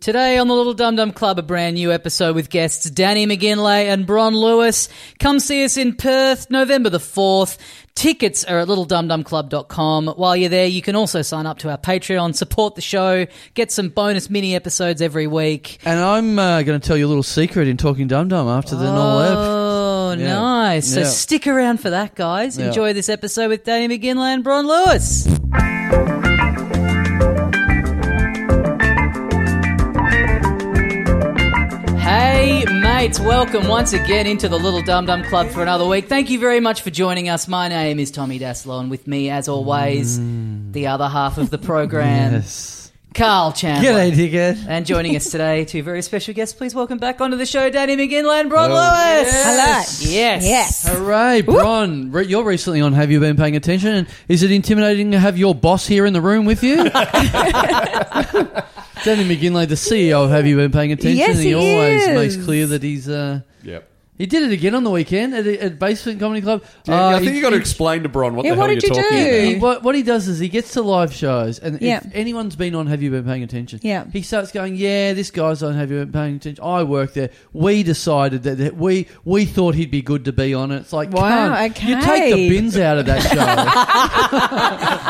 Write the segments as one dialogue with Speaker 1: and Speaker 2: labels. Speaker 1: Today on the Little Dum Dum Club, a brand new episode with guests Danny McGinley and Bron Lewis. Come see us in Perth, November the 4th. Tickets are at littledumdumclub.com. While you're there, you can also sign up to our Patreon, support the show, get some bonus mini episodes every week.
Speaker 2: And I'm uh, going to tell you a little secret in Talking Dum Dum after the normal ep.
Speaker 1: Oh,
Speaker 2: Yeah.
Speaker 1: nice. So
Speaker 2: Yeah.
Speaker 1: stick around for that, guys.
Speaker 2: Yeah.
Speaker 1: Enjoy this episode with Danny McGinley and Bron Lewis. Hey, mates, welcome once again into the Little Dum Dum Club for another week. Thank you very much for joining us. My name is Tommy Daslow, and with me, as always, the other half of the program,
Speaker 2: Mm. Yes.
Speaker 1: Carl Chandler.
Speaker 2: G'day, dickhead.
Speaker 1: And joining us today, two very special guests. Please welcome back onto the show, Danny McGinley and Bron
Speaker 2: Hello.
Speaker 1: Lewis.
Speaker 3: Yes. Hello.
Speaker 1: Yes.
Speaker 3: Yes.
Speaker 2: Hooray, Bron. Re- you're recently on Have You Been Paying Attention? And is it intimidating to have your boss here in the room with you? Danny McGinley, the CEO of Have You Been Paying Attention?
Speaker 3: Yes,
Speaker 2: he
Speaker 3: he
Speaker 2: always
Speaker 3: is.
Speaker 2: makes clear that he's. Uh,
Speaker 4: Yep.
Speaker 2: he did it again on the weekend at, at Basement Comedy Club.
Speaker 4: Yeah,
Speaker 2: Uh,
Speaker 4: I think
Speaker 2: he-
Speaker 4: you got to
Speaker 2: he-
Speaker 4: explain to Bron what
Speaker 3: Yeah,
Speaker 4: the
Speaker 3: what
Speaker 4: hell
Speaker 3: did
Speaker 4: you're
Speaker 3: you
Speaker 4: talking
Speaker 3: do?
Speaker 2: He- what, what he does is he gets to live shows, and
Speaker 3: Yeah.
Speaker 2: if anyone's been on Have You Been Paying Attention?
Speaker 3: Yeah.
Speaker 2: He starts going, Yeah, this guy's on Have You Been Paying Attention. I work there. We decided that, that we we thought he'd be good to be on it. It's like,
Speaker 3: Wow,
Speaker 2: cunt,
Speaker 3: okay.
Speaker 2: You take the bins out of that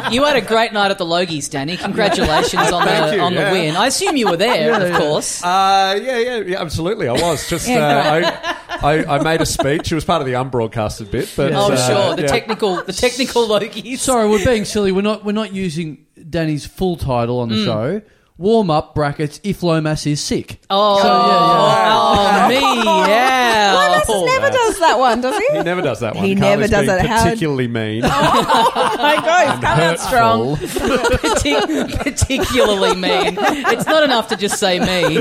Speaker 2: show.
Speaker 1: You had a great night at the Logies, Danny. Congratulations on the
Speaker 4: Thank you,
Speaker 1: on the
Speaker 4: yeah.
Speaker 1: win. I assume you were there,
Speaker 2: Yeah,
Speaker 1: of
Speaker 2: yeah.
Speaker 1: course.
Speaker 4: about. Uh, yeah, yeah, yeah, absolutely. I was just uh, I, I, I made a speech. It was part of the unbroadcasted bit, but
Speaker 2: Yeah.
Speaker 1: oh,
Speaker 4: uh,
Speaker 1: sure. The
Speaker 4: yeah.
Speaker 1: technical, the technical Logies.
Speaker 2: Sorry, we're being silly. We're not we're not using Danny's full title on the
Speaker 3: Mm.
Speaker 2: show. Warm up brackets if Lomas is sick.
Speaker 1: Oh,
Speaker 2: So, yeah,
Speaker 1: oh, me, yeah. Oh,
Speaker 3: Lomas
Speaker 2: Oh,
Speaker 3: never does that one, does he?
Speaker 4: He never does that one.
Speaker 3: He
Speaker 4: Carly's
Speaker 3: never does
Speaker 4: being
Speaker 3: it. Howard-
Speaker 4: Particularly mean.
Speaker 3: Oh my god, he's come out strong.
Speaker 1: Partic- particularly mean. It's not enough to just say me.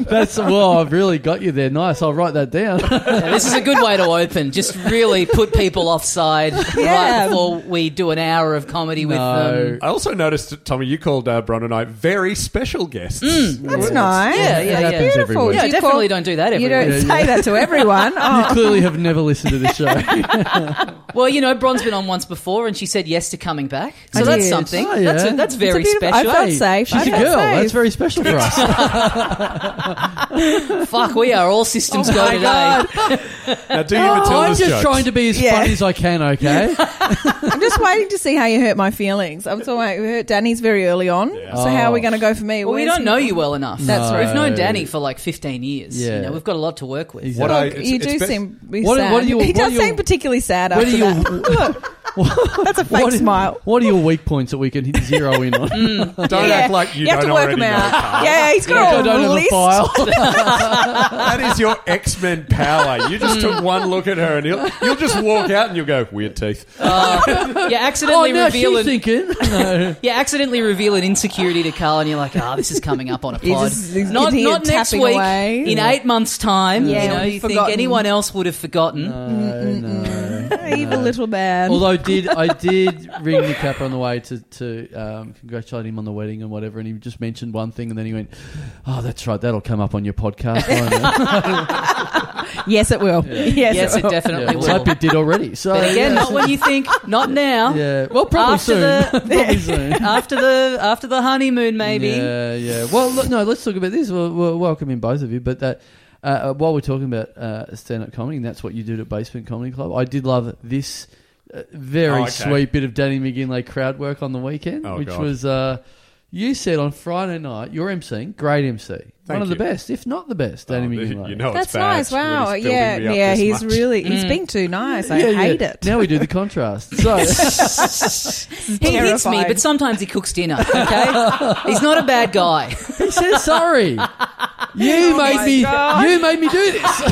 Speaker 2: That's well, I've really got you there. Nice. I'll write that down.
Speaker 1: Yeah, this is a good way to open. Just really put people offside right
Speaker 3: Yeah.
Speaker 1: before we do an hour of comedy with
Speaker 2: No.
Speaker 1: them.
Speaker 4: I also noticed, Tommy, you called uh, Bron and I very special guests.
Speaker 3: That's nice.
Speaker 1: Yeah, yeah, yeah.
Speaker 2: happens every
Speaker 3: Beautiful.
Speaker 2: week.
Speaker 3: Do
Speaker 1: Yeah,
Speaker 3: you
Speaker 1: definitely
Speaker 3: call-
Speaker 1: don't do that every
Speaker 3: You don't
Speaker 1: week.
Speaker 2: Yeah,
Speaker 3: say that to everyone.
Speaker 2: you
Speaker 3: Oh.
Speaker 2: clearly have never listened to the show.
Speaker 1: Well, you know, Bron's been on once before, and she said yes to coming back. So
Speaker 3: I
Speaker 1: that's
Speaker 3: did.
Speaker 1: something.
Speaker 2: Oh, yeah.
Speaker 1: That's, that's very
Speaker 3: It's a beautiful-
Speaker 1: special.
Speaker 3: I felt safe.
Speaker 2: She's
Speaker 3: I
Speaker 2: a
Speaker 3: felt
Speaker 2: girl.
Speaker 3: safe.
Speaker 2: That's very special for us.
Speaker 1: Fuck, we are all systems
Speaker 3: Oh
Speaker 1: go
Speaker 3: my
Speaker 1: today.
Speaker 3: God.
Speaker 4: Now, do you
Speaker 3: Oh,
Speaker 4: ever tell
Speaker 2: I'm
Speaker 4: us
Speaker 2: just
Speaker 4: jokes?
Speaker 2: trying to be as
Speaker 3: Yeah.
Speaker 2: funny as I can, okay?
Speaker 3: I'm just waiting to see how you hurt my feelings. I'm talking about you hurt Danny's very early on. So how
Speaker 2: Oh.
Speaker 3: are we going to go for me?
Speaker 1: Well, we
Speaker 3: Where's
Speaker 1: don't
Speaker 3: he-
Speaker 1: know you well enough.
Speaker 3: That's No.
Speaker 2: right.
Speaker 1: We've known Danny for like 15 years.
Speaker 2: Yeah.
Speaker 1: You know, we've got a lot to work with.
Speaker 2: Exactly.
Speaker 4: What I,
Speaker 3: Look,
Speaker 4: it's-
Speaker 3: you
Speaker 4: it's
Speaker 3: do
Speaker 4: best-
Speaker 3: seem really
Speaker 2: What-
Speaker 3: sad.
Speaker 2: what do you-
Speaker 3: he
Speaker 2: what
Speaker 3: does
Speaker 2: do you-
Speaker 3: seem particularly sad
Speaker 2: What
Speaker 3: after
Speaker 2: are you?
Speaker 3: that. That's a fake
Speaker 2: What,
Speaker 3: smile.
Speaker 2: what are your weak points that we can hit zero in on?
Speaker 4: Don't
Speaker 3: yeah.
Speaker 4: act like you,
Speaker 3: have
Speaker 4: don't
Speaker 3: to work
Speaker 4: already
Speaker 3: him out.
Speaker 4: know. Carl.
Speaker 3: Yeah, he's
Speaker 2: I
Speaker 3: got a
Speaker 2: don't have a
Speaker 3: list.
Speaker 2: file.
Speaker 4: That is your X Men power. You just
Speaker 3: Mm.
Speaker 4: took one look at her, and you'll, you'll just walk out, and you'll go weird teeth.
Speaker 1: Yeah,
Speaker 2: oh,
Speaker 1: accidentally
Speaker 2: now
Speaker 1: reveal
Speaker 2: she's
Speaker 1: an,
Speaker 2: thinking. No.
Speaker 1: yeah, accidentally reveal an insecurity to Carl, and you're like, ah, this is coming up on a
Speaker 3: You
Speaker 1: pod.
Speaker 3: just- you
Speaker 1: not
Speaker 3: hear
Speaker 1: not next
Speaker 3: tapping
Speaker 1: week.
Speaker 3: away.
Speaker 1: In eight months' time,
Speaker 3: Yeah,
Speaker 1: you know,
Speaker 3: we've
Speaker 1: you think
Speaker 3: forgotten.
Speaker 1: anyone else would have forgotten.
Speaker 2: No, no.
Speaker 3: Evil little man.
Speaker 2: Although did I did ring Nick Capper on the way to to um, congratulate him on the wedding and whatever, and he just mentioned one thing, and then he went, "Oh, that's right, that'll come up on your podcast." won't it?"
Speaker 3: yes, it will. Yes,
Speaker 1: Yes, it
Speaker 3: will.
Speaker 1: definitely
Speaker 2: yeah,
Speaker 1: will.
Speaker 2: well, that bit did already. So
Speaker 1: But again,
Speaker 2: yeah.
Speaker 1: not when you think, not now.
Speaker 2: yeah, well, probably
Speaker 1: After
Speaker 2: soon.
Speaker 1: the-
Speaker 2: probably soon.
Speaker 1: After the after the honeymoon, maybe.
Speaker 2: Yeah, yeah. Well, look, no, let's talk about this. We'll, we'll welcome in both of you. But that, uh, uh, while we're talking about uh, stand up comedy, and that's what you did at Basement Comedy Club, I did love this uh, very
Speaker 4: Oh, okay.
Speaker 2: sweet bit of Danny McGinley crowd work on the weekend,
Speaker 4: Oh,
Speaker 2: which
Speaker 4: God.
Speaker 2: was uh, you said on Friday night, you're emceeing, great MC. One of the
Speaker 4: you.
Speaker 2: best, if not the best, Danny
Speaker 4: Oh,
Speaker 2: McGinley.
Speaker 4: You know
Speaker 3: That's
Speaker 4: it's bad
Speaker 3: nice.
Speaker 4: when he's
Speaker 3: Wow.
Speaker 4: building
Speaker 3: Yeah,
Speaker 4: me up
Speaker 3: yeah.
Speaker 4: this
Speaker 3: He's
Speaker 4: much.
Speaker 3: really he's being too nice. I
Speaker 2: Yeah,
Speaker 3: hate
Speaker 2: yeah.
Speaker 3: it.
Speaker 2: Now we do the contrast. So,
Speaker 1: He hits me,
Speaker 3: Terrifying.
Speaker 1: but sometimes he cooks dinner. Okay, he's not a bad guy.
Speaker 2: he says sorry. You made
Speaker 3: Oh, my
Speaker 2: me.
Speaker 3: God.
Speaker 2: You made me do this.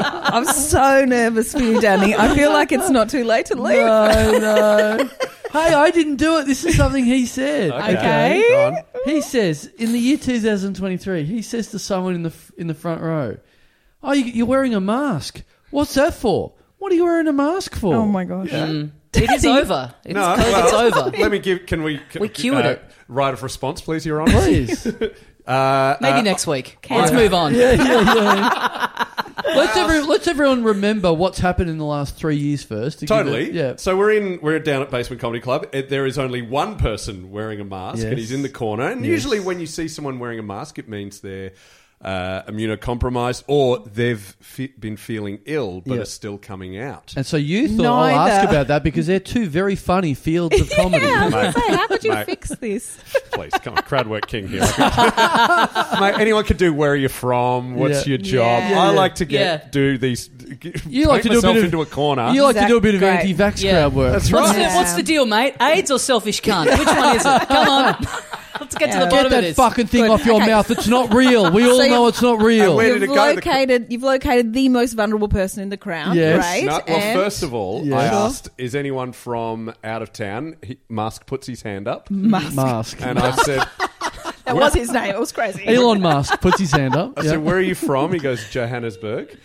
Speaker 3: I'm so nervous for you, Danny. I feel like it's not too late to leave.
Speaker 2: No, no. Hey, I didn't do it. This is something he said.
Speaker 4: Okay.
Speaker 3: Okay.
Speaker 4: Go on.
Speaker 2: He says in the year 2023, he says to someone in the f- in the front row, "Oh, you, you're wearing a mask. What's that for? What are you wearing a mask for?"
Speaker 3: Oh my gosh.
Speaker 1: It is over. It's,
Speaker 4: No,
Speaker 1: COVID's
Speaker 4: well,
Speaker 1: over.
Speaker 4: Let me give. Can we? Can, uh,
Speaker 1: We cured it.
Speaker 4: Right of response, please, Your Honour.
Speaker 2: Please.
Speaker 4: Uh,
Speaker 1: Maybe
Speaker 4: uh,
Speaker 1: next week.
Speaker 3: Can-
Speaker 1: Let's move on.
Speaker 2: yeah, yeah, yeah. Let's every, let's everyone remember what's happened in the last three years first. to give
Speaker 4: Totally.
Speaker 2: it- yeah.
Speaker 4: So we're in. We're down at Basement Comedy Club. Uh, There is only one person wearing a mask, and
Speaker 2: Yes.
Speaker 4: he's in the corner. And
Speaker 2: Yes.
Speaker 4: usually, when you see someone wearing a mask, it means they're uh, immunocompromised or they've fe- been feeling ill but
Speaker 2: Yeah.
Speaker 4: are still coming out.
Speaker 2: And so you thought I'll
Speaker 3: Neither.
Speaker 2: ask about that because they're two very funny fields of comedy.
Speaker 3: Yeah, I was gonna
Speaker 4: Mate.
Speaker 3: say, how could you
Speaker 4: Mate.
Speaker 3: fix this?
Speaker 4: Please come on, crowd work king here. Mate, anyone could do. Where are you from? What's
Speaker 2: Yeah.
Speaker 4: your job?
Speaker 3: Yeah.
Speaker 4: I like to get
Speaker 1: Yeah.
Speaker 4: do these.
Speaker 2: You
Speaker 4: paint
Speaker 2: like to do a
Speaker 4: myself
Speaker 2: bit of-
Speaker 4: into a corner.
Speaker 2: You like to
Speaker 3: Exact-
Speaker 2: do a bit of
Speaker 3: great.
Speaker 2: anti-vax
Speaker 1: Yeah.
Speaker 2: crowd work.
Speaker 4: That's
Speaker 1: What's,
Speaker 4: right.
Speaker 1: the, what's the deal, mate? AIDS or selfish cunt? Which one is it? Come on. Let's get to
Speaker 3: Yeah.
Speaker 1: the
Speaker 2: Get
Speaker 1: bottom of
Speaker 2: that
Speaker 1: this.
Speaker 2: fucking thing
Speaker 3: Good.
Speaker 2: off your
Speaker 3: Okay.
Speaker 2: mouth. It's not real. We all
Speaker 3: So you-
Speaker 2: know it's not real.
Speaker 4: And we're- Where
Speaker 3: You've
Speaker 4: did it go? The cr-
Speaker 3: located, you've located the most vulnerable person in the crowd,
Speaker 2: Yes.
Speaker 3: right?
Speaker 4: No, well,
Speaker 3: And-
Speaker 4: first of all,
Speaker 2: Yeah.
Speaker 4: I
Speaker 2: Sure.
Speaker 4: asked, is anyone from out of town? He, Musk puts his hand up,
Speaker 2: Mm. Mask.
Speaker 4: and I said,
Speaker 3: that was his name. It was crazy.
Speaker 2: Elon Musk puts his hand up.
Speaker 4: I
Speaker 2: Yeah.
Speaker 4: said, where are you from? He goes, Johannesburg.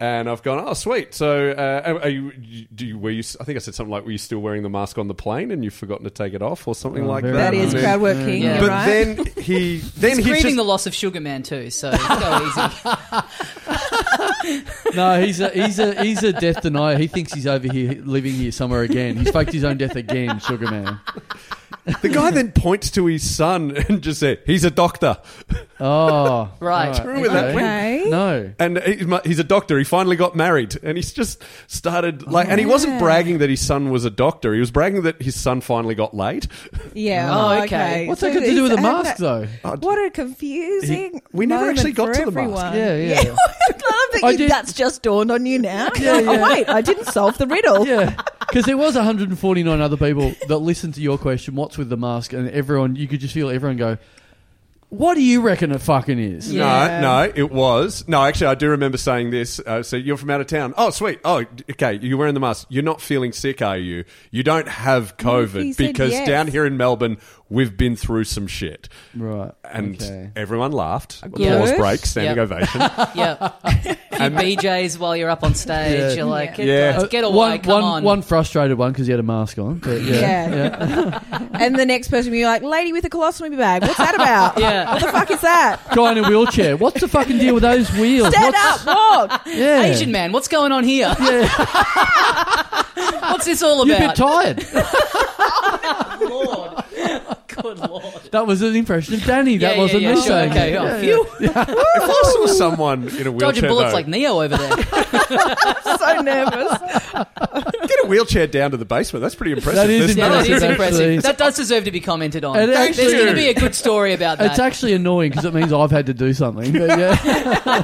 Speaker 4: And I've gone, oh, sweet. So, uh, are- are you, do you, were you, I think I said something like, were you still wearing the mask on the plane and you've forgotten to take it off or something
Speaker 2: Oh,
Speaker 4: like that?
Speaker 2: very
Speaker 3: that
Speaker 2: nice.
Speaker 3: is
Speaker 4: And then-
Speaker 3: crowd working,
Speaker 1: Yeah.
Speaker 4: Mm. But
Speaker 3: right?
Speaker 4: then he, then
Speaker 1: He's
Speaker 4: he
Speaker 1: grieving
Speaker 4: just,
Speaker 1: the loss of Sugar Man too, so go easy.
Speaker 2: No, he's a he's a he's a death denier. He thinks he's over here living here somewhere again. He's faked his own death again, Sugar Man.
Speaker 4: the guy then points to his son and just said, he's a doctor.
Speaker 2: Oh,
Speaker 1: Right.
Speaker 2: all
Speaker 4: True with that
Speaker 2: okay.
Speaker 3: okay.
Speaker 2: No.
Speaker 4: And he- he's a doctor. He finally got married, and he's just started like. and he wasn't
Speaker 3: Oh, Yeah.
Speaker 4: bragging that his son was a doctor. He was bragging that his son finally got laid.
Speaker 3: Yeah.
Speaker 1: Oh,
Speaker 3: well,
Speaker 1: okay.
Speaker 2: What's
Speaker 3: So
Speaker 2: that got to do with a
Speaker 3: it's-
Speaker 2: mask, though?
Speaker 3: What a confusing.
Speaker 4: we never
Speaker 3: moment
Speaker 4: actually got
Speaker 3: for
Speaker 4: to the mask.
Speaker 3: everyone.
Speaker 2: Yeah, yeah.
Speaker 3: I love that
Speaker 2: I
Speaker 3: you,
Speaker 2: did-
Speaker 3: that's just dawned on you now.
Speaker 2: Yeah,
Speaker 3: Oh,
Speaker 2: yeah.
Speaker 3: wait, I didn't solve the riddle.
Speaker 2: Yeah, because there was 149 other people that listened to your question, "What's with the mask?" and everyone, you could just feel everyone go, "What do you reckon it fucking is?"
Speaker 3: Yeah.
Speaker 4: No, no, it was no. Actually, I do remember saying this. Uh, so you're from out of town. Oh, sweet. Oh, okay. You're wearing the mask. You're not feeling sick, are you? You don't have
Speaker 3: he
Speaker 4: COVID
Speaker 3: said
Speaker 4: because
Speaker 3: yes.
Speaker 4: down here in Melbourne, we've been through some shit.
Speaker 2: Right.
Speaker 4: And
Speaker 2: okay.
Speaker 4: everyone laughed.
Speaker 3: Good.
Speaker 4: Applause break, standing
Speaker 1: Yep.
Speaker 4: ovation.
Speaker 1: Yeah. And BJ's while you're up on stage.
Speaker 2: Yeah.
Speaker 1: You're like, get,
Speaker 4: Yeah.
Speaker 1: get away,
Speaker 2: one,
Speaker 1: come
Speaker 2: one-
Speaker 1: on.
Speaker 2: one frustrated one because he had a mask on. But yeah,
Speaker 3: Yeah. And the next person, you're like, lady with a colostomy bag. What's that about?
Speaker 1: Yeah.
Speaker 3: What the fuck is that?
Speaker 2: guy in a wheelchair. What's the fucking deal with those wheels?
Speaker 3: Stand
Speaker 2: What's-
Speaker 3: up, walk.
Speaker 2: Yeah.
Speaker 1: Asian man, what's going on here?
Speaker 2: Yeah.
Speaker 1: What's this all
Speaker 2: You're a bit
Speaker 1: about?
Speaker 2: tired.
Speaker 1: Lord. Good lord.
Speaker 2: That was an impression of Danny. That
Speaker 1: Yeah, yeah,
Speaker 2: wasn't
Speaker 1: yeah,
Speaker 2: me
Speaker 1: sure,
Speaker 2: saying
Speaker 1: okay,
Speaker 2: it.
Speaker 1: oh,
Speaker 2: Yeah,
Speaker 1: phew.
Speaker 2: yeah.
Speaker 4: if I saw someone in a wheelchair,
Speaker 1: Dodging bullets
Speaker 4: though-
Speaker 1: like Neo over there.
Speaker 3: so nervous.
Speaker 4: Get a wheelchair down to the basement. That's pretty impressive.
Speaker 2: That is
Speaker 4: There's
Speaker 1: Yeah,
Speaker 4: no-
Speaker 1: that
Speaker 2: Nice,
Speaker 1: is
Speaker 2: actually.
Speaker 1: impressive. That does deserve to be commented on.
Speaker 2: It
Speaker 1: There's
Speaker 2: actually-
Speaker 1: going to be a good story about that.
Speaker 2: It's actually annoying because it means I've had to do something. But yeah,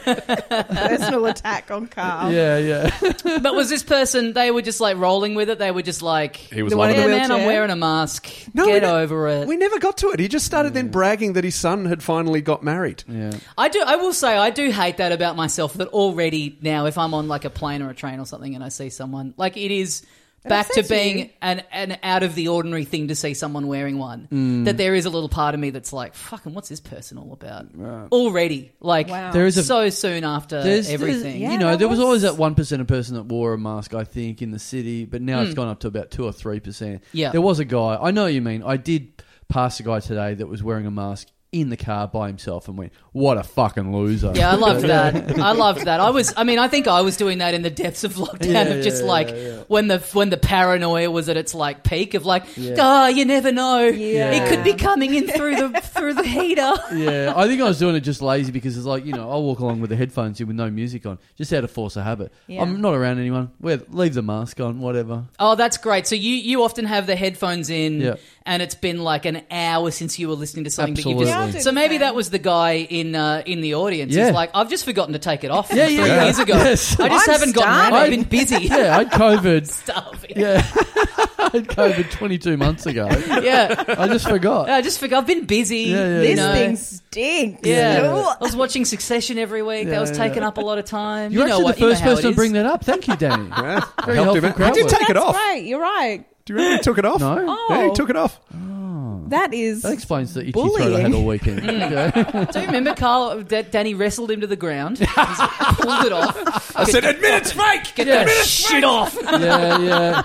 Speaker 3: Personal attack on Carl.
Speaker 2: yeah, yeah.
Speaker 1: but was this person? They were just like rolling with it. They were just like,
Speaker 4: He was
Speaker 3: The
Speaker 4: one
Speaker 3: one
Speaker 4: of
Speaker 3: in
Speaker 1: "Yeah,
Speaker 3: the-
Speaker 4: them.
Speaker 1: man, I'm
Speaker 3: wheelchair.
Speaker 1: wearing a mask.
Speaker 4: No, we
Speaker 1: Get
Speaker 4: don't-
Speaker 1: over it."
Speaker 4: We never got to it. He just started then bragging that his son had finally got married.
Speaker 2: yeah.
Speaker 1: I do. I will say I do hate that about myself. That already now, if I'm on like a plane or a train or something, and I see someone, like it is back to
Speaker 3: upsets
Speaker 1: being
Speaker 3: you.
Speaker 1: an an out of the ordinary thing to see someone wearing one.
Speaker 2: Mm.
Speaker 1: That there is a little part of me that's like, "Fucking, what's this person all about?" Already, like
Speaker 3: Wow.
Speaker 2: There is a-
Speaker 1: so soon after
Speaker 2: There's,
Speaker 1: uh, everything.
Speaker 2: there's-
Speaker 3: Yeah,
Speaker 2: you know,
Speaker 3: that
Speaker 2: there was,
Speaker 3: was-
Speaker 2: always that one percent of person that wore a mask. I think in the city, but now it's gone up to about two or three percent.
Speaker 1: Yeah.
Speaker 2: there was a guy. I know what you mean. I did pass a guy today that was wearing a mask in the car by himself and went, "What a fucking loser."
Speaker 1: Yeah, I loved that. I loved that. I was. I mean, I think I was doing that in the depths of lockdown.
Speaker 2: Yeah,
Speaker 1: of just
Speaker 2: yeah,
Speaker 1: like
Speaker 2: yeah, yeah.
Speaker 1: when the when the paranoia was at its like peak of like,
Speaker 2: Yeah.
Speaker 1: oh, you never know.
Speaker 3: Yeah.
Speaker 1: It could be coming in through the through the heater.
Speaker 2: yeah, I think I was doing it just lazy because it's like you know I walk along with the headphones in with no music on, just out of force of habit.
Speaker 3: Yeah.
Speaker 2: I'm not around anyone. Wear, leave the mask on, whatever.
Speaker 1: Oh, that's great. So you you often have the headphones in,
Speaker 2: Yeah.
Speaker 1: and it's been like an hour since you were listening to something. That you
Speaker 2: Absolutely. Yeah, I'll
Speaker 1: just,
Speaker 3: do
Speaker 1: so
Speaker 3: the
Speaker 1: maybe
Speaker 3: same.
Speaker 1: that was the guy in uh, in the audience.
Speaker 2: Yeah.
Speaker 1: He's like, I've just forgotten to take it off.
Speaker 2: Yeah,
Speaker 1: from
Speaker 2: yeah,
Speaker 1: three
Speaker 2: yeah.
Speaker 1: years ago.
Speaker 2: Yes.
Speaker 1: I just
Speaker 3: I'm
Speaker 1: haven't gotten around. I've been busy.
Speaker 2: Yeah, I had COVID.
Speaker 1: Starving.
Speaker 2: Yeah, I had COVID 22 months ago.
Speaker 1: yeah.
Speaker 2: I just forgot.
Speaker 1: Uh, I just forgot. I've been busy.
Speaker 2: Yeah, yeah,
Speaker 1: you
Speaker 2: yeah.
Speaker 3: This
Speaker 1: know.
Speaker 3: thing stinks.
Speaker 1: Yeah.
Speaker 3: Ugh.
Speaker 1: I was watching Succession every week.
Speaker 2: Yeah,
Speaker 1: that was
Speaker 2: yeah.
Speaker 1: taking up a lot of time.
Speaker 2: You're
Speaker 1: you know
Speaker 2: actually
Speaker 1: what,
Speaker 2: the first
Speaker 1: you know how
Speaker 2: person
Speaker 1: it
Speaker 2: to bring
Speaker 1: is.
Speaker 2: that up. Thank you, Danny.
Speaker 4: Yeah.
Speaker 2: Very
Speaker 4: Helped him
Speaker 2: helpful
Speaker 4: out.
Speaker 2: crowd
Speaker 4: He did
Speaker 2: work.
Speaker 4: take it
Speaker 3: That's
Speaker 4: off.
Speaker 3: right. You're right.
Speaker 4: Do you remember he took it off?
Speaker 2: No.
Speaker 4: Yeah, he
Speaker 3: Oh.
Speaker 4: took it off.
Speaker 3: That is.
Speaker 2: That explains the itchy throat I
Speaker 3: Bullying.
Speaker 2: had all weekend. Okay.
Speaker 1: Do you remember Carl? Da- Danny wrestled him to the ground. He's pulled it off.
Speaker 4: I said, admit it's fake.
Speaker 1: Get
Speaker 2: Yeah.
Speaker 1: that shit off.
Speaker 2: yeah, yeah.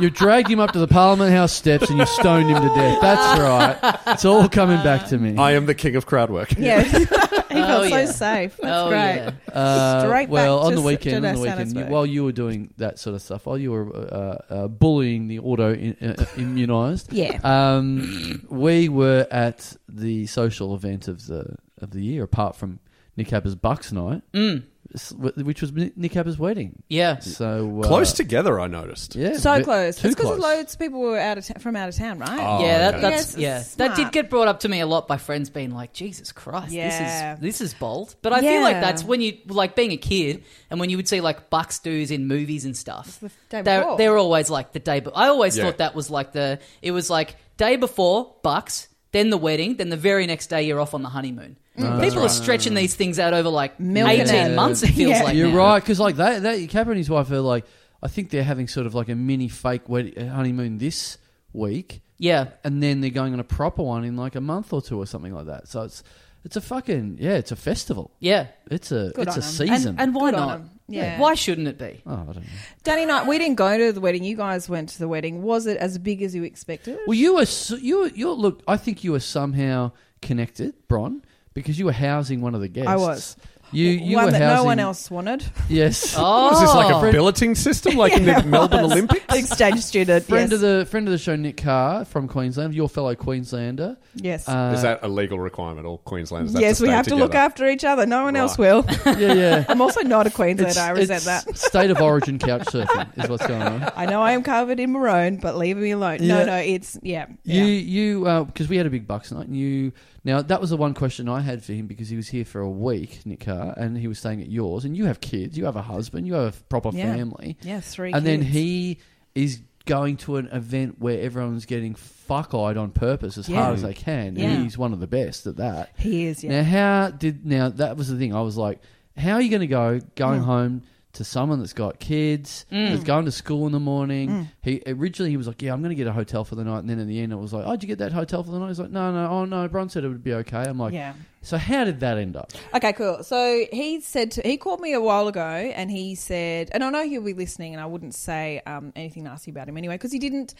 Speaker 2: You've dragged him up to the Parliament House steps and you've stoned him to death. That's right. It's all coming back to me.
Speaker 4: I am the king of crowd work.
Speaker 3: Yeah, he felt
Speaker 1: Oh, yeah.
Speaker 3: so safe. That's
Speaker 1: Oh,
Speaker 3: great.
Speaker 1: yeah.
Speaker 2: Uh,
Speaker 3: Straight back
Speaker 2: well, on
Speaker 3: to
Speaker 2: the
Speaker 3: s-
Speaker 2: weekend,
Speaker 3: to
Speaker 2: on the
Speaker 3: the
Speaker 2: weekend,
Speaker 3: Johannesburg.
Speaker 2: while you were doing that sort of stuff, while you were uh, uh, bullying the auto in, uh, immunized,
Speaker 3: Yeah.
Speaker 2: um, we were at the social event of the of the year. Apart from Nick Capper's Bucks night,
Speaker 1: Mm.
Speaker 2: s- which was Nick Nick Capper's wedding,
Speaker 1: Yeah.
Speaker 2: so uh,
Speaker 4: Close together, I noticed.
Speaker 2: yeah,
Speaker 3: So
Speaker 2: ve-
Speaker 3: close.
Speaker 2: too
Speaker 3: It's because
Speaker 2: close.
Speaker 3: loads of people were out of t- from out of town, right?
Speaker 4: Oh,
Speaker 1: yeah, that,
Speaker 4: yeah.
Speaker 1: that's
Speaker 3: Yes,
Speaker 1: yeah.
Speaker 3: it's
Speaker 1: That did
Speaker 3: smart.
Speaker 1: get brought up to me a lot by friends being like, "Jesus Christ,
Speaker 3: Yeah.
Speaker 1: this is this is bold." But I feel like
Speaker 3: Yeah.
Speaker 1: that's when you like being a kid and when you would see like bucks dues in movies and stuff.
Speaker 3: the day
Speaker 1: they're
Speaker 3: before.
Speaker 1: they're always like the day. But I always
Speaker 4: Yeah.
Speaker 1: thought that was like the it was like day before bucks, then the wedding, then the very next day you're off on the honeymoon.
Speaker 2: Mm. that's
Speaker 1: People are
Speaker 2: right.
Speaker 1: stretching these things out over like
Speaker 3: Milk
Speaker 2: and
Speaker 1: eighteen
Speaker 2: eggs.
Speaker 1: months. It feels
Speaker 3: Yeah.
Speaker 1: like
Speaker 2: You're
Speaker 1: now.
Speaker 2: right because like that, that Capper and his wife are like, I think they're having sort of like a mini fake wedding honeymoon this week.
Speaker 1: Yeah,
Speaker 2: and then they're going on a proper one in like a month or two or something like that. So it's it's a fucking yeah, it's a festival.
Speaker 1: yeah.
Speaker 2: It's a
Speaker 3: Good
Speaker 2: it's a
Speaker 3: on 'em.
Speaker 2: season.
Speaker 1: And, and why
Speaker 3: Good on
Speaker 1: not?
Speaker 3: 'em. Yeah.
Speaker 1: Why shouldn't it be?
Speaker 2: oh, I don't know.
Speaker 3: Danny and I, we didn't go to the wedding. You guys went to the wedding. Was it as big as you expected?
Speaker 2: Well, you were so, you were, you were- look. I think you were somehow connected, Bron, because you were housing one of the guests.
Speaker 3: I was.
Speaker 2: You you
Speaker 3: one
Speaker 2: were
Speaker 3: that
Speaker 2: housing
Speaker 3: no one else wanted.
Speaker 2: Yes.
Speaker 1: Oh,
Speaker 4: What is this like a billeting system, like in the Melbourne Olympics?
Speaker 3: Exchange student.
Speaker 2: Friend
Speaker 3: yes.
Speaker 2: of the friend of the show, Nick Carr from Queensland, your fellow Queenslander.
Speaker 3: yes.
Speaker 2: Uh,
Speaker 4: is that a legal requirement? All Queenslanders. have
Speaker 3: yes,
Speaker 4: to
Speaker 3: we
Speaker 4: stay
Speaker 3: have to look
Speaker 4: together?
Speaker 3: after each other. No one else
Speaker 4: Right.
Speaker 3: will.
Speaker 2: yeah, yeah.
Speaker 3: I'm also not a Queenslander.
Speaker 2: It's-
Speaker 3: I resent
Speaker 2: it's
Speaker 3: that.
Speaker 2: State of origin couch surfing is what's going on.
Speaker 3: I know I am covered in maroon, but leave me alone.
Speaker 2: Yeah.
Speaker 3: No, no, it's yeah.
Speaker 2: You,
Speaker 3: yeah.
Speaker 2: you, because we had a big bucks night. And you now that was the one question I had for him because he was here for a week, Nick Carr, and he was staying at yours. And you have kids, you have a husband, you have a proper
Speaker 3: Yeah.
Speaker 2: family,
Speaker 3: Yeah, three.
Speaker 2: and then
Speaker 3: kids.
Speaker 2: he is going to an event where everyone's getting fuck eyed on purpose as
Speaker 3: Yeah.
Speaker 2: hard as they can.
Speaker 3: Yeah.
Speaker 2: And he's one of the best at that.
Speaker 3: he is yeah.
Speaker 2: Now, how did now that was the thing? I was like, how are you going to go
Speaker 3: Mm.
Speaker 2: going home to someone that's got kids, that's going to school in the morning?
Speaker 3: Mm.
Speaker 2: He originally he was like, yeah, I'm going to get a hotel for the night, and then in the end, I was like, oh, did you get that hotel for the night? He's like, no, no, oh no, Bron said it would be okay. I'm like,
Speaker 3: Yeah.
Speaker 2: So how did that end up?
Speaker 3: Okay, cool. So he said to, he called me a while ago, and he said, and I know he'll be listening, and I wouldn't say um, anything nasty about him anyway, because he didn't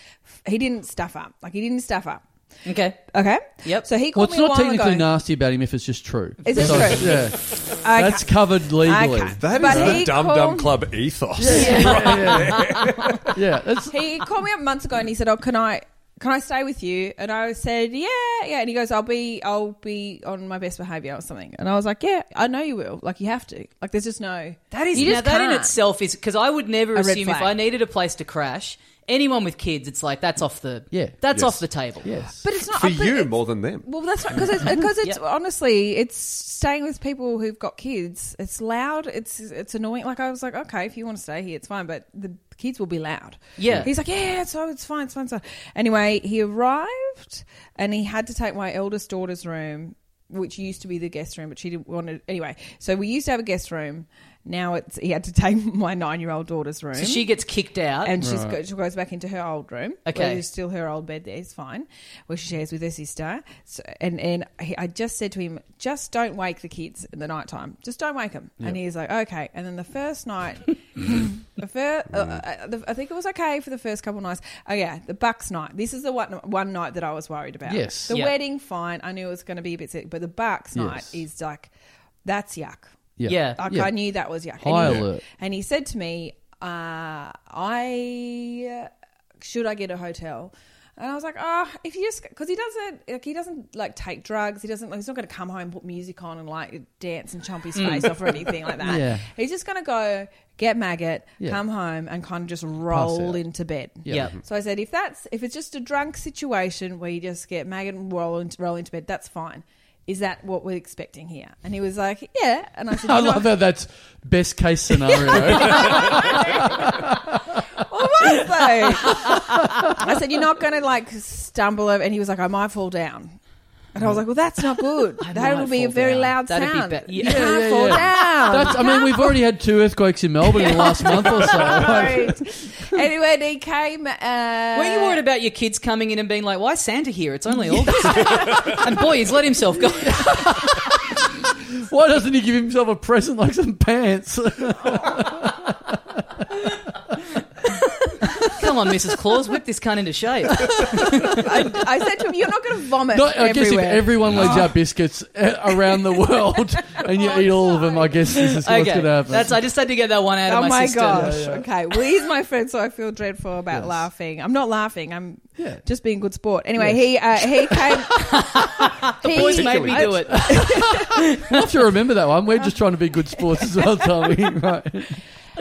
Speaker 3: he didn't stuff up, like he didn't stuff up.
Speaker 1: Okay.
Speaker 3: Okay.
Speaker 1: Yep.
Speaker 3: So he
Speaker 2: Well,
Speaker 3: called
Speaker 2: it's
Speaker 3: me a
Speaker 2: not
Speaker 3: while
Speaker 2: technically
Speaker 3: ago.
Speaker 2: nasty about him if it's just true.
Speaker 3: Is it
Speaker 2: So,
Speaker 3: true?
Speaker 2: Yeah,
Speaker 3: Okay.
Speaker 2: that's covered legally.
Speaker 3: Okay.
Speaker 4: That is
Speaker 3: But
Speaker 4: the
Speaker 3: he
Speaker 4: Dum Dum
Speaker 3: called-
Speaker 4: Club ethos.
Speaker 2: Yeah, yeah, yeah. yeah, that's
Speaker 3: he called me up months ago and he said, "Oh, can I can I stay with you?" And I said, "Yeah, yeah." And he goes, "I'll be I'll be on my best behavior or something." And I was like, "Yeah, I know you will. Like you have to. Like there's just no
Speaker 1: That is
Speaker 3: you
Speaker 1: now
Speaker 3: just
Speaker 1: that in
Speaker 3: can't.
Speaker 1: itself is because I would never
Speaker 3: red
Speaker 1: assume if
Speaker 3: flag.
Speaker 1: I needed a place to crash, anyone with kids, it's like that's off the
Speaker 2: Yeah.
Speaker 1: that's
Speaker 4: Yes.
Speaker 1: off the table.
Speaker 2: yes.
Speaker 3: But it's not
Speaker 4: For
Speaker 3: but
Speaker 4: you
Speaker 3: it's-
Speaker 4: more than them.
Speaker 3: Well, that's right because it's, because it's
Speaker 1: Yep.
Speaker 3: honestly it's staying with people who've got kids. It's loud. It's it's annoying. Like I was like, okay, if you want to stay here, it's fine, but the kids will be loud.
Speaker 1: Yeah.
Speaker 3: he's like, yeah, so it's fine, it's fine, it's fine. Anyway, he arrived and he had to take my eldest daughter's room, which used to be the guest room, but she didn't want it anyway. So we used to have a guest room. Now it's he had to take my nine year old daughter's room
Speaker 1: So she gets kicked out.
Speaker 3: and she's go, she goes back into her old room.
Speaker 1: Okay.
Speaker 3: where there's still her old bed there. It's fine, where she shares with her sister. So, and and he, I just said to him, just don't wake the kids in the nighttime. Just don't wake them. And he's like, okay. And then the first night, the fir- uh, uh, the, I think it was okay for the first couple nights. Oh yeah, the Bucks night. This is the one one night that I was worried about.
Speaker 2: Yes.
Speaker 3: the
Speaker 1: Yeah.
Speaker 3: wedding, fine. I knew it was going to be a bit sick, but the Bucks night
Speaker 2: Yes.
Speaker 3: is like, that's yuck.
Speaker 1: Yeah.
Speaker 3: Like
Speaker 2: Yeah.
Speaker 3: I knew that was yuck.
Speaker 2: High
Speaker 3: and he,
Speaker 2: alert.
Speaker 3: And he said to me, uh, "I should I get a hotel?" And I was like, "Ah, if you just because he doesn't like he doesn't like take drugs. He doesn't like he's not going to come home put music on and like dance and chomp his face off or anything like that.
Speaker 2: Mm. Yeah.
Speaker 3: He's just going to go get maggot,
Speaker 2: Yeah.
Speaker 3: come home and kind of just roll
Speaker 2: out.
Speaker 3: into bed.
Speaker 2: Yeah. Mm-hmm.
Speaker 1: yeah.
Speaker 3: So I said, if that's if it's just a drunk situation where you just get maggot and roll into, roll into bed, that's fine. Is that what we're expecting here? And he was like, yeah. And I said,
Speaker 2: I
Speaker 3: "You know
Speaker 2: love how that's best case scenario.
Speaker 3: Well, was though. I said, "You're not going to like stumble over," and he was like, "I might fall down." And I was like, "Well, that's not good. That
Speaker 1: might
Speaker 3: will be a
Speaker 1: fall
Speaker 3: very
Speaker 1: down.
Speaker 3: loud
Speaker 1: That'd be
Speaker 3: sound.
Speaker 1: bad.
Speaker 3: You
Speaker 1: Yeah.
Speaker 3: can't
Speaker 2: Yeah, yeah,
Speaker 3: fall
Speaker 2: yeah.
Speaker 3: down."
Speaker 2: That's, I mean, we've already had two earthquakes in Melbourne in the last month or so.
Speaker 3: Right. anyway, and he came. Uh,
Speaker 1: Were you worried about your kids coming in and being like, "Why is Santa here? It's only August." and boy, he's let himself go.
Speaker 2: Why doesn't he give himself a present like some pants?
Speaker 1: Come on, Mrs. Claus, whip this cunt into shape.
Speaker 3: I, I said to him, "You're not going to vomit
Speaker 2: Not, I guess if
Speaker 3: everywhere." Oh.
Speaker 2: everyone lays out biscuits uh, around the world and you eat all of them, I guess this is what's
Speaker 1: okay,
Speaker 2: going to happen.
Speaker 1: that's. I just had to get that one out
Speaker 3: oh
Speaker 1: of my,
Speaker 3: my
Speaker 1: system.
Speaker 3: gosh!
Speaker 2: Yeah, yeah.
Speaker 3: Okay, well, he's my friend, so I feel dreadful about
Speaker 2: Yes.
Speaker 3: laughing. I'm not laughing. I'm
Speaker 2: yeah.
Speaker 3: just being good sport. Anyway, he uh, he came.
Speaker 1: Boys made me
Speaker 4: Particularly.
Speaker 1: do it.
Speaker 2: We'll have to remember that one. We're just trying to be good sports as well, Tommy. Right.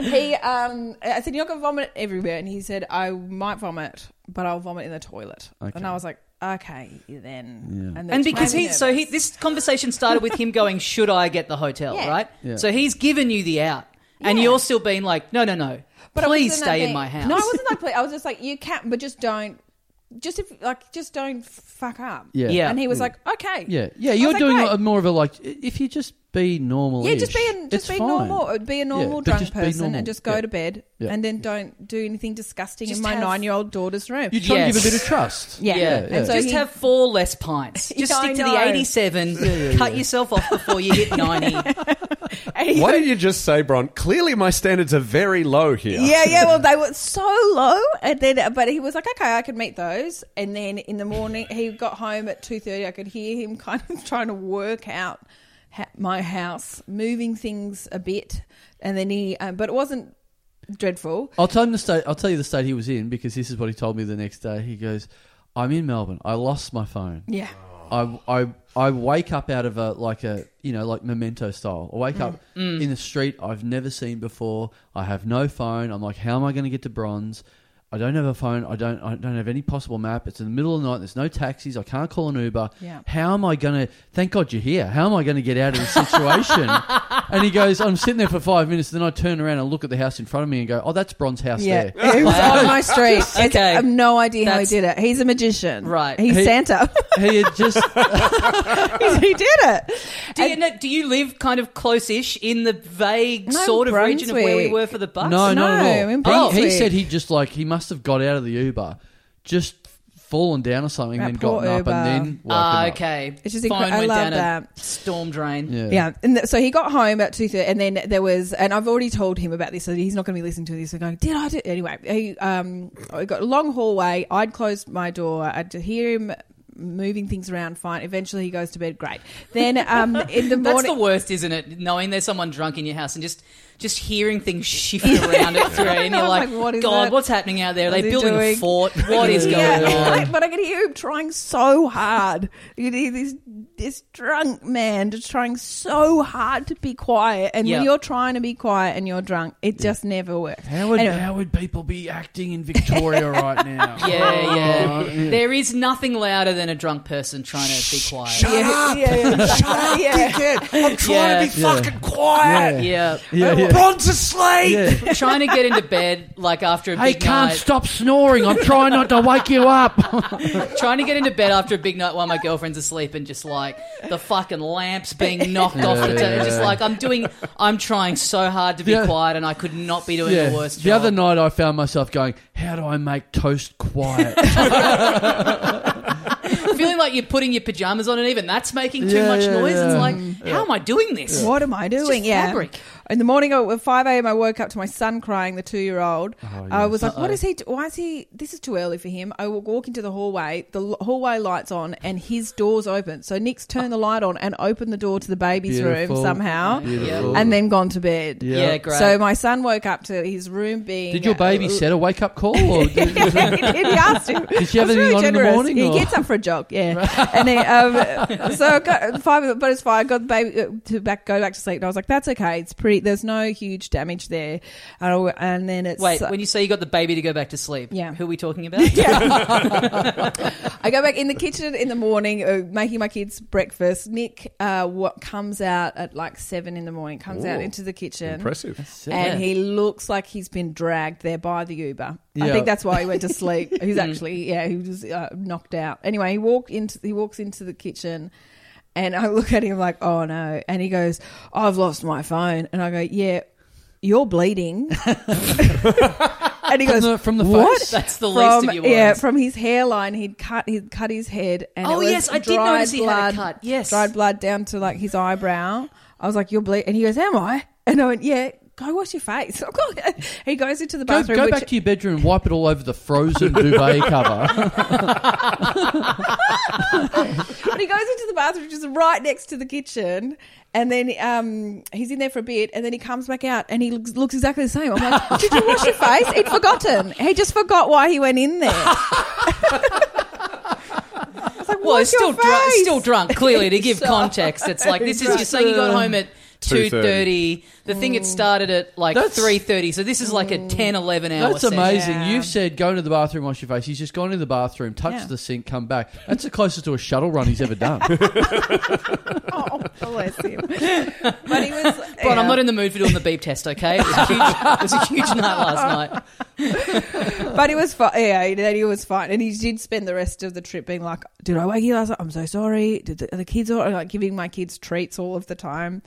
Speaker 3: he um I said you're gonna vomit everywhere and he said I might vomit but I'll vomit in the toilet
Speaker 2: Okay.
Speaker 3: and I was like okay then
Speaker 2: Yeah.
Speaker 3: and,
Speaker 1: And because he, so he, this conversation started with him going, "Should I get the hotel?"
Speaker 3: Yeah.
Speaker 1: Right.
Speaker 2: Yeah.
Speaker 1: So he's given you the out, and
Speaker 3: Yeah.
Speaker 1: you're still being like, "No, no, no,
Speaker 3: I
Speaker 1: please
Speaker 3: wasn't
Speaker 1: stay
Speaker 3: that
Speaker 1: in my
Speaker 3: mean.
Speaker 1: house."
Speaker 3: no I wasn't that please I was just like you can't but just don't just if like just don't fuck up
Speaker 2: Yeah.
Speaker 1: Yeah.
Speaker 3: and he was like okay
Speaker 2: Yeah, yeah.
Speaker 3: I was
Speaker 2: You're
Speaker 3: like,
Speaker 2: doing
Speaker 3: great.
Speaker 2: a, more of a like i- if you just be normal.
Speaker 3: yeah, just be a, just be normal, be a normal
Speaker 2: but
Speaker 3: drunk
Speaker 2: just be
Speaker 3: person,
Speaker 2: normal.
Speaker 3: and just go
Speaker 2: Yeah.
Speaker 3: to bed,
Speaker 2: Yeah.
Speaker 3: and then don't do anything disgusting
Speaker 1: Just
Speaker 3: in my
Speaker 1: have-
Speaker 3: nine-year-old daughter's room.
Speaker 2: You try and give a
Speaker 1: Yes.
Speaker 2: bit of trust.
Speaker 3: yeah.
Speaker 1: Yeah.
Speaker 3: and so
Speaker 1: just
Speaker 3: he-
Speaker 1: have four less pints.
Speaker 3: Yeah,
Speaker 1: Just
Speaker 3: I
Speaker 1: stick to
Speaker 3: know.
Speaker 1: the 87. Cut yourself off before you hit 90.
Speaker 3: and he
Speaker 4: Why didn't you just say, Bron? Clearly, my standards are very low here.
Speaker 3: Yeah, yeah. Well, they were so low, and then but he was like, okay, I can meet those. And then in the morning, he got home at two thirty. I could hear him kind of trying to work out ha- my house, moving things a bit, and then he, um, but it wasn't dreadful.
Speaker 2: I'll tell him the state. I'll tell you the state he was in because this is what he told me the next day. He goes, "I'm in Melbourne. I lost my phone.
Speaker 3: Yeah,
Speaker 2: I, I, I wake up out of a like a you know like memento style. I wake up
Speaker 3: Mm.
Speaker 2: in a street I've never seen before. I have no phone. I'm like, how am I going to get to Bronze? I don't have a phone. I don't. I don't have any possible map. It's in the middle of the night. There's no taxis. I can't call an Uber.
Speaker 3: Yeah.
Speaker 2: How am I going to? Thank God you're here. How am I going to get out of this situation? and he goes, I'm sitting there for five minutes. Then I turn around and look at the house in front of me and go, Oh, that's Bronze house
Speaker 3: yeah.
Speaker 2: there.
Speaker 3: It was on my street. It's-
Speaker 1: Okay.
Speaker 3: I have no idea how he
Speaker 1: That's-
Speaker 3: did it. He's a magician,
Speaker 1: Right.
Speaker 3: He's
Speaker 2: He-
Speaker 3: Santa.
Speaker 2: He had just
Speaker 3: he did it.
Speaker 1: Do you, no, do you live kind of close-ish in the vague
Speaker 3: No,
Speaker 1: sort of region of where we
Speaker 3: Brunswick.
Speaker 1: were for the bus?
Speaker 2: No,
Speaker 3: No,
Speaker 2: not
Speaker 3: in
Speaker 2: at all. He, he
Speaker 3: Brunswick.
Speaker 2: said he just like he must have got out of the Uber, just fallen down or something,
Speaker 3: That
Speaker 2: then
Speaker 3: poor
Speaker 2: gotten up
Speaker 3: Uber.
Speaker 2: and then woken
Speaker 1: Ah,
Speaker 2: up.
Speaker 1: okay.
Speaker 3: It's just
Speaker 1: Phone
Speaker 3: incre- I
Speaker 1: went
Speaker 3: love
Speaker 1: down a
Speaker 3: that.
Speaker 1: storm drain.
Speaker 2: Yeah.
Speaker 3: Yeah, and th- so he got home at two thirty, and then there was, and I've already told him about this, so he's not going to be listening to this and going, "Did I do?" Anyway, he um, I got a long hallway. I'd closed my door. I'd hear him moving things around. Fine. Eventually, he goes to bed. Great. Then um, in the
Speaker 1: That's the
Speaker 3: morning,
Speaker 1: worst, isn't it? Knowing there's someone drunk in your house and just just hearing things shift around at three, and
Speaker 3: I
Speaker 1: you're
Speaker 3: was
Speaker 1: like,
Speaker 3: like, what is
Speaker 1: God,
Speaker 3: that?
Speaker 1: what's happening out there? Are
Speaker 3: What
Speaker 1: they
Speaker 3: are they
Speaker 1: building a
Speaker 3: doing?"
Speaker 1: fort? What is
Speaker 2: Yeah.
Speaker 1: going on?
Speaker 3: but I could hear him trying so hard. You hear this this drunk man just trying so hard to be quiet, and
Speaker 1: Yeah.
Speaker 3: when you're trying to be quiet and you're drunk, it just never works.
Speaker 2: How would
Speaker 3: Anyway.
Speaker 2: how would people be acting in Victoria right now?
Speaker 1: Yeah, yeah.
Speaker 2: Oh,
Speaker 1: There is nothing louder than a drunk person trying to be quiet.
Speaker 3: yeah, yeah, yeah, yeah.
Speaker 4: I'm trying
Speaker 1: Yeah.
Speaker 4: to be fucking quiet.
Speaker 1: yeah.
Speaker 2: yeah, yeah.
Speaker 4: Bron's asleep.
Speaker 2: yeah.
Speaker 1: trying to get into bed like after a
Speaker 2: Hey,
Speaker 1: big
Speaker 2: can't
Speaker 1: night.
Speaker 2: stop snoring. I'm trying not to wake you up.
Speaker 1: Trying to get into bed after a big night while my girlfriend's asleep and just like the fucking lamps being knocked off the
Speaker 2: Yeah,
Speaker 1: table.
Speaker 2: yeah.
Speaker 1: Just like I'm doing I'm trying so hard to be
Speaker 2: Yeah.
Speaker 1: quiet and I could not be doing
Speaker 2: yeah.
Speaker 1: the worst
Speaker 2: The
Speaker 1: job.
Speaker 2: other night, I found myself going, "How do I make toast quiet?"
Speaker 1: Feeling like you're putting your pajamas on and even that's making too
Speaker 2: Yeah,
Speaker 1: much
Speaker 2: yeah,
Speaker 1: noise.
Speaker 2: yeah.
Speaker 1: It's like, how am I doing this?
Speaker 3: What am I doing? yeah.
Speaker 1: fabric.
Speaker 3: In the morning oh, at 5 a.m., I woke up to my son crying, the two year old.
Speaker 2: Oh,
Speaker 3: I was like, what is he? Do- why is he? This is too early for him. I will walk into the hallway, the l- hallway light's on, and his door's open. So Nick's turned the light on and opened the door to the baby's
Speaker 2: Beautiful.
Speaker 3: room somehow,
Speaker 2: Beautiful.
Speaker 3: and then gone to bed.
Speaker 2: Yeah.
Speaker 1: Yeah, great.
Speaker 3: So my son woke up to his room being.
Speaker 2: did your baby set a wake up call? Or did,
Speaker 3: he asked him.
Speaker 2: Did she have
Speaker 3: I was
Speaker 2: anything on in
Speaker 3: really
Speaker 2: the
Speaker 3: generous.
Speaker 2: morning,
Speaker 3: He
Speaker 2: or?
Speaker 3: gets up for a jog, yeah. and he, um, so I got five, but it's fine. I got the baby uh, to back, go back to sleep, and I was like, "That's okay. It's pretty. There's no huge damage there." And, I w- and then it's uh,
Speaker 1: Wait, when you say you got the baby to go back to sleep,
Speaker 3: Yeah.
Speaker 1: who are we talking about?
Speaker 3: yeah. I go back in the kitchen in the morning, uh, making my kids breakfast. Nick, uh, what comes out at like seven in the morning, comes out
Speaker 4: Ooh.
Speaker 3: into the kitchen.
Speaker 4: Impressive.
Speaker 3: And
Speaker 1: Yeah.
Speaker 3: he looks like he's been dragged there by the Uber. I
Speaker 2: Yeah. Mm.
Speaker 3: think that's why he went to sleep. He's actually, yeah, he was uh, knocked out. Anyway, he walked into he walks into the kitchen, and I look at him like, oh no. And he goes, I've lost my phone. And I go, yeah, you're bleeding. and
Speaker 2: From
Speaker 3: he goes,
Speaker 2: the- from the
Speaker 3: what?
Speaker 2: face?
Speaker 1: That's the
Speaker 3: From-
Speaker 1: least of your worries.
Speaker 3: yeah, from his hairline, he'd cut he'd cut his head. And
Speaker 1: Oh,
Speaker 3: it was
Speaker 1: yes, I did
Speaker 3: dried
Speaker 1: notice he had a
Speaker 3: blood-
Speaker 1: cut. Yes.
Speaker 3: dried blood down to like his eyebrow. I was like, "You're bleeding," and he goes, "Am I?" And I went, "Yeah." go wash your face. I've got- he goes into the
Speaker 2: Go,
Speaker 3: bathroom.
Speaker 2: go
Speaker 3: which-
Speaker 2: back to your bedroom and wipe it all over the frozen duvet cover.
Speaker 3: but he goes into the bathroom, which is right next to the kitchen. And then um, he's in there for a bit, and then he comes back out, and he looks, looks exactly the same. I'm like, did you wash your face? He'd forgotten. He just forgot why he went in there. I was like,
Speaker 1: Well, he's
Speaker 3: "Wash your
Speaker 1: still drunk.
Speaker 3: face."
Speaker 1: Still drunk. Clearly, to give
Speaker 3: Sure.
Speaker 1: context, it's like this is you're saying you got home at two
Speaker 4: 2:30.
Speaker 1: thirty. The thing it started at like
Speaker 2: Mm. That's-
Speaker 1: three thirty. So this is like a
Speaker 3: Mm.
Speaker 1: 10, 11 hour.
Speaker 2: That's
Speaker 1: session.
Speaker 2: amazing.
Speaker 3: Yeah.
Speaker 2: You've said go into the bathroom, wash your face. He's just gone into the bathroom, touched
Speaker 3: Yeah.
Speaker 2: the sink, come back. That's the closest to a shuttle run he's ever done.
Speaker 3: Oh, bless him. But he was.
Speaker 1: Bron, I'm
Speaker 3: yeah.
Speaker 1: not in the mood for doing the beep test. Okay, it was a huge, it was a huge night last night.
Speaker 3: but he was fine. Yeah, then he was fine, and he did spend the rest of the trip being like, "Did I wake you last night? I'm so sorry. Did the, are the kids all like giving my kids treats all of the time?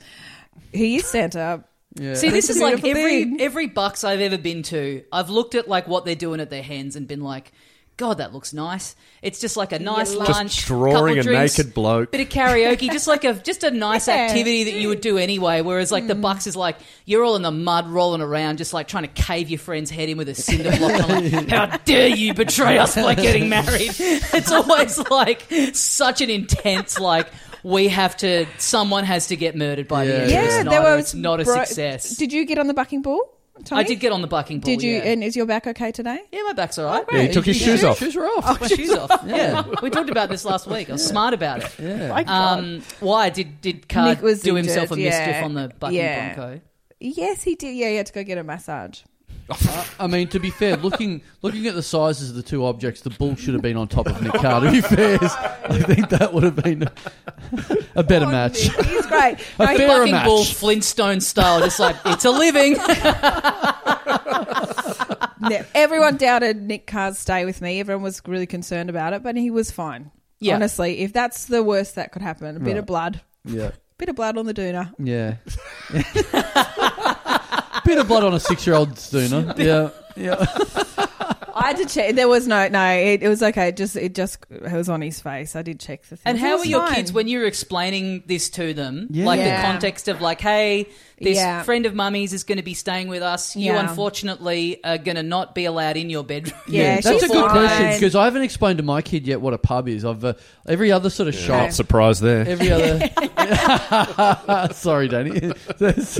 Speaker 3: He is Santa.
Speaker 2: Yeah.
Speaker 1: See, this
Speaker 3: It's
Speaker 1: is
Speaker 3: a
Speaker 1: like
Speaker 3: beautiful
Speaker 1: every
Speaker 3: thing.
Speaker 1: every bucks I've ever been to. I've looked at like what they're doing at their hands and been like, God, that looks nice. It's just like a nice
Speaker 3: love-
Speaker 4: Just
Speaker 1: lunch,
Speaker 4: drawing
Speaker 1: couple
Speaker 4: a
Speaker 1: drinks,
Speaker 4: naked bloke.
Speaker 1: bit of karaoke, just like a just a nice
Speaker 3: Yeah. Mm.
Speaker 1: activity that you would do anyway. Whereas like the bucks is like you're all in the mud rolling around, just like trying to cave your friend's head in with a cinder block. I'm like, How dare you betray us by getting married? It's always like such an intense like. We have to. Someone has to get murdered by the
Speaker 2: Yeah.
Speaker 1: end of this
Speaker 3: Yeah,
Speaker 1: night.
Speaker 3: there
Speaker 1: or
Speaker 3: was
Speaker 1: it's not a
Speaker 3: bro-
Speaker 1: success.
Speaker 3: Did you get on the bucking ball? Tommy?
Speaker 1: I did get on the bucking ball.
Speaker 3: Did you?
Speaker 1: Yeah,
Speaker 3: And is your back okay today? Oh,
Speaker 1: yeah my back's all right.
Speaker 4: Yeah, he took his shoes off.
Speaker 2: Shoes were off.
Speaker 1: My shoes off. Yeah,
Speaker 2: Yeah.
Speaker 1: we talked about this last week. I was smart about it.
Speaker 2: Yeah.
Speaker 3: My God.
Speaker 1: Um, why did did Card
Speaker 3: Nick was
Speaker 1: do himself a
Speaker 3: injured,
Speaker 1: mischief
Speaker 3: yeah.
Speaker 1: on the bucking
Speaker 3: Yeah.
Speaker 1: bronco?
Speaker 3: yes, he did. Yeah, he had to go get a massage.
Speaker 2: I mean, to be fair, looking looking at the sizes of the two objects, the bull should have been on top of Nick Carr. To be fair, I think that would have been a better
Speaker 3: Oh,
Speaker 2: match.
Speaker 3: Nick, He's great.
Speaker 2: A
Speaker 3: No, he-
Speaker 2: fair
Speaker 1: Bucking
Speaker 2: match.
Speaker 1: ball Flintstone style, just like it's a living.
Speaker 3: no, everyone doubted Nick Carr's stay with me. Everyone was really concerned about it, but he was fine.
Speaker 1: Yeah.
Speaker 3: Honestly, if that's the worst that could happen, a bit
Speaker 2: Right.
Speaker 3: of blood,
Speaker 2: Yeah,
Speaker 3: bit of blood on the doona.
Speaker 2: yeah. Bit of blood on a six-year-old Stuna. Yeah, yeah.
Speaker 3: I had to check. There was no, no. It, it was okay. It just, it just it was on his face. I did check the thing.
Speaker 1: And
Speaker 3: It
Speaker 1: how
Speaker 3: was
Speaker 1: were your
Speaker 3: fine.
Speaker 1: kids when you were explaining this to them?
Speaker 2: Yeah.
Speaker 1: Like
Speaker 3: Yeah.
Speaker 1: the context of like, hey, this
Speaker 3: Yeah.
Speaker 1: friend of mummy's is going to be staying with us. You
Speaker 3: Yeah.
Speaker 1: unfortunately are going to not be allowed in your bedroom.
Speaker 3: Yeah,
Speaker 2: that's a
Speaker 3: she's
Speaker 2: good
Speaker 3: fine.
Speaker 2: question because I haven't explained to my kid yet what a pub is. I've uh, every other sort of shop,
Speaker 4: Not surprised there.
Speaker 2: every other. Sorry, Danny. There's,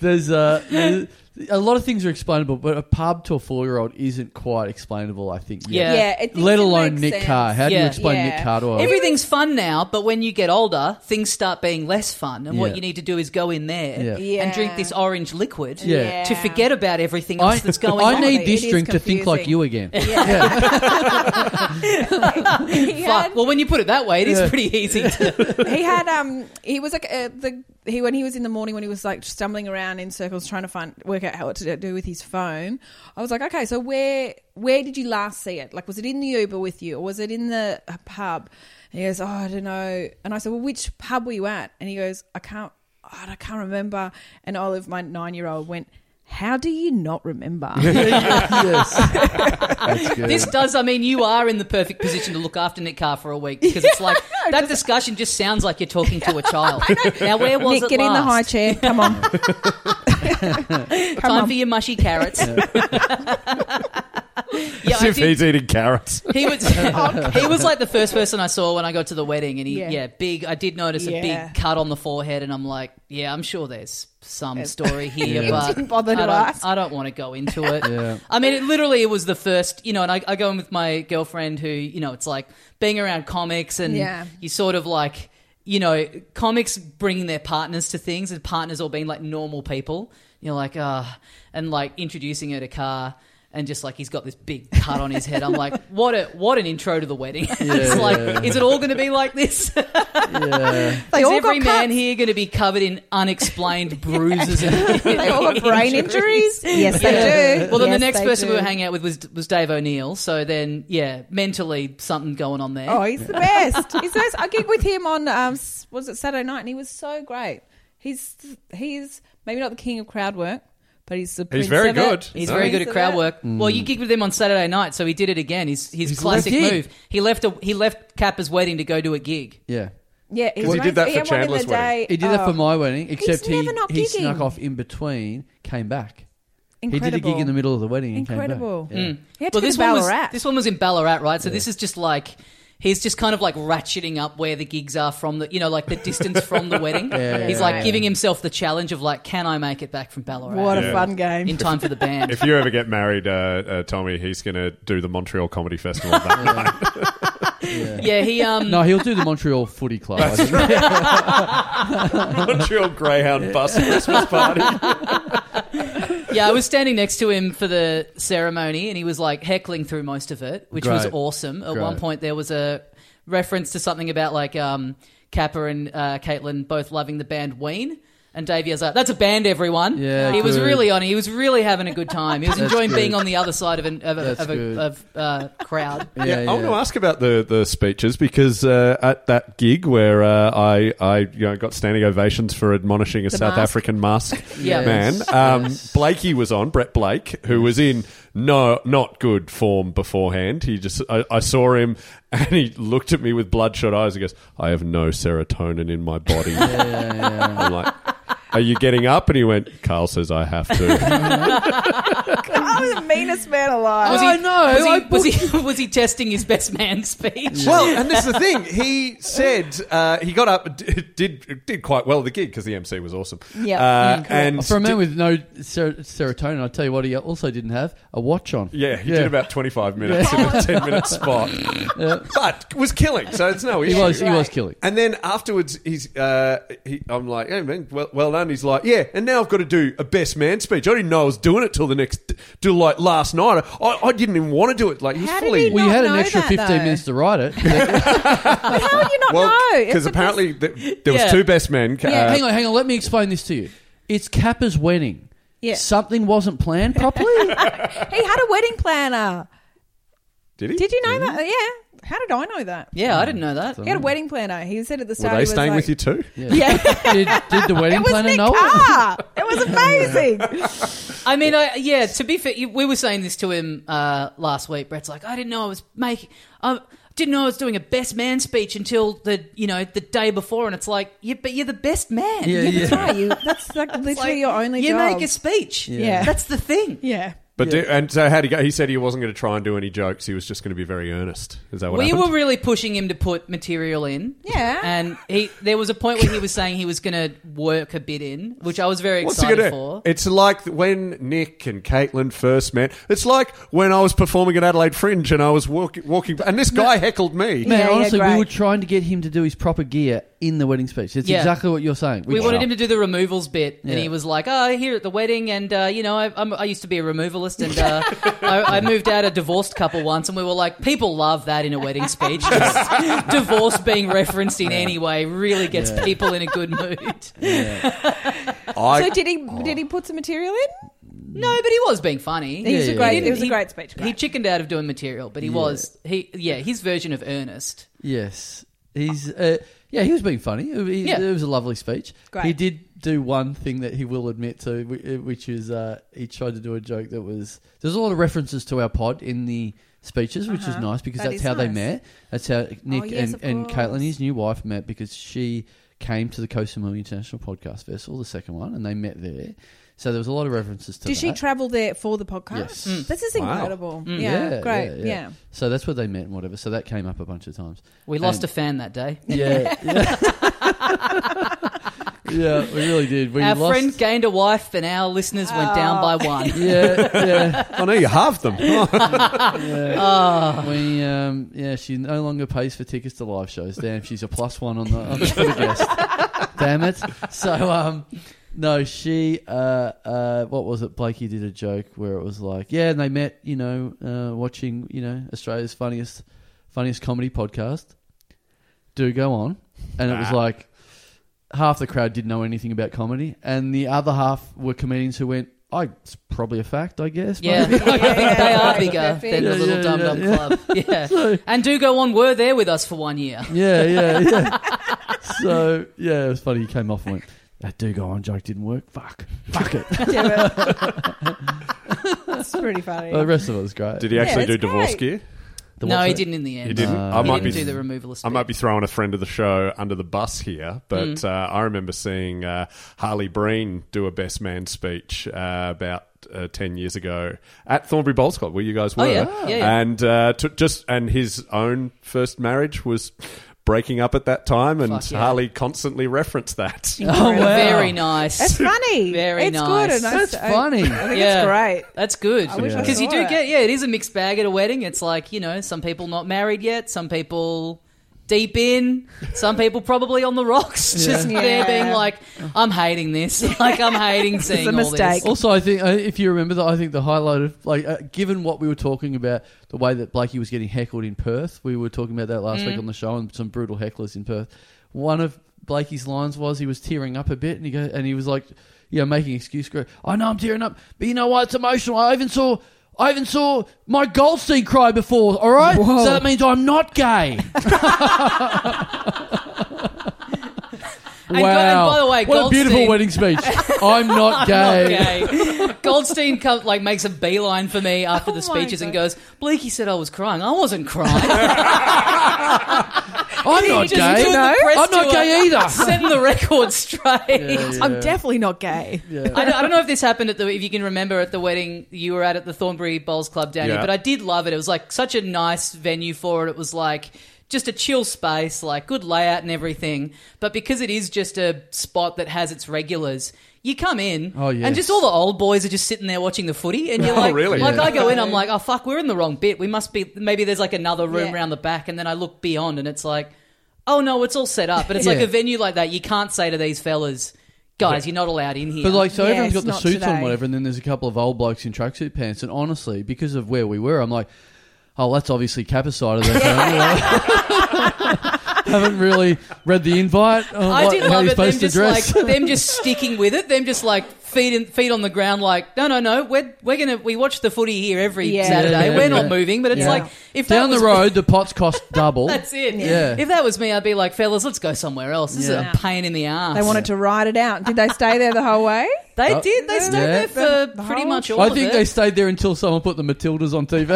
Speaker 2: there's uh, there's- a lot of things are explainable, but a pub to a four-year-old isn't quite explainable. I think. yet.
Speaker 1: Yeah.
Speaker 3: yeah, it
Speaker 2: Let
Speaker 3: didn't
Speaker 2: alone
Speaker 3: make
Speaker 2: Nick
Speaker 3: sense.
Speaker 2: Carr. How do you
Speaker 1: Yeah.
Speaker 2: explain
Speaker 3: Yeah.
Speaker 2: Nick Carr to a
Speaker 1: Everything's fun now, but when you get older, things start being less fun. And what
Speaker 2: Yeah.
Speaker 1: you need to do is go in there
Speaker 2: Yeah.
Speaker 1: and drink
Speaker 3: Yeah.
Speaker 1: this orange liquid
Speaker 2: Yeah.
Speaker 1: to forget about everything else
Speaker 2: I,
Speaker 1: that's going
Speaker 2: I
Speaker 1: on.
Speaker 2: need
Speaker 3: It
Speaker 2: this
Speaker 3: is
Speaker 2: drink to think like
Speaker 3: confusing.
Speaker 2: you again.
Speaker 3: He had-
Speaker 1: Fuck. Well, when you put it that way, it is
Speaker 2: Yeah.
Speaker 1: pretty easy to.
Speaker 3: he had um he was like uh, the he when he was in the morning when he was like stumbling around in circles trying to find work out how what to do with his phone i was like okay so where where did you last see it like was it in the uber with you or was it in the uh, pub and he goes oh i don't know and i said well which pub were you at and he goes i can't oh, i can't remember and olive my nine year old went how do you not remember
Speaker 2: yes. That's good.
Speaker 1: This does, I mean, you are in the perfect position to look after Nick Carr for a week because it's like that discussion just sounds like you're talking to a child. now, where was
Speaker 3: nick
Speaker 1: it?
Speaker 3: get in the high
Speaker 1: last?
Speaker 3: chair come on
Speaker 1: Time
Speaker 3: on.
Speaker 1: for your mushy carrots. yeah,
Speaker 4: As
Speaker 1: I
Speaker 4: if
Speaker 1: did-
Speaker 4: he's eating carrots.
Speaker 1: He was he was like the first person I saw when I got to the wedding, and he yeah,
Speaker 3: Yeah.
Speaker 1: big. I did notice a
Speaker 3: Yeah.
Speaker 1: big cut on the forehead, and I'm like, yeah, I'm sure there's some
Speaker 3: It's-
Speaker 1: story here,
Speaker 2: Yeah.
Speaker 1: but
Speaker 3: Didn't bother
Speaker 1: I
Speaker 3: to
Speaker 1: don't,
Speaker 3: ask.
Speaker 1: I don't want to go into it.
Speaker 2: Yeah.
Speaker 1: I mean, it literally it was the first, you know, and I, I go in with my girlfriend who, you know, it's like being around comics, and
Speaker 3: Yeah.
Speaker 1: you sort of like. You know, comics bringing their partners to things, and partners all being like normal people. You're like, ah, and like introducing her to Car, and just like he's got this big cut on his head. I'm like, what a what an intro to the wedding. it's
Speaker 2: Yeah.
Speaker 1: like, is it all going to be like this?
Speaker 2: Yeah.
Speaker 3: they
Speaker 1: is
Speaker 3: all
Speaker 1: every
Speaker 3: got
Speaker 1: man
Speaker 3: cuts.
Speaker 1: here going to be covered in unexplained bruises? and
Speaker 3: they all got brain injuries yes they do
Speaker 1: Well, then
Speaker 3: Yes,
Speaker 1: the next
Speaker 3: they
Speaker 1: person we
Speaker 3: do.
Speaker 1: were hanging out with was was Dave O'Neill. So then, yeah, mentally something going on there.
Speaker 3: Oh, he's the best. He's the best. I gig with him on um, s- was it Saturday night, and he was so great. He's he's maybe not the king of crowd work, but he's the prince
Speaker 4: very
Speaker 3: of
Speaker 4: good.
Speaker 3: It.
Speaker 1: He's
Speaker 4: No.
Speaker 1: very good
Speaker 3: Prince
Speaker 1: at
Speaker 3: of
Speaker 1: crowd
Speaker 3: it.
Speaker 1: work. Well, you gigged with him on Saturday night, so he did it again. His his
Speaker 2: Mm. He's
Speaker 1: classic
Speaker 2: left gig.
Speaker 1: move. He left a, he left Kappa's wedding to go do a gig.
Speaker 2: Yeah.
Speaker 3: Yeah,
Speaker 4: Because he did that for Chandler's wedding.
Speaker 2: He did that for
Speaker 3: um,
Speaker 2: my wedding, except he,
Speaker 3: Oh. never not
Speaker 2: he
Speaker 3: gigging.
Speaker 2: snuck off in between, came back.
Speaker 3: Incredible.
Speaker 2: He did a gig in the middle of the wedding and came
Speaker 3: Incredible.
Speaker 2: back. Yeah.
Speaker 4: Mm.
Speaker 3: He had to
Speaker 1: Well,
Speaker 3: go
Speaker 1: this
Speaker 3: to
Speaker 1: one was
Speaker 3: Ballarat.
Speaker 1: this one was in Ballarat, right? So this is just like he's just kind of like ratcheting up where the gigs are from the you know like the distance from the wedding.
Speaker 2: Yeah,
Speaker 1: he's
Speaker 2: yeah,
Speaker 1: like
Speaker 2: yeah.
Speaker 1: giving himself the challenge of like, can I make it back from Ballarat
Speaker 3: What
Speaker 4: Yeah.
Speaker 3: a fun game.
Speaker 1: in time for the band?
Speaker 4: If you ever get married, uh, uh, Tommy, he's going to do the Montreal Comedy Festival. That night.
Speaker 1: yeah, he um
Speaker 2: No, he'll do the Montreal Footy Club. I think.
Speaker 4: Montreal Greyhound bus Christmas party.
Speaker 1: yeah, I was standing next to him for the ceremony, and he was like heckling through most of it, which was
Speaker 2: Great.
Speaker 1: awesome. At
Speaker 2: Great.
Speaker 1: one point, there was a reference to something about like um, Kappa and uh, Caitlin both loving the band Ween. And Davey was like, "That's a band, everyone."
Speaker 2: Yeah,
Speaker 1: he was
Speaker 2: good.
Speaker 1: really on. it. He was really having a good time. He was
Speaker 2: That's
Speaker 1: enjoying
Speaker 2: good.
Speaker 1: being on the other side of an of a,
Speaker 2: That's
Speaker 1: of a
Speaker 2: good.
Speaker 1: of, uh, crowd.
Speaker 4: Yeah,
Speaker 2: yeah.
Speaker 4: I want to ask about the, the speeches because uh, at that gig where uh, I I you know, got standing ovations for admonishing a
Speaker 3: The
Speaker 4: South
Speaker 3: mask.
Speaker 4: African mask
Speaker 1: Yeah.
Speaker 4: man,
Speaker 2: Yes,
Speaker 4: um,
Speaker 2: yes.
Speaker 4: Blakey was on Brett Blake, who was in no not good form beforehand. He just I, I saw him and he looked at me with bloodshot eyes. He goes, "I have no serotonin in my body."
Speaker 2: Yeah, yeah.
Speaker 4: I'm like, "Are you getting up?" And he went, "Carl says I have to."
Speaker 3: I was Oh, the meanest man alive.
Speaker 1: Was he-
Speaker 2: I know,
Speaker 1: Was he,
Speaker 2: I
Speaker 1: was, he was he testing his best man speech?
Speaker 4: Well, and this is the thing. He said uh, he got up, d- did did quite well at the gig because the MC was awesome.
Speaker 3: Yeah.
Speaker 4: uh, and
Speaker 2: Mm, For a man
Speaker 4: st-
Speaker 2: with no ser- serotonin, I tell you what, he also didn't have a watch on.
Speaker 4: yeah, he did about twenty five minutes in a ten minute spot, but was killing. So it's no
Speaker 2: He
Speaker 4: issue.
Speaker 2: was, he was
Speaker 3: Right.
Speaker 2: killing.
Speaker 4: And then afterwards, he's. Uh, he, I'm like, hey man, well, well done. He's like, yeah. And now I've got to do a best man speech. I didn't know I was doing it till the next, till like last night. I, I didn't even want to do it. Like he was
Speaker 3: How did
Speaker 4: fully.
Speaker 3: he
Speaker 2: Well, you
Speaker 3: Not
Speaker 2: had an
Speaker 3: know
Speaker 2: extra
Speaker 3: that,
Speaker 2: 15
Speaker 3: though.
Speaker 2: minutes to write it.
Speaker 3: How would you not know? It's
Speaker 4: because
Speaker 3: the best-
Speaker 4: apparently th- there was
Speaker 1: Yeah.
Speaker 4: two best men. uh,
Speaker 2: hang on, hang on. Let me explain this to you. It's Kappa's wedding.
Speaker 3: Yeah.
Speaker 2: Something wasn't planned properly.
Speaker 3: he had a wedding planner.
Speaker 4: Did he?
Speaker 3: Did you know that? Yeah. How did I know that?
Speaker 1: yeah, I didn't know that.
Speaker 3: He had a wedding planner. He said at the
Speaker 4: Were
Speaker 3: start,
Speaker 4: they
Speaker 3: he was
Speaker 4: staying
Speaker 3: like,
Speaker 4: with you too?
Speaker 3: Yeah.
Speaker 2: did, did the wedding
Speaker 3: It was
Speaker 2: planner
Speaker 3: Nick
Speaker 2: know it?
Speaker 3: Carr. It was amazing.
Speaker 1: I mean, I, yeah. To be fair, you- we were saying this to him uh, last week. Brett's like, I didn't know I was making. I didn't know I was doing a best man speech until the you know the day before, and it's like, yeah, but you're the best man.
Speaker 2: Yeah,
Speaker 3: That's
Speaker 2: yeah.
Speaker 3: right. You. That's like literally
Speaker 1: Like,
Speaker 3: your only
Speaker 1: You
Speaker 3: job.
Speaker 1: make a speech.
Speaker 3: Yeah.
Speaker 1: that's the thing.
Speaker 3: yeah.
Speaker 4: But do, and so how would he go? He said he wasn't going to try and do any jokes. He was just going to be very earnest. Is that what
Speaker 1: we
Speaker 4: happened?
Speaker 1: were really pushing him to put material in.
Speaker 3: Yeah.
Speaker 1: and he there was a point where he was saying he was going to work a bit in, which I was very
Speaker 4: What's he
Speaker 1: excited
Speaker 4: gonna do?
Speaker 1: for.
Speaker 4: It's like when Nick and Caitlin first met. It's like when I was performing at Adelaide Fringe and I was walk, walking, and this guy heckled me.
Speaker 2: Man,
Speaker 3: Yeah, yeah,
Speaker 2: honestly, we
Speaker 3: great.
Speaker 2: were trying to get him to do his proper gear in the wedding speech. It's
Speaker 1: Yeah.
Speaker 2: exactly what you're saying.
Speaker 1: We wanted him to do the removals bit, and
Speaker 2: Yeah.
Speaker 1: he was like, "Oh, here at the wedding, and uh, you know, I, I'm, I used to be a removalist, and uh, I, I moved out a divorced couple once, and we were like, people love that in a wedding speech. Just divorce being referenced in any way really gets people in a good mood.
Speaker 2: Mm.
Speaker 4: I,
Speaker 3: So did he? Did he put some material in?
Speaker 1: No, but he was being funny.
Speaker 3: It was
Speaker 2: Yeah,
Speaker 3: a
Speaker 2: yeah,
Speaker 3: great.
Speaker 2: yeah.
Speaker 3: It was a
Speaker 1: He-
Speaker 3: great speech.
Speaker 1: He
Speaker 3: Great.
Speaker 1: chickened out of doing material, but he was he yeah his version of earnest.
Speaker 2: Yes, he's uh, yeah, he was being funny. It, he-
Speaker 1: Yeah.
Speaker 2: it was a lovely speech.
Speaker 3: Great.
Speaker 2: He did do one thing that he will admit to, whi- uh, which is uh, he tried to do a joke that was there's a lot of references to our pod in the speeches, which is
Speaker 3: Uh-huh.
Speaker 2: nice because
Speaker 3: That
Speaker 2: that's
Speaker 3: is
Speaker 2: how they
Speaker 3: nice. Oh,
Speaker 2: met. That's how Nick
Speaker 3: yes,
Speaker 2: and,
Speaker 3: of
Speaker 2: and Caitlin,
Speaker 3: course.
Speaker 2: his new wife, met because she came to the Koh Samui International Podcast Festival, the second one, and they met there. So there was a lot of references to.
Speaker 3: Did
Speaker 2: that.
Speaker 3: she Hmm. travel there for the podcast?
Speaker 2: Yes. Mm.
Speaker 3: This is
Speaker 4: Wow.
Speaker 3: incredible. Yeah, Great. Yeah.
Speaker 2: So that's where they met and whatever. So that came up a bunch of times.
Speaker 1: We lost
Speaker 2: And-
Speaker 1: a fan that day.
Speaker 2: Yeah. Yeah, yeah we really did. We
Speaker 1: our
Speaker 2: lost. Oh.
Speaker 1: friend gained a wife, and our listeners went down by one.
Speaker 2: yeah, yeah,
Speaker 4: I know you halved them.
Speaker 1: Ah.
Speaker 2: yeah. We, um, yeah, she no longer pays for tickets to live shows. Damn, she's a plus one on the, on the, for the guest. Damn it. So, um, no, she, uh, uh, what was it? Blakey did a joke where it was like, yeah, and they met, you know, uh, watching, you know, Australia's funniest, funniest comedy podcast. Do go on. And it was like, half the crowd didn't know anything about comedy, and the other half were comedians who went, "I it's probably a fact, I guess."
Speaker 1: Yeah,
Speaker 2: maybe."
Speaker 3: yeah,
Speaker 1: they are
Speaker 3: yeah.
Speaker 1: bigger
Speaker 3: They're
Speaker 1: than the
Speaker 2: big.
Speaker 1: little
Speaker 2: Yeah,
Speaker 1: Dum
Speaker 2: yeah,
Speaker 1: Dum Club. Yeah, and do go on. Were there with us for one year.
Speaker 2: yeah, yeah, yeah. so yeah, it was funny. He came off and went, "That do go on joke didn't work. Fuck, fuck it."
Speaker 3: Damn it. That's pretty funny.
Speaker 2: But the rest of it was great.
Speaker 4: Did he actually
Speaker 3: Yeah,
Speaker 4: do
Speaker 3: it's
Speaker 4: divorce
Speaker 3: great.
Speaker 4: gear?
Speaker 2: The
Speaker 1: no,
Speaker 2: what's
Speaker 1: he
Speaker 2: it?
Speaker 1: didn't in the end.
Speaker 4: You didn't? I
Speaker 1: he
Speaker 4: might
Speaker 1: didn't
Speaker 4: be-
Speaker 1: do the removalist.
Speaker 4: I
Speaker 1: bit.
Speaker 4: might be throwing a friend of the show under the bus here, but
Speaker 1: Mm.
Speaker 4: uh, I remember seeing uh, Harley Breen do a best man speech uh, about. Uh, 10 years ago at Thornbury Bowls Club where you guys
Speaker 1: Oh,
Speaker 4: were
Speaker 1: yeah. Yeah, yeah.
Speaker 4: and uh, to, just and his own first marriage was breaking up at that time and
Speaker 1: Fuck yeah.
Speaker 4: Harley constantly referenced that
Speaker 1: Oh,
Speaker 3: Incredible.
Speaker 1: very nice.
Speaker 3: It's funny.
Speaker 1: Very
Speaker 3: it's
Speaker 1: nice.
Speaker 3: good. And I-
Speaker 2: That's
Speaker 3: I,
Speaker 2: funny.
Speaker 3: I think
Speaker 1: Yeah.
Speaker 3: it's great.
Speaker 1: That's good
Speaker 3: I wish I
Speaker 1: because you
Speaker 3: saw
Speaker 1: do
Speaker 3: it.
Speaker 1: get yeah. It is a mixed bag at a wedding. It's like you know, some people not married yet, some people deep in, some people probably on the rocks, just
Speaker 3: Yeah.
Speaker 1: there
Speaker 3: Yeah.
Speaker 1: being like, I'm hating this. Like I'm hating seeing
Speaker 3: a
Speaker 1: all
Speaker 3: mistake.
Speaker 1: this.
Speaker 2: Also, I think uh, if you remember that, I think the highlight of like, uh, given what we were talking about, the way that Blakey was getting heckled in Perth, we were talking about that last
Speaker 1: Mm.
Speaker 2: week on the show, and some brutal hecklers in Perth. One of Blakey's lines was he was tearing up a bit, and he go, and he was like, you know, making excuse. go, I know I'm tearing up, but you know what? It's emotional. I even saw. I even saw my Goldstein cry before, all right? So that means I'm not gay.
Speaker 1: And go- and by the way,
Speaker 2: what a beautiful
Speaker 1: Goldstein-
Speaker 2: wedding speech. I'm not gay.
Speaker 1: Okay. Goldstein come, like makes a beeline for me after the
Speaker 3: Oh my
Speaker 1: speeches and
Speaker 3: God.
Speaker 1: goes, Bleaky said I was crying. I wasn't crying.
Speaker 2: I'm not
Speaker 1: Just
Speaker 2: gay.
Speaker 1: doing the press
Speaker 2: I'm not
Speaker 1: tour.
Speaker 2: gay either.
Speaker 1: Setting the record straight.
Speaker 3: I'm definitely not gay.
Speaker 1: I don't, I don't know if this happened at the if you can remember at the wedding you were at at the Thornbury Bowls Club, Danny.
Speaker 4: Yeah.
Speaker 1: But I did love it. It was like such a nice venue for it. It was like just a chill space, like good layout and everything. But because it is just a spot that has its regulars. You come in,
Speaker 2: Oh, yes.
Speaker 1: and just all the old boys are just sitting there watching the footy, and you're
Speaker 4: Oh,
Speaker 1: like,
Speaker 4: really?
Speaker 1: like
Speaker 4: Yeah.
Speaker 1: I go in, I'm like, oh fuck, we're in the wrong bit. We must be maybe there's like another room
Speaker 3: Yeah.
Speaker 1: round the back, and then I look beyond, and it's like, oh no, it's all set up. But it's like
Speaker 2: Yeah.
Speaker 1: a venue like that, you can't say to these fellas, guys, you're not allowed in here.
Speaker 2: But like, so
Speaker 3: Yeah,
Speaker 2: everyone's got
Speaker 3: it's
Speaker 2: the
Speaker 3: not
Speaker 2: suits on,
Speaker 3: today.
Speaker 2: whatever, and then there's a couple of old blokes in tracksuit pants. And honestly, because of where we were, I'm like, oh, that's obviously Kappa side of the family. Haven't really read the invite. on
Speaker 1: I
Speaker 2: what-
Speaker 1: did
Speaker 2: how
Speaker 1: love
Speaker 2: you're
Speaker 1: it. Them
Speaker 2: supposed to
Speaker 1: just
Speaker 2: dress.
Speaker 1: like them just sticking with it. Them just like feet in, feet on the ground. Like no, no, no. We're we're gonna we watch the footy here every
Speaker 3: Yeah.
Speaker 1: Saturday.
Speaker 2: Yeah,
Speaker 1: we're
Speaker 2: yeah,
Speaker 1: not
Speaker 2: yeah.
Speaker 1: moving. But it's
Speaker 3: Yeah.
Speaker 1: like if that
Speaker 2: down the
Speaker 1: was-
Speaker 2: road, the pots cost double.
Speaker 1: That's it.
Speaker 2: Yeah.
Speaker 1: If that was me, I'd be like, fellas, let's go somewhere else. This
Speaker 2: Yeah.
Speaker 1: is a pain in the ass.
Speaker 3: They wanted to ride it out. Did they stay there the whole way?
Speaker 1: They
Speaker 2: Oh.
Speaker 1: did. They stayed
Speaker 2: Yeah.
Speaker 1: there for
Speaker 3: The
Speaker 1: pretty
Speaker 3: whole-
Speaker 1: much all
Speaker 2: I
Speaker 1: of
Speaker 2: think
Speaker 1: it.
Speaker 2: they stayed there until someone put the Matildas on TV.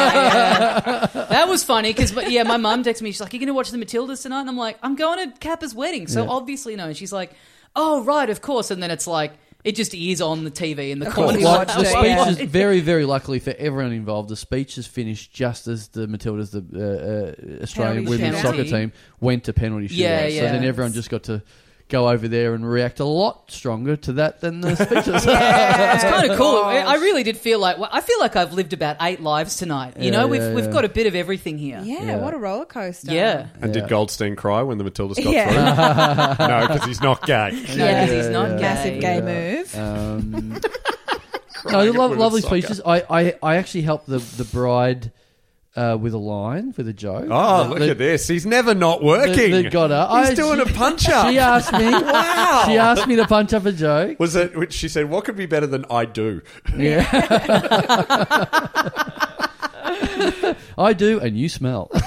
Speaker 1: Yeah, yeah. That was funny because, yeah, my mum texted me. She's like, "You going to watch the Matildas tonight?" And I'm like, "I'm going to Kappa's wedding, so
Speaker 2: Yeah.
Speaker 1: obviously no." And she's like, "Oh, right, of course." And then it's like it just is on the TV in the
Speaker 3: course
Speaker 1: corner.
Speaker 3: you
Speaker 2: Like,
Speaker 3: watched
Speaker 2: the
Speaker 3: it,
Speaker 2: speech
Speaker 3: yeah.
Speaker 2: is very, very luckily for everyone involved. The speech is finished just as the Matildas, the uh, uh, Australian
Speaker 3: Penalty
Speaker 2: women's
Speaker 1: shootout.
Speaker 2: soccer team, went to penalty shootout.
Speaker 1: Yeah, yeah.
Speaker 2: So then everyone just got to go over there and react a lot stronger to that than the speeches.
Speaker 1: It's kind of cool. I I really did feel like well, I feel like I've lived about eight lives tonight. You
Speaker 2: Yeah,
Speaker 1: know, we've
Speaker 2: yeah,
Speaker 1: we've
Speaker 2: yeah.
Speaker 1: got a bit of everything here.
Speaker 3: Yeah,
Speaker 2: Yeah.
Speaker 3: what a roller coaster.
Speaker 1: Yeah.
Speaker 4: and
Speaker 2: Yeah.
Speaker 4: did Goldstein cry when the Matildas got
Speaker 3: Yeah.
Speaker 4: through no because he's not gay
Speaker 1: No, 'cause he's
Speaker 2: Yeah,
Speaker 1: not
Speaker 2: yeah,
Speaker 1: gay.
Speaker 3: Massive gay move.
Speaker 2: Um, no,
Speaker 4: Crying at
Speaker 2: lo-
Speaker 4: women's
Speaker 2: lovely
Speaker 4: soccer.
Speaker 2: speeches. I, I, I actually helped the, the bride uh, with a line, with a joke.
Speaker 4: oh
Speaker 2: The-
Speaker 4: look
Speaker 2: the-
Speaker 4: at this he's never not working
Speaker 2: the- the got her.
Speaker 4: he's
Speaker 2: I-
Speaker 4: doing a punch
Speaker 2: She
Speaker 4: up
Speaker 2: asked me.
Speaker 4: wow
Speaker 2: She asked me to punch up a joke.
Speaker 4: was it which she said what could be better than I do
Speaker 2: Yeah. I do, and you smell.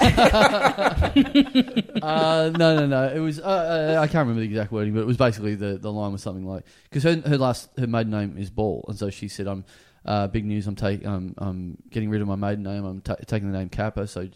Speaker 2: uh, no, no, no. It was uh, uh, I can't remember the exact wording, but it was basically the, the line was something like because her her last her maiden name is Ball, and so she said, "I'm uh, big news. I'm taking I'm, I'm getting rid of my maiden name. I'm ta taking the name Kappa. So,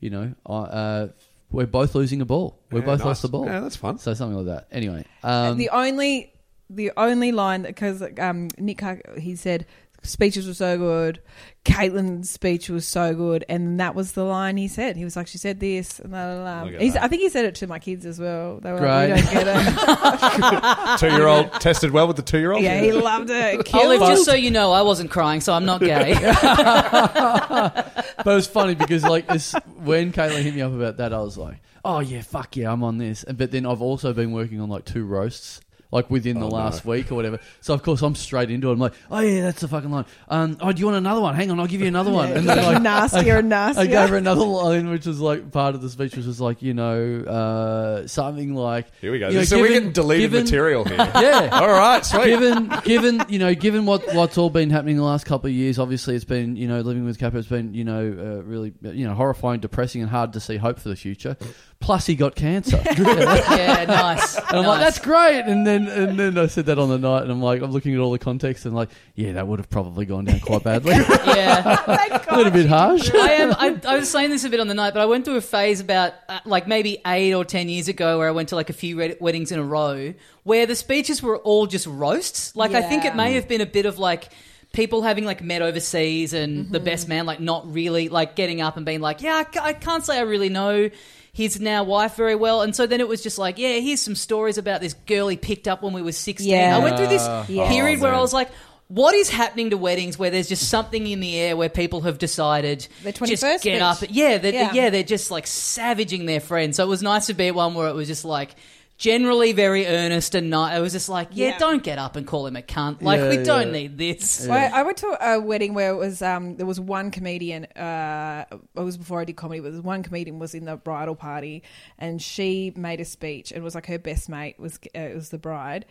Speaker 2: you know, I, uh, we're both losing a ball. We
Speaker 4: Yeah,
Speaker 2: both
Speaker 4: nice.
Speaker 2: lost the ball.
Speaker 4: Yeah, that's fun.
Speaker 2: So something like that. Anyway, um,
Speaker 3: the only the only line that because um, Nick Huck, he said speeches were so good, Caitlin's speech was so good, and that was the line he said. He was like, she said this, and la, la, la.
Speaker 4: Look at
Speaker 3: He's,
Speaker 4: that.
Speaker 3: I think he said it to my kids as well. They were
Speaker 2: Great.
Speaker 3: like, we don't get
Speaker 4: two year old tested well with the two year
Speaker 3: it.
Speaker 4: old
Speaker 3: yeah, he loved it.
Speaker 1: Olive,
Speaker 3: Killed.
Speaker 1: just so you know, I wasn't crying, so I'm not gay.
Speaker 2: but it was funny because like this, when Caitlin hit me up about that, I was like, "Oh yeah, fuck yeah, I'm on this." But then I've also been working on like two roasts. Like within the
Speaker 4: Oh,
Speaker 2: last
Speaker 4: no.
Speaker 2: week or whatever, so of course I'm straight into it. I'm like, oh yeah, that's the fucking line. Um, oh, do you want another one? Hang on, I'll give you another one. And then like,
Speaker 3: nastier and
Speaker 2: I
Speaker 3: nastier.
Speaker 2: gave her another line, which was like part of the speech, which was like, you know, uh, something like,
Speaker 4: here we go
Speaker 2: you know,
Speaker 4: so we're
Speaker 2: given-
Speaker 4: getting deleted
Speaker 2: given-
Speaker 4: material here
Speaker 2: Yeah,
Speaker 4: all right sweet
Speaker 2: given given you know given what what's all been happening the last couple of years obviously it's been you know living with Kappa it's been you know uh, really you know horrifying depressing and hard to see hope for the future plus he got cancer and
Speaker 1: yeah, nice.
Speaker 2: I'm like
Speaker 1: nice.
Speaker 2: that's great and then then and then I said that on the night, and I'm like, I'm looking at all the context, and like, yeah, that would have probably gone down quite badly, a
Speaker 1: yeah.
Speaker 3: Thank God.
Speaker 2: little bit harsh.
Speaker 1: I am. I, I was saying this a bit on the night, but I went through a phase about uh, like maybe eight or ten years ago where I went to like a few red- weddings in a row where the speeches were all just roasts. Like I think
Speaker 3: Yeah.
Speaker 1: it may have been a bit of like people having like met overseas and the
Speaker 3: Mm-hmm.
Speaker 1: best man like not really like getting up and being like, yeah, I, ca- I can't say I really know. His now wife very well, and so then it was just like, yeah, here's some stories about this girl he picked up when we were sixteen.
Speaker 3: Yeah.
Speaker 1: I went through this
Speaker 3: Yeah.
Speaker 1: period
Speaker 2: Oh,
Speaker 1: where I
Speaker 2: man.
Speaker 1: was like, what is happening to weddings where there's just something in the air where people have decided
Speaker 3: The
Speaker 1: just
Speaker 3: 21st
Speaker 1: get
Speaker 3: bitch.
Speaker 1: up. Yeah, they're, yeah,
Speaker 3: Yeah.
Speaker 1: they're just like savaging their friends. So it was nice to be at one where it was just like generally very earnest and not. It was just like, yeah,
Speaker 3: Yeah.
Speaker 1: don't get up and call him a cunt. Like
Speaker 2: Yeah,
Speaker 1: we don't
Speaker 2: yeah.
Speaker 1: need this.
Speaker 3: Well, I went to a wedding where it was um, there was one comedian. Uh, it was before I did comedy, but there was one comedian was in the bridal party, and she made a speech. and It was like her best mate was uh, it was the bride,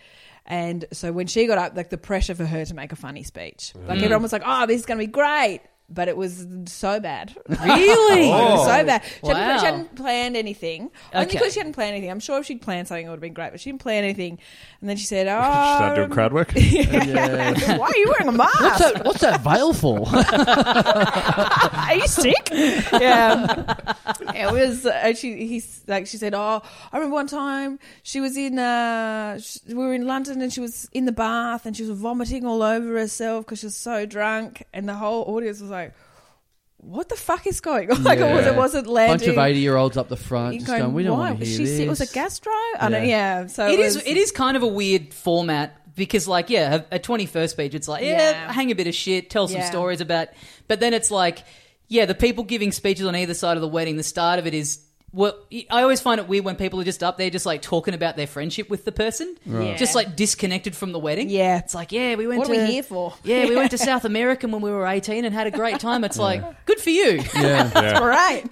Speaker 3: and so when she got up, like the pressure for her to make a funny speech,
Speaker 1: Mm.
Speaker 3: like everyone was like, "Oh, this is going to be great." But it was so bad.
Speaker 1: Really? Oh.
Speaker 3: It was so bad. She,
Speaker 1: Wow.
Speaker 3: hadn't, she hadn't planned anything. Only
Speaker 1: Okay.
Speaker 3: because she hadn't planned anything. I'm sure if she'd planned something, it would have been great. But she didn't plan anything. And then she said, "Oh,
Speaker 4: Should I do crowd work?
Speaker 2: Yeah.
Speaker 3: why are you wearing a mask?
Speaker 2: What's that? What's that veil for?
Speaker 3: are you sick? yeah. It was, uh, she, he's like, she said, oh, I remember one time she was in, uh, sh we were in London and she was in the bath and she was vomiting all over herself because she was so drunk. And the whole audience was like, what the fuck is going on? Like, it, was, it
Speaker 2: Yeah.
Speaker 3: wasn't landing.
Speaker 2: Bunch of eighty-year-olds up the front,
Speaker 3: You're
Speaker 2: just going, "We don't
Speaker 3: "Why?
Speaker 2: want to
Speaker 3: Was
Speaker 2: hear
Speaker 3: she
Speaker 2: this."
Speaker 3: sick? Was it gastro? I don't,
Speaker 2: Yeah.
Speaker 3: yeah. So
Speaker 1: It is.
Speaker 3: was-
Speaker 1: It is kind of a weird format because, like, yeah, a twenty first speech, it's like, yeah,
Speaker 3: Yeah.
Speaker 1: hang a bit of shit, tell some
Speaker 3: Yeah.
Speaker 1: stories about, but then it's like, yeah, the people giving speeches on either side of the wedding. The start of it is. Well, I always find it weird when people are just up there, just like talking about their friendship with the person,
Speaker 3: Right.
Speaker 1: just
Speaker 3: Yeah.
Speaker 1: like disconnected from the wedding.
Speaker 3: Yeah.
Speaker 1: it's like, yeah, we went.
Speaker 3: What
Speaker 1: to,
Speaker 3: are we here for?
Speaker 1: Yeah, we went to South America when we were eighteen and had a great time. It's like, good for you.
Speaker 2: Yeah.
Speaker 4: Yeah.
Speaker 3: Great.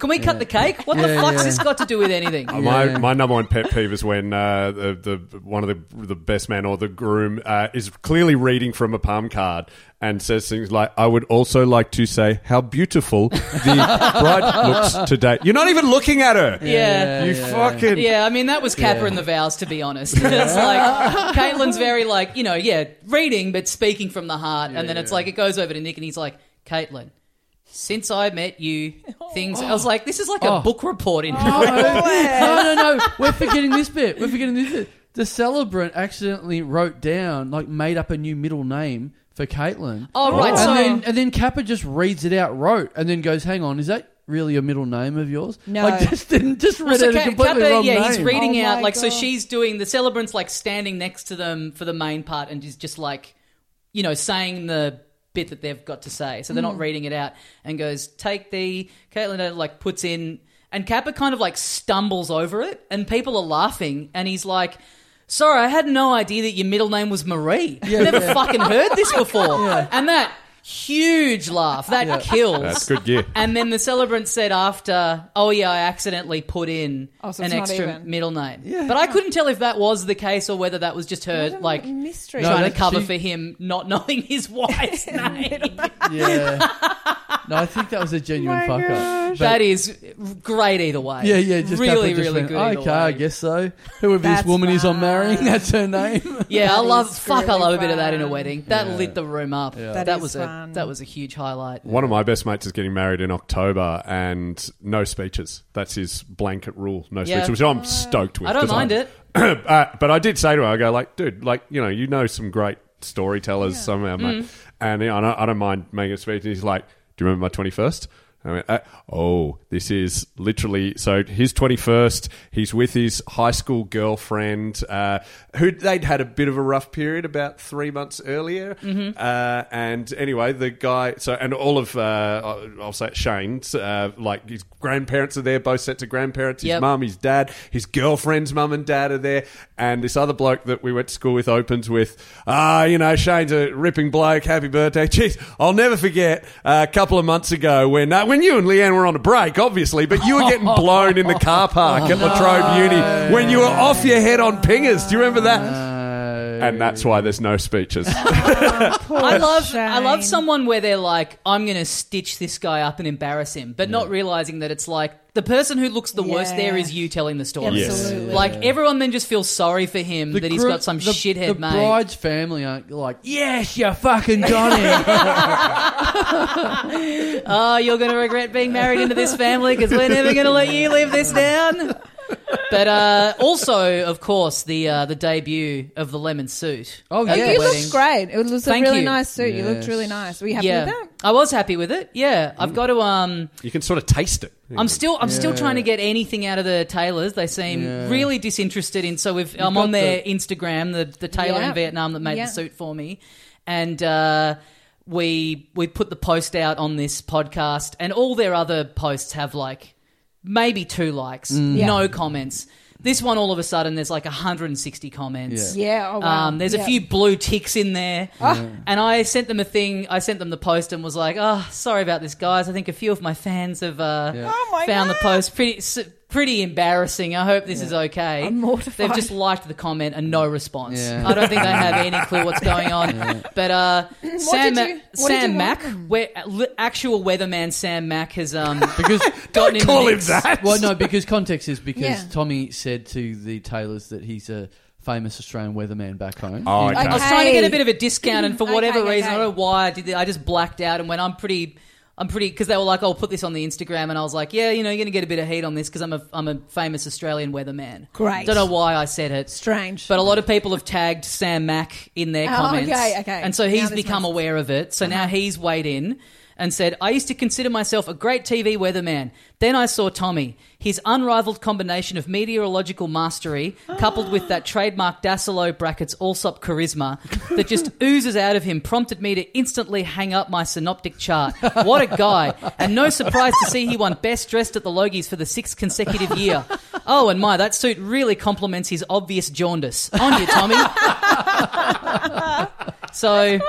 Speaker 1: Can we cut the cake? What the
Speaker 2: Yeah,
Speaker 1: fuck's
Speaker 2: yeah.
Speaker 1: this got to do with anything?
Speaker 4: Uh, My,
Speaker 2: Yeah.
Speaker 4: my number one pet peeve is when uh, the, the one of the the best man or the groom uh, is clearly reading from a palm card and says things like, "I would also like to say how beautiful the bride looks today." You're not even looking at her.
Speaker 1: Yeah.
Speaker 4: you
Speaker 2: yeah.
Speaker 4: fucking
Speaker 1: Yeah, I mean that was Kappa in the vows, to be honest. it's like Caitlin's very like you know, yeah, reading but speaking from the heart, and then it's like it goes over to Nick, and he's like, Caitlin, since I met you, things. I was like, this is like a
Speaker 2: Oh.
Speaker 1: book report in.
Speaker 2: no, no, no. We're forgetting this bit. We're forgetting this bit. The celebrant accidentally wrote down, like, made up a new middle name for Caitlin.
Speaker 1: Oh, right,
Speaker 2: And
Speaker 1: so-
Speaker 2: then, and then Kappa just reads it out, wrote, and then goes, "Hang on, is that really a middle name of yours?"
Speaker 3: No.
Speaker 2: like, just didn't just read
Speaker 1: So
Speaker 2: it a
Speaker 1: Ka-
Speaker 2: completely
Speaker 1: Kappa,
Speaker 2: wrong
Speaker 1: yeah,
Speaker 2: name.
Speaker 1: he's reading
Speaker 3: Oh
Speaker 1: out
Speaker 3: my
Speaker 1: like so.
Speaker 3: God.
Speaker 1: She's doing the celebrant's like standing next to them for the main part, and is just like, you know, saying the bit that they've got to say. So they're
Speaker 3: Mm.
Speaker 1: not reading it out, and goes take the Caitlin uh, like puts in, and Kappa kind of like stumbles over it, and people are laughing, and he's like. Sorry, I had no idea that your middle name was Marie. Never fucking heard this before. And that huge laugh, that kills.
Speaker 4: That's good gear.
Speaker 1: And then the celebrant said after, "Oh yeah, I accidentally put in
Speaker 3: Oh, so
Speaker 1: an
Speaker 3: it's not
Speaker 1: extra
Speaker 3: even.
Speaker 1: middle name." But I couldn't tell if that was the case or whether that was just her
Speaker 3: What a
Speaker 1: like
Speaker 3: mystery.
Speaker 2: No,
Speaker 1: trying to
Speaker 2: that's-
Speaker 1: cover
Speaker 2: she-
Speaker 1: for him not knowing his wife's name.
Speaker 2: Yeah. No, I think that was a genuine
Speaker 1: Oh
Speaker 3: My
Speaker 2: fuck up.
Speaker 3: gosh.
Speaker 2: But-
Speaker 1: that is great either way.
Speaker 2: Yeah, yeah, just
Speaker 1: really,
Speaker 2: Kappa just
Speaker 1: really
Speaker 2: went,
Speaker 1: good. either
Speaker 2: Okay, I
Speaker 1: way."
Speaker 2: guess so. Whoever this
Speaker 3: That's
Speaker 2: woman is I'm
Speaker 3: fine.
Speaker 2: marrying, that's her name.
Speaker 1: Yeah, I
Speaker 3: That
Speaker 1: love.
Speaker 3: is
Speaker 1: Fuck, I
Speaker 3: really
Speaker 1: love a bit of that in a
Speaker 3: fun.
Speaker 1: wedding. That lit the room up. That,
Speaker 3: That is
Speaker 1: was a
Speaker 3: fun.
Speaker 1: that was a huge highlight.
Speaker 4: One of my best mates is getting married in October, and no speeches. That's his blanket rule. No
Speaker 1: Yeah.
Speaker 4: speeches, which I'm stoked with.
Speaker 1: I don't
Speaker 4: 'cause
Speaker 1: mind
Speaker 4: I'm-
Speaker 1: it.
Speaker 4: uh, but I did say to her, I go like, dude, like you know, you know some great storytellers somehow, mate, and you know, I, don't, I don't mind making a speech. And he's like, do you remember my twenty first? I went, uh, oh, this is literally so. His twenty first, he's with his high school girlfriend, uh, who they'd had a bit of a rough period about three months earlier. Uh, and anyway, the guy, so and all of uh, I'll- I'll say it, Shane's, uh, like his grandparents are there, both sets of grandparents, his
Speaker 1: Yep.
Speaker 4: mum, his dad, his girlfriend's mum and dad are there, and this other bloke that we went to school with opens with, ah, you know, Shane's a ripping bloke. Happy birthday, jeez! I'll never forget uh, a couple of months ago when uh, when you and Leanne were on a break, obviously, but you were getting blown in the car park at Latrobe Uni when you were off your head on pingers. Do you remember that?
Speaker 2: Uh,
Speaker 4: and that's why there's no speeches.
Speaker 1: I love I
Speaker 3: Shane.
Speaker 1: love someone where they're like, I'm gonna stitch this guy up and embarrass him, but not realizing that it's like the person who looks the worst
Speaker 3: Yeah.
Speaker 1: there is you telling the story.
Speaker 4: Yes.
Speaker 3: Absolutely.
Speaker 1: Like everyone then just feels sorry for him that he's
Speaker 2: group-
Speaker 1: got some
Speaker 2: the,
Speaker 1: shithead
Speaker 2: the
Speaker 1: mate.
Speaker 2: bride's family aren't like, yes, you fucking got him.
Speaker 1: Oh, you're going to regret being married into this family because we're never going to let you live this down. But uh, also, of course, the uh, the debut of the lemon suit.
Speaker 2: Oh,
Speaker 1: at
Speaker 2: yeah.
Speaker 1: the
Speaker 3: You
Speaker 1: wedding.
Speaker 3: looked great. It was a
Speaker 1: Thank
Speaker 3: really
Speaker 1: you.
Speaker 3: nice suit. You looked really
Speaker 2: Yes.
Speaker 3: nice. Were you happy
Speaker 1: Yeah,
Speaker 3: with that?
Speaker 1: I was happy with it. Yeah,
Speaker 2: Mm.
Speaker 1: I've got to. Um,
Speaker 4: you can sort of taste it.
Speaker 1: I'm still I'm still
Speaker 2: Yeah.
Speaker 1: trying to get anything out of the tailors. They seem
Speaker 2: Yeah.
Speaker 1: really disinterested in. So if I'm
Speaker 2: got
Speaker 1: on their Instagram, the the tailor
Speaker 3: Yeah.
Speaker 1: in Vietnam that made
Speaker 3: Yeah.
Speaker 1: the suit for me, and uh, we we put the post out on this podcast, and all their other posts have like maybe two likes,
Speaker 2: Mm.
Speaker 3: Yeah.
Speaker 1: no comments. This one, all of a sudden, there's like 160 comments.
Speaker 3: Yeah. Oh, wow.
Speaker 1: Um, there's
Speaker 3: Yeah.
Speaker 1: a few blue ticks in there. And I sent them a thing. I sent them the post and was like, oh, sorry about this, guys. I think a few of my fans have uh,
Speaker 2: Yeah.
Speaker 3: Oh my
Speaker 1: found
Speaker 3: God.
Speaker 1: the post pretty s- pretty embarrassing. I hope this is okay.
Speaker 3: I'm mortified.
Speaker 1: They've just liked the comment and no response.
Speaker 2: Yeah.
Speaker 1: I don't think they have any clue what's going on. But uh, Sam,
Speaker 3: did
Speaker 1: Ma-
Speaker 3: you- what did
Speaker 1: Sam
Speaker 3: you
Speaker 1: Mack,
Speaker 3: want them?
Speaker 1: where, li- actual weatherman Sam Mack has um,
Speaker 2: because,
Speaker 1: gotten in
Speaker 4: Call
Speaker 1: the
Speaker 4: him
Speaker 1: mix.
Speaker 4: that.
Speaker 2: well, no, because context is because
Speaker 3: Yeah.
Speaker 2: Tommy said to the tailors that he's a famous Australian weatherman back home.
Speaker 4: Oh, okay.
Speaker 1: I was
Speaker 3: Okay.
Speaker 1: trying to get a bit of a discount, and for
Speaker 3: Okay,
Speaker 1: whatever
Speaker 3: okay.
Speaker 1: reason, I don't know why I did that. I just blacked out and went, I'm pretty. I'm pretty because they were like, "I'll put this on the Instagram," and I was like, "Yeah, you know, you're gonna get a bit of heat on this because I'm a I'm a famous Australian weatherman."
Speaker 3: Great.
Speaker 1: Don't know why I said it.
Speaker 3: strange.
Speaker 1: But a lot of people have tagged Sam Mack in their
Speaker 3: Oh,
Speaker 1: comments.
Speaker 3: okay, okay.
Speaker 1: And so
Speaker 3: Now
Speaker 1: he's
Speaker 3: this
Speaker 1: become
Speaker 3: makes- Uh-huh.
Speaker 1: aware of it. So now he's weighed in and said, I used to consider myself a great TV weatherman. Then I saw Tommy. His unrivaled combination of meteorological mastery, coupled with that trademark Dasilo brackets Allsop charisma that just oozes out of him, prompted me to instantly hang up my synoptic chart. What a guy. And no surprise to see he won Best Dressed at the Logies for the sixth consecutive year. Oh, and my, that suit really complements his obvious jaundice. On you, Tommy. so,
Speaker 3: Strange.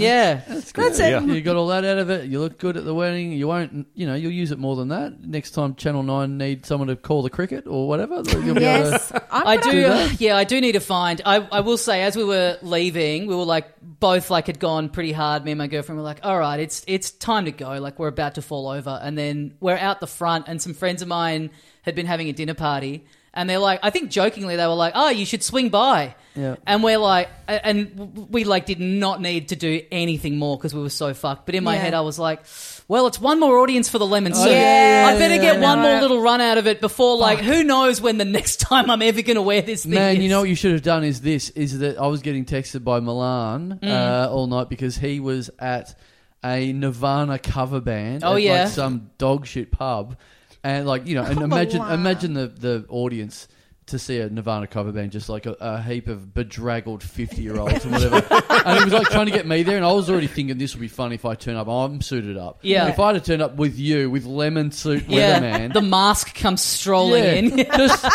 Speaker 1: yeah.
Speaker 3: That's
Speaker 4: Yeah.
Speaker 3: it.
Speaker 2: You got all that out of it. You look good at the wedding. You won't, you know, you'll use it more than that next time Channel Nine need someone to call the cricket or whatever. You'll be able to-
Speaker 3: Yes. I'm
Speaker 1: I
Speaker 3: gonna-
Speaker 1: do, uh, yeah, I do need to find. I, I will say, as we were leaving, we were like both like had gone pretty hard. Me and my girlfriend were like, "All right, it's it's time to go." Like we're about to fall over, and then we're out the front, and some friends of mine had been having a dinner party, and they're like, I think jokingly they were like, "Oh, you should swing by."
Speaker 2: Yeah.
Speaker 1: And we're like, a- and we like did not need to do anything more because we were so fucked. But in my
Speaker 3: Yeah. Oh,
Speaker 1: head, I was like, well, it's one more audience for the lemon soup.
Speaker 3: yeah,
Speaker 1: I better
Speaker 3: yeah,
Speaker 1: get
Speaker 3: yeah.
Speaker 1: one more
Speaker 3: Right.
Speaker 1: little run out of it before, like, who knows when the next time I'm ever going to wear this thing.
Speaker 2: Man, you
Speaker 1: is.
Speaker 2: know what you should have done is this: is that I was getting texted by Milan
Speaker 1: Mm.
Speaker 2: uh, all night because he was at a Nirvana cover band.
Speaker 1: Oh,
Speaker 2: at,
Speaker 1: yeah. Oh,
Speaker 2: like some dog shit pub, and like you know, and imagine
Speaker 3: Milan.
Speaker 2: imagine the the audience. To see a Nirvana cover band, just like a, a heap of bedraggled fifty-year-olds and whatever, and it was like trying to get me there. And I was already thinking this would be funny if I turn up. I'm suited up.
Speaker 1: Yeah.
Speaker 2: If I'd have turned up with you, with lemon suit
Speaker 1: yeah,
Speaker 2: weatherman,
Speaker 1: the mask comes strolling in.
Speaker 2: just,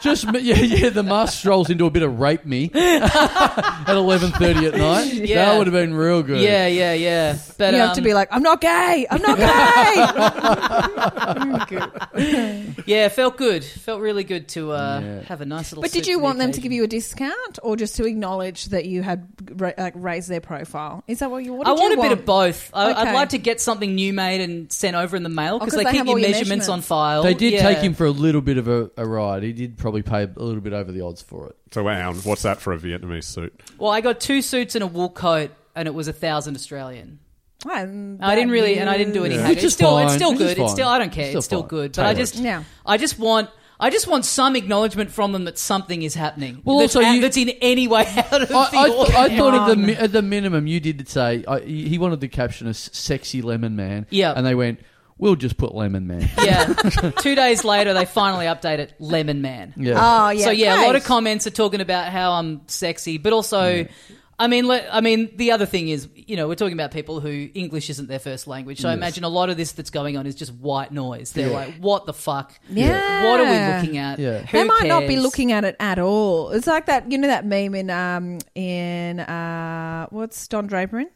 Speaker 2: just me- yeah, yeah. The mask rolls into a bit of rape me at eleven thirty at night.
Speaker 1: Yeah.
Speaker 2: That would have been real good.
Speaker 1: yeah, yeah, yeah. But
Speaker 3: you
Speaker 1: um,
Speaker 3: have to be like, I'm not gay. I'm not gay.
Speaker 1: yeah, felt good. Felt really good to uh,
Speaker 2: Yeah.
Speaker 1: have a nice little.
Speaker 3: but did
Speaker 1: suit
Speaker 3: you
Speaker 1: for the
Speaker 3: want them to
Speaker 1: occasion.
Speaker 3: give you a discount or just to acknowledge that you had ra- like raised their profile? Is that what you what
Speaker 1: I
Speaker 3: did you
Speaker 1: want
Speaker 3: want?
Speaker 1: a bit of both. I, I'd
Speaker 3: Okay. Oh,
Speaker 1: like to get something new made and sent over in the mail because
Speaker 3: 'cause
Speaker 1: they,
Speaker 3: they
Speaker 1: keep
Speaker 3: have
Speaker 1: your
Speaker 3: all your
Speaker 1: measurements,
Speaker 3: measurements.
Speaker 1: on file.
Speaker 2: They did
Speaker 1: Yeah.
Speaker 2: take him for a little bit of a, a ride. He did probably pay a little bit over the odds for it.
Speaker 4: So, wow, what's that for a Vietnamese suit?
Speaker 1: Well, I got two suits and a wool coat, and it was a thousand Australian.
Speaker 3: And
Speaker 1: I didn't really, and I didn't do any.
Speaker 2: Yeah.
Speaker 1: hacking.
Speaker 2: Which
Speaker 1: It's
Speaker 2: is
Speaker 1: still, it's
Speaker 2: fine.
Speaker 1: still
Speaker 2: Which is
Speaker 1: good. It's
Speaker 2: fine.
Speaker 1: still, I don't care. It's
Speaker 2: Still
Speaker 1: still,
Speaker 2: fine.
Speaker 1: good. But I
Speaker 2: Tailored.
Speaker 1: just,
Speaker 3: Yeah.
Speaker 1: I just want. I just want some acknowledgement from them that something is happening.
Speaker 2: Well,
Speaker 1: that's,
Speaker 2: also
Speaker 1: at-
Speaker 2: you-
Speaker 1: that's in any way out of
Speaker 2: I, I,
Speaker 1: the ordinary.
Speaker 2: I thought at the mi- at the minimum you did say I, he wanted the caption as "sexy lemon man."
Speaker 1: Yeah.
Speaker 2: and they went, "We'll just put lemon man."
Speaker 1: yeah. Two days later, they finally update it. Lemon Man.
Speaker 2: Yeah.
Speaker 3: Oh yeah.
Speaker 1: so yeah, a lot of
Speaker 3: great.
Speaker 1: comments are talking about how I'm sexy, but also, I mean, let, I mean, the other thing is, you know, we're talking about people who English isn't their first language. So I imagine a lot of this that's going on is just white noise. They're
Speaker 2: Yeah.
Speaker 1: like, "What the fuck?
Speaker 3: Yeah.
Speaker 1: What are we looking at?
Speaker 2: Yeah.
Speaker 1: Who
Speaker 3: they might not be
Speaker 1: cares?"
Speaker 3: looking at it at all. It's like that, you know, that meme in um in uh what's Don Draper in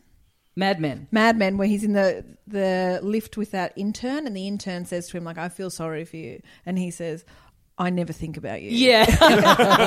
Speaker 1: Mad Men.
Speaker 3: Mad Men, where he's in the the lift with that intern, and the intern says to him like, "I feel sorry for you," and he says. I never think about you.
Speaker 1: Yeah.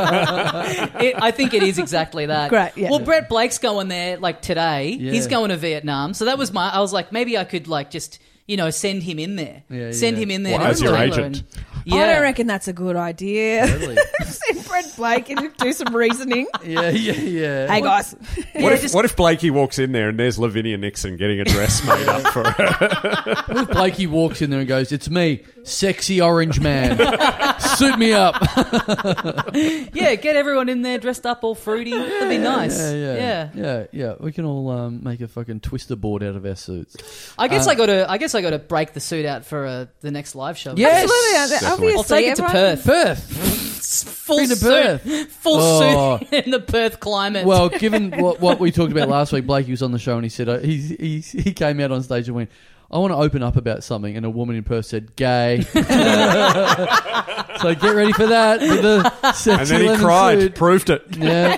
Speaker 1: it, I think it is exactly that.
Speaker 3: Great, yeah.
Speaker 1: Well, Brett Blake's going there like today.
Speaker 2: Yeah.
Speaker 1: He's going to Vietnam. So that was my, I was like, maybe I could like just, you know, send him in there.
Speaker 2: Yeah,
Speaker 1: send
Speaker 2: yeah.
Speaker 1: him in there.
Speaker 4: Well,
Speaker 1: to
Speaker 4: as your
Speaker 1: Taylor
Speaker 4: agent.
Speaker 1: and-
Speaker 3: I
Speaker 1: yeah.
Speaker 3: don't reckon that's a good idea.
Speaker 2: Really?
Speaker 3: Send Brett Blake and do some reasoning.
Speaker 2: yeah, yeah, yeah.
Speaker 3: Hey guys,
Speaker 4: What if,
Speaker 1: just-
Speaker 4: what if Blakey walks in there and there's Lavinia Nixon getting a dress made up for her?
Speaker 2: Blakey walks in there and goes, "It's me, sexy orange man. Suit me up."
Speaker 1: yeah, get everyone in there dressed up all fruity. That'd be nice.
Speaker 2: Yeah, yeah,
Speaker 1: yeah.
Speaker 2: yeah, yeah. We can all um, make a fucking twister board out of our suits.
Speaker 1: I
Speaker 2: Um,
Speaker 1: guess I got to. I guess I got to break the suit out for uh, the next live show.
Speaker 2: Yes.
Speaker 3: absolutely. Obviously,
Speaker 1: I'll take it to
Speaker 3: everyone-
Speaker 1: Perth.
Speaker 2: Perth.
Speaker 1: Full
Speaker 2: Bring to
Speaker 1: suit,
Speaker 2: Perth.
Speaker 1: full
Speaker 2: Oh.
Speaker 1: suit in the Perth climate.
Speaker 2: Well, given what, what we talked about last week, Blakey was on the show and he said uh, he he he came out on stage and went. I want to open up about something, and a woman in Perth said, "Gay." so get ready for that. With the sexy
Speaker 4: And then he
Speaker 2: lemon
Speaker 4: cried,
Speaker 2: suit.
Speaker 4: proved it.
Speaker 2: Yeah,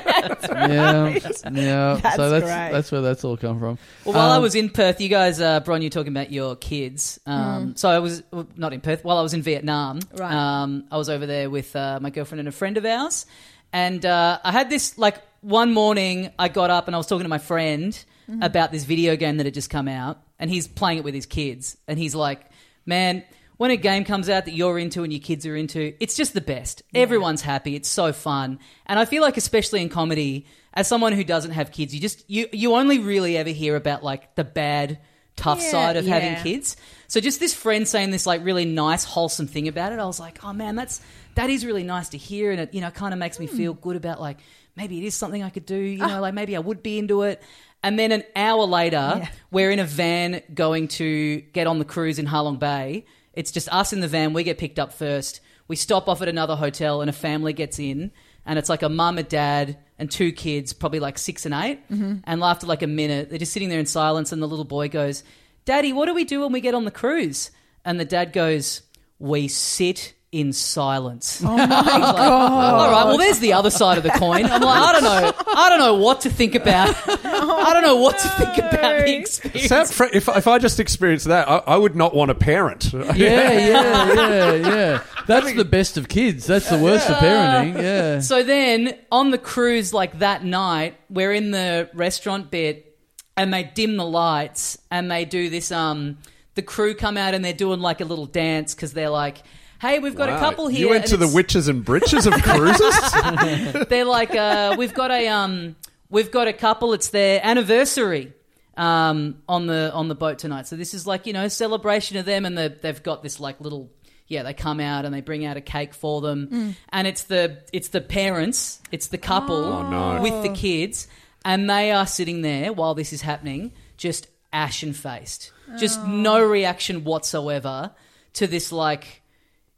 Speaker 2: yeah, yeah.
Speaker 3: That's
Speaker 2: so that's
Speaker 3: great.
Speaker 2: that's where that's all come from.
Speaker 1: Well, while I
Speaker 2: Um,
Speaker 1: was in Perth, you guys, uh, Bron, you're talking about your kids. Um, So I was well, not in Perth. While I was in Vietnam,
Speaker 3: Right.
Speaker 1: um, I was over there with uh, my girlfriend and a friend of ours, and uh, I had this like one morning. I got up and I was talking to my friend
Speaker 3: Mm-hmm.
Speaker 1: about this video game that had just come out, and he's playing it with his kids, and he's like, "Man." When a game comes out that you're into and your kids are into, it's just the best. Everyone's happy. It's so fun. And I feel like especially in comedy, as someone who doesn't have kids, you just you you only really ever hear about like the bad, tough
Speaker 3: Yeah,
Speaker 1: side of having
Speaker 3: yeah.
Speaker 1: kids. So just this friend saying this like really nice, wholesome thing about it, I was like, oh man, that's that is really nice to hear, and it you know kind of makes me
Speaker 3: Hmm.
Speaker 1: feel good about like maybe it is something I could do, you
Speaker 3: Ah.
Speaker 1: know, like maybe I would be into it. And then an hour later,
Speaker 3: Yeah.
Speaker 1: we're in a van going to get on the cruise in Harlong Bay. It's just us in the van. We get picked up first. We stop off at another hotel, and a family gets in, and it's like a mum, a dad, and two kids, probably like six and 8 And after like a minute, they're just sitting there in silence, and the little boy goes, "Daddy, what do we do when we get on the cruise?" And the dad goes, "We sit." In silence. Oh my God. All right. Well, there's the other side of the coin. I'm like, I don't know. I don't know what to think about. I don't know what to think about the experience.
Speaker 4: Sam, Fra- if, if I just experienced that, I, I would not want a parent.
Speaker 2: Yeah, yeah, yeah, yeah. That's the best of kids. That's the worst of parenting. Yeah.
Speaker 1: So then on the cruise, like that night, we're in the restaurant bit and they dim the lights and they do this. Um, the crew come out and they're doing like a little dance because they're like, hey, we've got a
Speaker 4: Wow.
Speaker 1: couple here.
Speaker 4: You went
Speaker 1: and
Speaker 4: to the
Speaker 1: it's-
Speaker 4: witches and britches of cruises?
Speaker 1: They're like, uh, we've got a um, we've got a couple. It's their anniversary um, on the on the boat tonight. So this is like you know celebration of them, and the, they've got this like little yeah. They come out and they bring out a cake for them, and it's the it's the parents, it's the couple
Speaker 4: no.
Speaker 1: with the kids, and they are sitting there while this is happening, just ashen faced, just no reaction whatsoever to this like.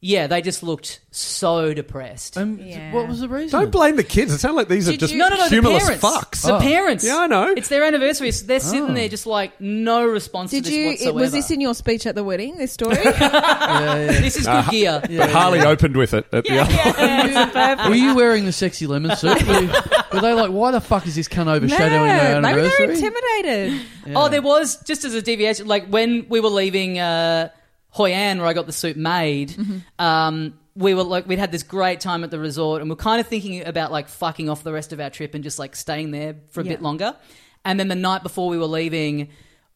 Speaker 1: Yeah, they just looked so depressed.
Speaker 2: Um,
Speaker 3: Yeah.
Speaker 2: What was the reason?
Speaker 4: Don't blame the kids. It sounds like these are
Speaker 3: Did
Speaker 4: just
Speaker 3: you-
Speaker 1: No, no, no.
Speaker 4: cumulous
Speaker 1: the parents.
Speaker 4: fucks.
Speaker 3: Oh.
Speaker 4: Oh.
Speaker 1: The parents.
Speaker 4: Yeah, I know.
Speaker 1: It's their anniversary, so they're sitting there just like no response
Speaker 3: Did
Speaker 1: to this
Speaker 3: you? It,
Speaker 1: whatsoever.
Speaker 3: was this in your speech at the wedding? This story?
Speaker 1: this is good gear.
Speaker 4: but Harley opened with it at the end.
Speaker 2: Were you wearing the sexy lemon suit? Were, you- were they like, why the fuck is this cunt overshadowing her
Speaker 3: maybe
Speaker 2: anniversary?
Speaker 3: they're intimidated.
Speaker 1: Oh, there was just as a deviation, like when we were leaving uh, Hoi An, where I got the suit made.
Speaker 3: Mm-hmm.
Speaker 1: Um, we were like we'd had this great time at the resort, and we're kind of thinking about like fucking off the rest of our trip and just like staying there for a
Speaker 3: Yeah.
Speaker 1: bit longer. And then the night before we were leaving,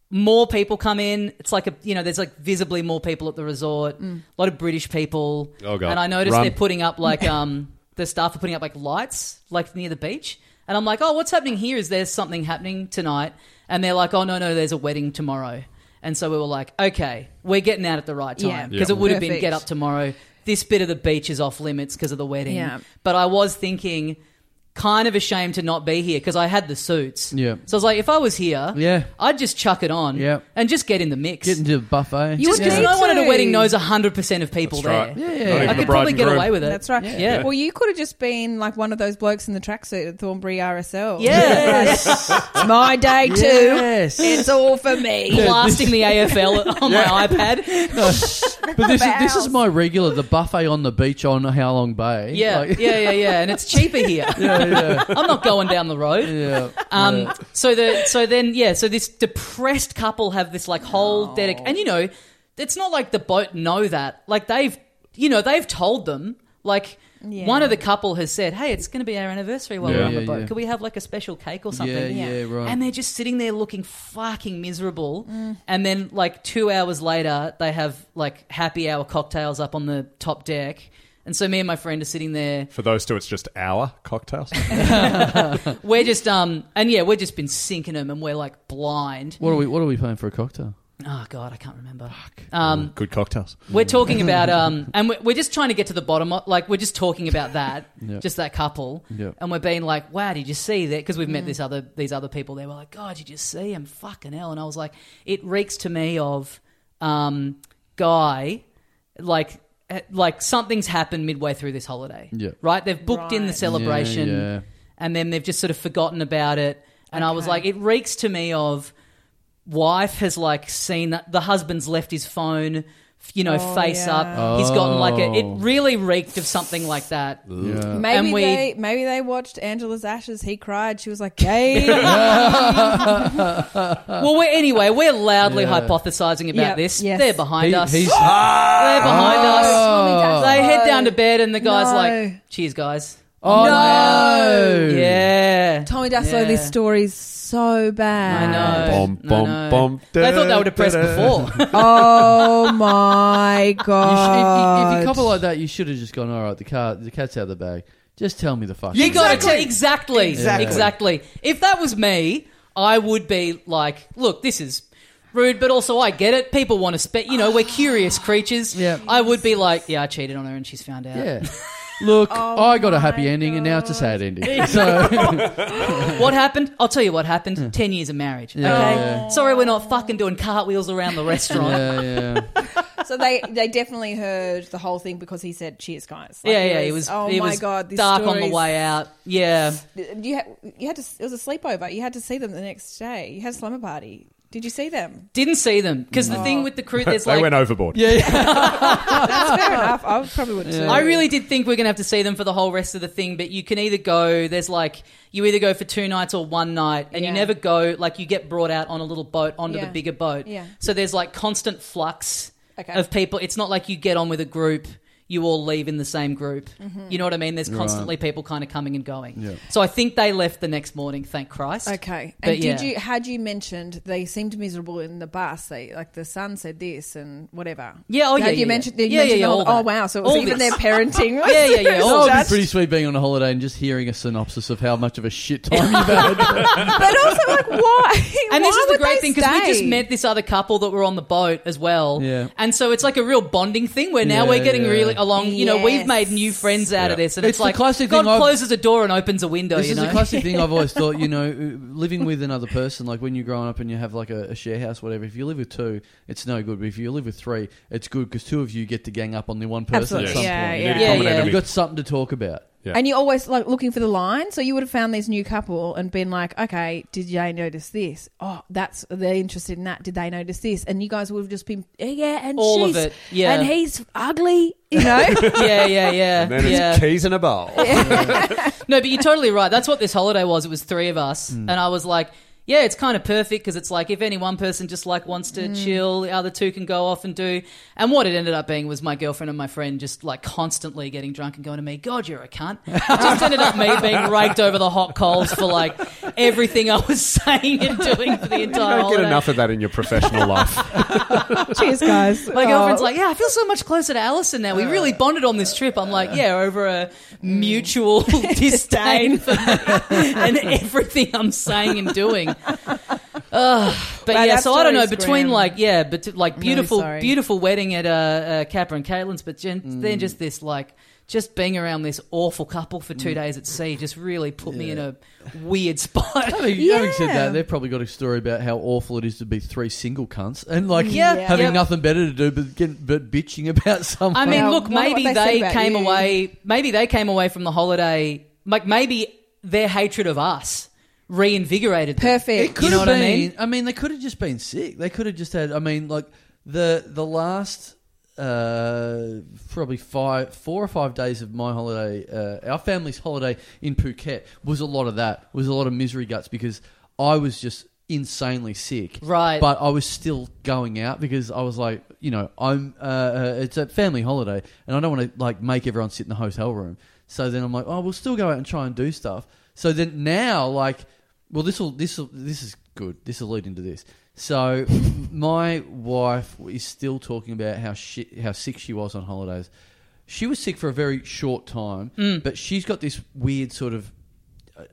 Speaker 1: more people come in. It's like a you know, there's like visibly more people at the resort.
Speaker 3: Mm.
Speaker 1: A lot of British people.
Speaker 4: Oh, God.
Speaker 1: And I noticed
Speaker 4: Run.
Speaker 1: they're putting up like um the staff are putting up like lights like near the beach. And I'm like, oh, what's happening here? Is there something happening tonight? And they're like, oh no no, there's a wedding tomorrow. And so we were like, okay, we're getting out at the right
Speaker 3: Yeah.
Speaker 1: time because
Speaker 4: Yeah.
Speaker 1: it would have been
Speaker 3: Perfect.
Speaker 1: get up tomorrow. This bit of the beach is off limits because of the wedding.
Speaker 3: Yeah.
Speaker 1: But I was thinking, kind of ashamed to not be here because I had the suits.
Speaker 2: Yeah.
Speaker 1: So I was like, if I was here,
Speaker 2: Yeah.
Speaker 1: I'd just chuck it on.
Speaker 2: Yeah.
Speaker 1: And just get in the mix.
Speaker 2: Getting to the buffet.
Speaker 3: You
Speaker 1: Just
Speaker 3: would
Speaker 1: because
Speaker 3: need
Speaker 1: no one at a
Speaker 3: to.
Speaker 1: wedding knows 100% of people
Speaker 4: That's right.
Speaker 1: there.
Speaker 2: Yeah,
Speaker 4: Not
Speaker 2: yeah.
Speaker 4: even
Speaker 1: I
Speaker 4: the
Speaker 1: could
Speaker 4: bride
Speaker 1: probably
Speaker 4: and
Speaker 1: get
Speaker 4: groom.
Speaker 1: away with it.
Speaker 3: That's right.
Speaker 2: Yeah.
Speaker 1: Yeah.
Speaker 3: Well, you could have just been like one of those blokes in the tracksuit at Thornbury RSL.
Speaker 1: Yes.
Speaker 3: it's my day too.
Speaker 2: Yes.
Speaker 3: It's all for me.
Speaker 1: Blasting the AFL on my iPad.
Speaker 2: But this is, this
Speaker 3: Bowels.
Speaker 2: is my regular, the buffet on the beach on How Long Bay.
Speaker 1: Yeah,
Speaker 2: Like-
Speaker 1: yeah, yeah, yeah. And it's cheaper here.
Speaker 2: yeah, yeah.
Speaker 1: I'm not going down the road.
Speaker 2: yeah.
Speaker 1: Um,
Speaker 2: yeah.
Speaker 1: So the so then yeah, so this depressed couple have this like whole dedic, and you know, it's not like the boat know that. Like they've you know they've told them Like
Speaker 3: Yeah.
Speaker 1: one of the couple has said, "Hey, it's going to be our anniversary while we're
Speaker 4: Yeah.
Speaker 1: on the
Speaker 2: Yeah,
Speaker 1: boat.
Speaker 2: yeah.
Speaker 1: Could we have like a special cake or something?"
Speaker 2: Yeah,
Speaker 3: Yeah.
Speaker 2: yeah, right.
Speaker 1: And they're just sitting there looking fucking miserable. And then, like, two hours later, they have like happy hour cocktails up on the top deck. And so, me and my friend are sitting there.
Speaker 4: For those two, it's just our cocktails.
Speaker 1: We're just, um, and yeah, we've just been sinking them and we're like blind.
Speaker 2: what are we? What are we paying for a cocktail?
Speaker 1: Oh, God, I can't remember. Um,
Speaker 4: Mm, Good cocktails.
Speaker 1: We're talking about, um, and we're, we're just trying to get to the bottom. Of, like, we're just talking about that,
Speaker 2: Yeah.
Speaker 1: just that couple,
Speaker 2: Yeah.
Speaker 1: and we're being like, "Wow, did you see that?" Because we've met this other these other people. They were like, "God, did you see him? Fucking hell!" And I was like, "It reeks to me of um, guy, like." eh, Like something's happened midway through this holiday,
Speaker 2: Yeah.
Speaker 1: right? They've booked in the
Speaker 3: Right.
Speaker 1: celebration,
Speaker 2: Yeah, yeah.
Speaker 1: and then they've just sort of forgotten about it. And I was
Speaker 3: Okay.
Speaker 1: like, it reeks to me of wife has like seen that the husband's left his phone, you know,
Speaker 3: Oh,
Speaker 1: face
Speaker 3: yeah.
Speaker 1: up. He's gotten like a. It
Speaker 2: Oh.
Speaker 1: really reeked of something like that.
Speaker 2: Yeah.
Speaker 3: Maybe
Speaker 1: And we-
Speaker 3: they maybe they watched Angela's Ashes. He cried. She was like, "Gay."
Speaker 1: well, we're anyway, we're loudly
Speaker 2: Yeah.
Speaker 1: hypothesizing about
Speaker 3: Yep,
Speaker 1: this.
Speaker 3: yes.
Speaker 1: They're behind
Speaker 2: He-
Speaker 1: us.
Speaker 2: he's-
Speaker 1: They're behind
Speaker 3: Oh.
Speaker 1: us. They head down to bed, and the guy's
Speaker 3: No.
Speaker 1: like, "Cheers, guys."
Speaker 2: Oh
Speaker 3: No.
Speaker 2: no!
Speaker 1: Yeah.
Speaker 3: Tommy Daslow,
Speaker 1: Yeah.
Speaker 3: this story's so
Speaker 1: I
Speaker 3: bad.
Speaker 1: know.
Speaker 4: Bom,
Speaker 1: I
Speaker 4: bom,
Speaker 1: know.
Speaker 4: bom,
Speaker 1: They thought they
Speaker 4: da,
Speaker 1: were depressed
Speaker 4: da, da.
Speaker 1: before.
Speaker 3: Oh my
Speaker 2: You should, if,
Speaker 3: god!
Speaker 2: you, if you couple like that, you should have just gone. All right, the car, the cat's out of the bag. Just tell me the fuck.
Speaker 1: You got to exactly, exactly,
Speaker 2: Exactly.
Speaker 1: exactly. If that was me, I would be like, "Look, this is rude, but also I get it. People want to spend. You know, we're curious creatures.
Speaker 2: Yeah.
Speaker 1: I would be like, yeah, I cheated on her, and she's found out.
Speaker 2: Yeah. Look,
Speaker 3: Oh
Speaker 2: I got a happy
Speaker 3: my
Speaker 2: ending, and now it's a
Speaker 3: God.
Speaker 2: sad ending. So
Speaker 1: What happened? I'll tell you what happened. Ten years of marriage.
Speaker 2: Hmm. Yeah,
Speaker 1: okay,
Speaker 2: yeah.
Speaker 1: sorry, we're not fucking doing cartwheels around the restaurant. yeah.
Speaker 2: yeah, yeah.
Speaker 3: so they they definitely heard the whole thing because he said, "Cheers, guys." Like,
Speaker 1: Yeah, it was.
Speaker 3: Oh
Speaker 1: it
Speaker 3: my
Speaker 1: was
Speaker 3: god! This
Speaker 1: dark on the
Speaker 3: story's-
Speaker 1: way out. Yeah,
Speaker 3: You had, you had to. It was a sleepover. You had to see them the next day. You had a slumber party. Did you see them?
Speaker 1: didn't see them because the thing with the crew, there's
Speaker 4: they
Speaker 1: like
Speaker 4: went overboard.
Speaker 2: yeah, yeah.
Speaker 3: That's fair enough. I probably would too.
Speaker 1: I really did think we're going to have to see them for the whole rest of the thing, but you can either go, there's like, you either go for two nights or one night, and you
Speaker 3: Yeah.
Speaker 1: never go, like, you get brought out on a little boat onto
Speaker 3: Yeah.
Speaker 1: the bigger boat.
Speaker 3: Yeah.
Speaker 1: So there's like constant flux
Speaker 3: Okay.
Speaker 1: of people. It's not like you get on with a group. You all leave in the same group.
Speaker 3: Mm-hmm.
Speaker 1: You know what I mean? There's constantly people kind of coming and going.
Speaker 2: Yeah.
Speaker 1: So I think they left the next morning. Thank Christ.
Speaker 3: Okay.
Speaker 1: But
Speaker 3: And
Speaker 1: yeah.
Speaker 3: did you had you mentioned they seemed miserable in the bus? They like the son said this and whatever.
Speaker 1: Yeah, oh,
Speaker 3: Had
Speaker 1: yeah,
Speaker 3: you
Speaker 1: yeah,
Speaker 3: mentioned?
Speaker 1: yeah.
Speaker 3: you
Speaker 1: Yeah, yeah,
Speaker 3: mentioned
Speaker 1: yeah,
Speaker 3: all-
Speaker 1: all
Speaker 3: oh
Speaker 1: that.
Speaker 3: wow! So it was
Speaker 1: All
Speaker 3: even
Speaker 1: this.
Speaker 3: their parenting. was-
Speaker 1: Yeah, yeah, yeah,
Speaker 3: was
Speaker 1: all
Speaker 2: That would
Speaker 3: judged.
Speaker 2: Oh, be pretty sweet being on a holiday and just hearing a synopsis of how much of a shit time you've had.
Speaker 3: But also, like, why?
Speaker 1: And this
Speaker 3: Why
Speaker 1: is the
Speaker 3: would
Speaker 1: great
Speaker 3: they
Speaker 1: thing because we just
Speaker 3: stay?
Speaker 1: met this other couple that were on the boat as well.
Speaker 2: Yeah.
Speaker 1: And so it's like a real bonding thing where now
Speaker 2: Yeah,
Speaker 1: we're getting
Speaker 2: yeah.
Speaker 1: really along. You know, we've
Speaker 3: Yes.
Speaker 1: made new friends out of
Speaker 4: Yeah.
Speaker 1: this. And it's,
Speaker 2: It's the
Speaker 1: like
Speaker 2: classic
Speaker 1: God
Speaker 2: thing I've-
Speaker 1: closes a door and opens a window,
Speaker 2: This
Speaker 1: you
Speaker 2: is
Speaker 1: know?
Speaker 2: a classic thing I've always thought. You know, uh, living with another person, like when you're growing up and you have like a, a share house, whatever. If you live with two, it's no good. But if you live with three, it's good because two of you get to gang up on the one person
Speaker 3: Absolutely.
Speaker 2: at some
Speaker 3: Yeah,
Speaker 2: point.
Speaker 4: You need a
Speaker 1: Yeah,
Speaker 4: common
Speaker 1: yeah.
Speaker 4: enemy.
Speaker 2: You've got something to talk about.
Speaker 4: Yeah.
Speaker 3: And you always like looking for the line, so you would have found this new couple and been like, "Okay, did they notice this? Oh, that's they're interested in that. Did they notice this?" And you guys would have just been, "Eh, "Yeah, and
Speaker 1: All of
Speaker 3: she's-
Speaker 1: it, yeah.
Speaker 3: and he's ugly, you know."
Speaker 1: yeah, yeah, yeah.
Speaker 4: And then
Speaker 1: yeah.
Speaker 4: it's keys in a bowl.
Speaker 1: No, but you're totally right. That's what this holiday was. It was three of us,
Speaker 4: Mm.
Speaker 1: and I was like, yeah, it's kind of perfect because it's like if any one person just like wants to chill, the other two can go off and do. And what it ended up being was my girlfriend and my friend just like constantly getting drunk and going to me, God, you're a cunt. It just ended up me being raked over the hot coals for like everything I was saying and doing for the entire.
Speaker 4: You don't get
Speaker 1: holiday.
Speaker 4: enough of that in your professional life.
Speaker 3: Cheers, guys. Oh,
Speaker 1: My girlfriend's like, yeah, I feel so much closer to Alison now. We
Speaker 3: Uh.
Speaker 1: really bonded on this trip. I'm like, yeah, over a
Speaker 3: Mm.
Speaker 1: mutual disdain for me and everything I'm saying and doing. Ugh. but
Speaker 3: Wow,
Speaker 1: yeah,
Speaker 3: that
Speaker 1: so I don't know.
Speaker 3: story's
Speaker 1: Between
Speaker 3: grim.
Speaker 1: like, yeah, but like beautiful,
Speaker 3: sorry.
Speaker 1: beautiful wedding at uh, uh, Kappa and Caitlin's, but gen- then
Speaker 3: Mm.
Speaker 1: just this like. Just being around this awful couple for two days at sea just really put me in a weird spot.
Speaker 2: Having, having said
Speaker 3: Yeah.
Speaker 2: that, they've probably got a story about how awful it is to be three single cunts and like
Speaker 1: Yeah,
Speaker 2: having
Speaker 1: yeah.
Speaker 2: nothing better to do but get, but bitching about someone.
Speaker 1: I mean,
Speaker 3: Well,
Speaker 1: look,
Speaker 3: wonder what
Speaker 1: maybe
Speaker 3: they said
Speaker 1: they,
Speaker 3: about
Speaker 1: came
Speaker 3: you.
Speaker 1: away. Maybe they came away from the holiday. Like maybe their hatred of us reinvigorated. them.
Speaker 3: Perfect.
Speaker 2: It could
Speaker 1: You know
Speaker 2: have
Speaker 1: what I
Speaker 2: been.
Speaker 1: mean?
Speaker 2: they could have just been sick. They could have just had. I mean, like the the last uh, probably five, four or five days of my holiday, uh, our family's holiday in Phuket was a lot of that. Was a lot of misery guts because I was just insanely sick.
Speaker 1: Right.
Speaker 2: But I was still going out because I was like, you know, I'm. Uh, uh, it's a family holiday, and I don't want to like make everyone sit in the hotel room. So then I'm like, oh, we'll still go out and try and do stuff. So then now, like, well, this will this will this is good. This will lead into this. So my wife is still talking about how she, how sick she was on holidays. She was sick for a very short time, but she's got this weird sort of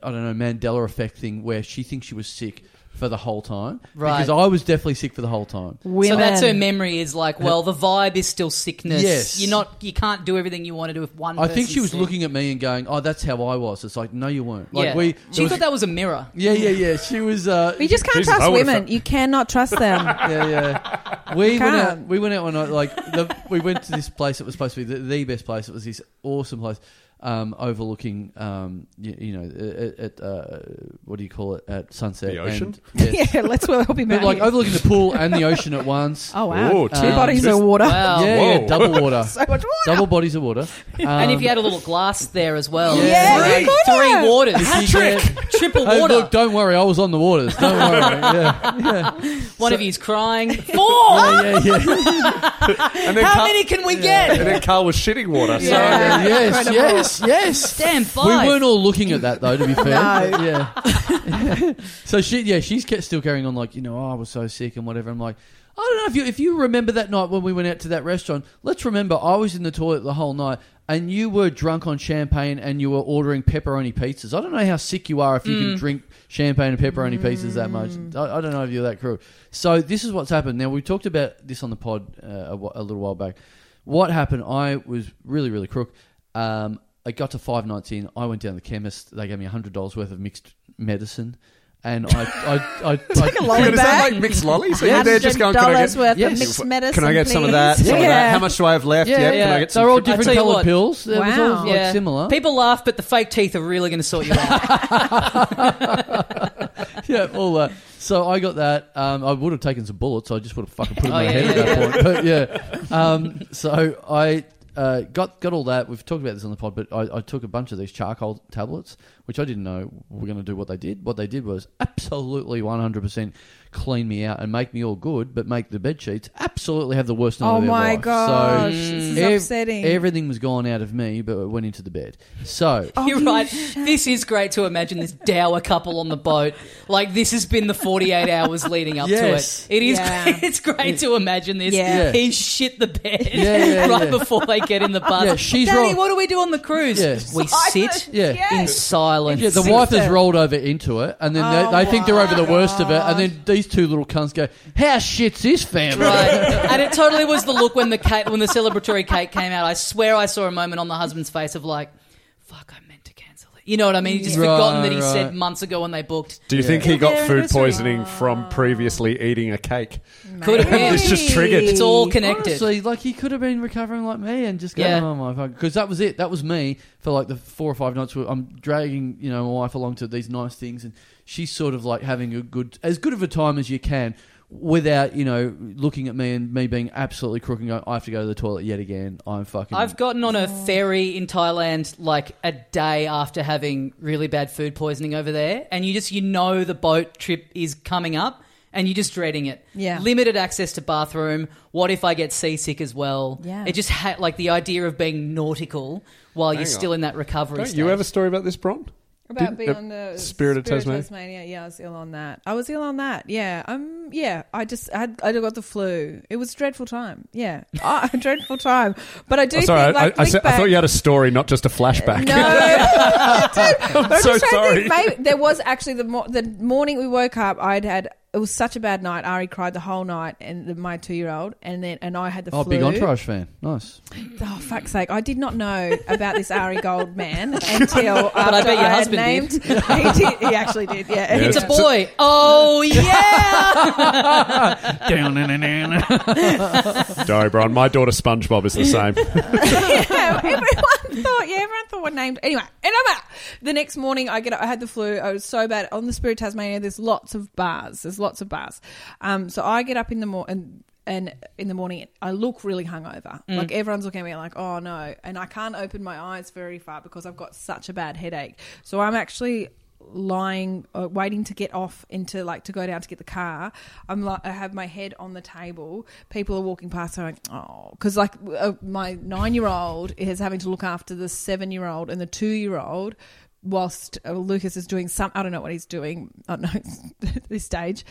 Speaker 2: I don't know Mandela effect thing where she thinks she was sick for the whole time.
Speaker 1: Right.
Speaker 2: Because I was definitely sick for the whole time.
Speaker 1: So
Speaker 3: Women.
Speaker 1: that's her memory is like, well, the vibe is still sickness.
Speaker 2: Yes.
Speaker 1: You're not you can't do everything you want to do with one
Speaker 2: I think she
Speaker 1: person's
Speaker 2: was
Speaker 1: sick.
Speaker 2: looking at me and going, "Oh, that's how I was." It's like, no, you weren't. Like
Speaker 1: yeah. She
Speaker 2: we, there was-
Speaker 1: thought that was a mirror.
Speaker 2: yeah, yeah, yeah. She was. Uh,
Speaker 3: But you just can't
Speaker 4: Jesus, I
Speaker 3: trust
Speaker 4: would've
Speaker 3: women.
Speaker 4: felt-
Speaker 3: You cannot trust them.
Speaker 2: yeah, yeah. We went out,
Speaker 3: can't.
Speaker 2: we went out one night. Like the, we went to this place that was supposed to be the, the best place. It was this awesome place um, overlooking, um, you, you know, at, at uh, what do you call it at sunset?
Speaker 4: The ocean?
Speaker 2: And, yes.
Speaker 3: yeah, let's well help him
Speaker 2: But
Speaker 3: out.
Speaker 2: like
Speaker 3: here.
Speaker 2: overlooking the pool and the ocean at once.
Speaker 3: oh wow,
Speaker 4: Oh,
Speaker 3: two
Speaker 4: um,
Speaker 3: bodies
Speaker 4: just-
Speaker 3: of water.
Speaker 1: Wow.
Speaker 2: yeah,
Speaker 4: Whoa.
Speaker 2: yeah, double water,
Speaker 3: So much water.
Speaker 2: double bodies of water.
Speaker 1: and if
Speaker 2: Um,
Speaker 1: you had a little glass there as well.
Speaker 2: Yeah.
Speaker 3: Yes,
Speaker 1: Three-
Speaker 3: you could have.
Speaker 1: three waters.
Speaker 2: Hat trick.
Speaker 1: Triple
Speaker 2: Hey,
Speaker 1: water.
Speaker 2: look, don't worry, I was on the waters. Don't worry. Yeah,
Speaker 1: One of you's crying. Four.
Speaker 2: yeah, yeah. yeah.
Speaker 4: And then,
Speaker 1: How
Speaker 4: Carl,
Speaker 1: many can we get?
Speaker 4: and then Carl was shitting water. So
Speaker 3: Yeah.
Speaker 2: yes, yes, yes.
Speaker 1: Damn,
Speaker 2: We
Speaker 1: five.
Speaker 2: weren't all looking at that though, to be fair. But, Yeah. so she, yeah, she's kept still carrying on like you know, oh, I was so sick and whatever. I'm like, I don't know if you if you remember that night when we went out to that restaurant. Let's remember, I was in the toilet the whole night, and you were drunk on champagne, and you were ordering pepperoni pizzas. I don't know how sick you are if you can drink champagne and pepperoni pizzas that much. I, I don't know if you're that cruel. So this is what's happened. Now we talked about this on the pod uh, a, wh- a little while back. What happened? I was really really crook. Um, I got to five nights in. I went down to the chemist. They gave me hundred dollars worth of mixed medicine, and I, I, I, I
Speaker 3: a
Speaker 4: You're
Speaker 3: load
Speaker 4: gonna sound
Speaker 3: back.
Speaker 4: like mixed lollies? Are you there just going, can I
Speaker 3: $100
Speaker 4: get,
Speaker 3: worth
Speaker 2: Yes.
Speaker 3: of mixed medicine.
Speaker 4: can I get some of that?
Speaker 3: please?
Speaker 4: Some of that?
Speaker 3: Yeah.
Speaker 4: How much do I have left?
Speaker 2: yeah,
Speaker 4: Yeah,
Speaker 2: yeah.
Speaker 4: Can I
Speaker 2: they're
Speaker 4: get some?
Speaker 2: all
Speaker 1: I
Speaker 2: different
Speaker 1: tell you
Speaker 2: coloured
Speaker 1: what.
Speaker 2: pills. Wow. was all
Speaker 3: Wow.
Speaker 2: like
Speaker 1: Yeah.
Speaker 2: similar.
Speaker 1: People laugh, but the fake teeth are really going to sort you out.
Speaker 2: yeah, all that. So I got that. Um, I would have taken some bullets. I just would have fucking put it in
Speaker 1: Oh,
Speaker 2: my
Speaker 1: yeah,
Speaker 2: head
Speaker 1: yeah,
Speaker 2: at that point. But yeah. Um, so I uh, got got all that. We've talked about this on the pod, but I, I took a bunch of these charcoal tablets, which I didn't know were going to do what they did. What they did was absolutely 100% clean me out and make me all good, but make the bed sheets absolutely have the worst night
Speaker 3: Oh
Speaker 2: of their
Speaker 3: my
Speaker 2: life. So
Speaker 3: gosh, this is
Speaker 2: ev-
Speaker 3: upsetting.
Speaker 2: Everything was gone out of me, but it went into the bed. So
Speaker 1: You're right. This is great to imagine this dour couple on the boat. Like this has been the 48 hours leading up
Speaker 2: Yes.
Speaker 1: to it. It is.
Speaker 3: Yeah.
Speaker 1: It's great to imagine this.
Speaker 3: Yeah.
Speaker 2: Yeah.
Speaker 1: He shit the bed
Speaker 2: Yeah, yeah,
Speaker 1: right
Speaker 2: yeah.
Speaker 1: before they get in the bus.
Speaker 2: Yeah, she's
Speaker 1: Daddy,
Speaker 2: wrong.
Speaker 1: what do we do on the cruise?
Speaker 2: Yeah.
Speaker 1: We sit
Speaker 2: Yeah.
Speaker 1: in silence.
Speaker 2: Yeah, the
Speaker 3: Six
Speaker 2: wife has
Speaker 3: step.
Speaker 2: rolled over into it, and then they, they think they're
Speaker 1: Oh
Speaker 2: over the worst of it, and then these two little cunts go, "How shit's this family?"
Speaker 1: Right, and it totally was the look when the cake, when the celebratory cake came out. I swear I saw a moment on the husband's face of like, "Fuck, I meant to cancel it." You know what I mean? He's just
Speaker 2: Right,
Speaker 1: forgotten that he said
Speaker 2: right.
Speaker 1: months ago when they booked.
Speaker 4: Do you think he
Speaker 3: They're
Speaker 4: got food
Speaker 3: anniversary.
Speaker 4: poisoning from previously eating a cake?
Speaker 1: Could have been.
Speaker 4: It's just triggered.
Speaker 1: It's all connected.
Speaker 2: Honestly, like he could have been recovering like me and just going,
Speaker 1: Yeah.
Speaker 2: "Oh my fuck," because that was it. That was me for like the four or five nights. Where I'm dragging, you know, my wife along to these nice things, and she's sort of like having a good, as good of a time as you can. Without you know looking at me and me being absolutely crook and going, I have to go to the toilet yet again. I'm fucking.
Speaker 1: I've gotten on a
Speaker 3: Oh.
Speaker 1: ferry in Thailand like a day after having really bad food poisoning over there, and you just you know the boat trip is coming up, and you're just dreading it.
Speaker 3: Yeah.
Speaker 1: limited access to bathroom. What if I get seasick as well?
Speaker 3: Yeah.
Speaker 1: it just had like the idea of being nautical while you're
Speaker 4: Hang
Speaker 1: still
Speaker 4: on.
Speaker 1: in that recovery.
Speaker 4: Don't
Speaker 1: stage.
Speaker 4: you have a story about this, Bron?
Speaker 3: About
Speaker 4: Didn't-
Speaker 3: being
Speaker 4: uh,
Speaker 3: on the
Speaker 4: Spirit of Tasmania?
Speaker 3: Yeah, I was ill on that. I was ill on that. Yeah. Um. Yeah. I just I had I got the flu. It was a dreadful time. Yeah. Ah, a dreadful time. But I do.
Speaker 4: Oh, sorry,
Speaker 3: think,
Speaker 4: I, I,
Speaker 3: like,
Speaker 4: I, said- I
Speaker 3: Lickback-
Speaker 4: thought you had a story, not just a flashback.
Speaker 3: No, I did. But
Speaker 4: so
Speaker 3: just trying to think,
Speaker 4: sorry.
Speaker 3: maybe there was actually the mo- the morning we woke up. I'd had it was such a bad night. Ari cried the whole night, and the- my two year old, and then and I had the
Speaker 2: oh,
Speaker 3: flu.
Speaker 2: big entourage fan. Nice.
Speaker 3: Oh fuck's sake! I did not know about this Ari Gold man until after
Speaker 1: I bet your
Speaker 3: had
Speaker 1: husband
Speaker 3: named.
Speaker 1: did.
Speaker 3: he did. He actually did. Yeah,
Speaker 4: Yeah,
Speaker 1: It's a
Speaker 4: So-
Speaker 1: boy. oh yeah.
Speaker 4: Sorry, Bron. My daughter SpongeBob is the same.
Speaker 3: yeah, everyone thought. Yeah, everyone thought what named. Anyway, another. The next morning, I get. up- I had the flu. I was so bad. On the Spirit of Tasmania, there's lots of bars. There's lots of bars. Um, so I get up in the morning. And in the morning, I look really hungover. Like everyone's looking at me, like, "Oh no!" And I can't open my eyes very far because I've got such a bad headache. So I'm actually lying, uh, waiting to get off into like to go down to get the car. I'm like, I have my head on the table. People are walking past, going, oh, because like uh, my nine year old is having to look after the seven year old and the two year old. Whilst uh, Lucas is doing some, I don't know what he's doing. I don't know at this stage,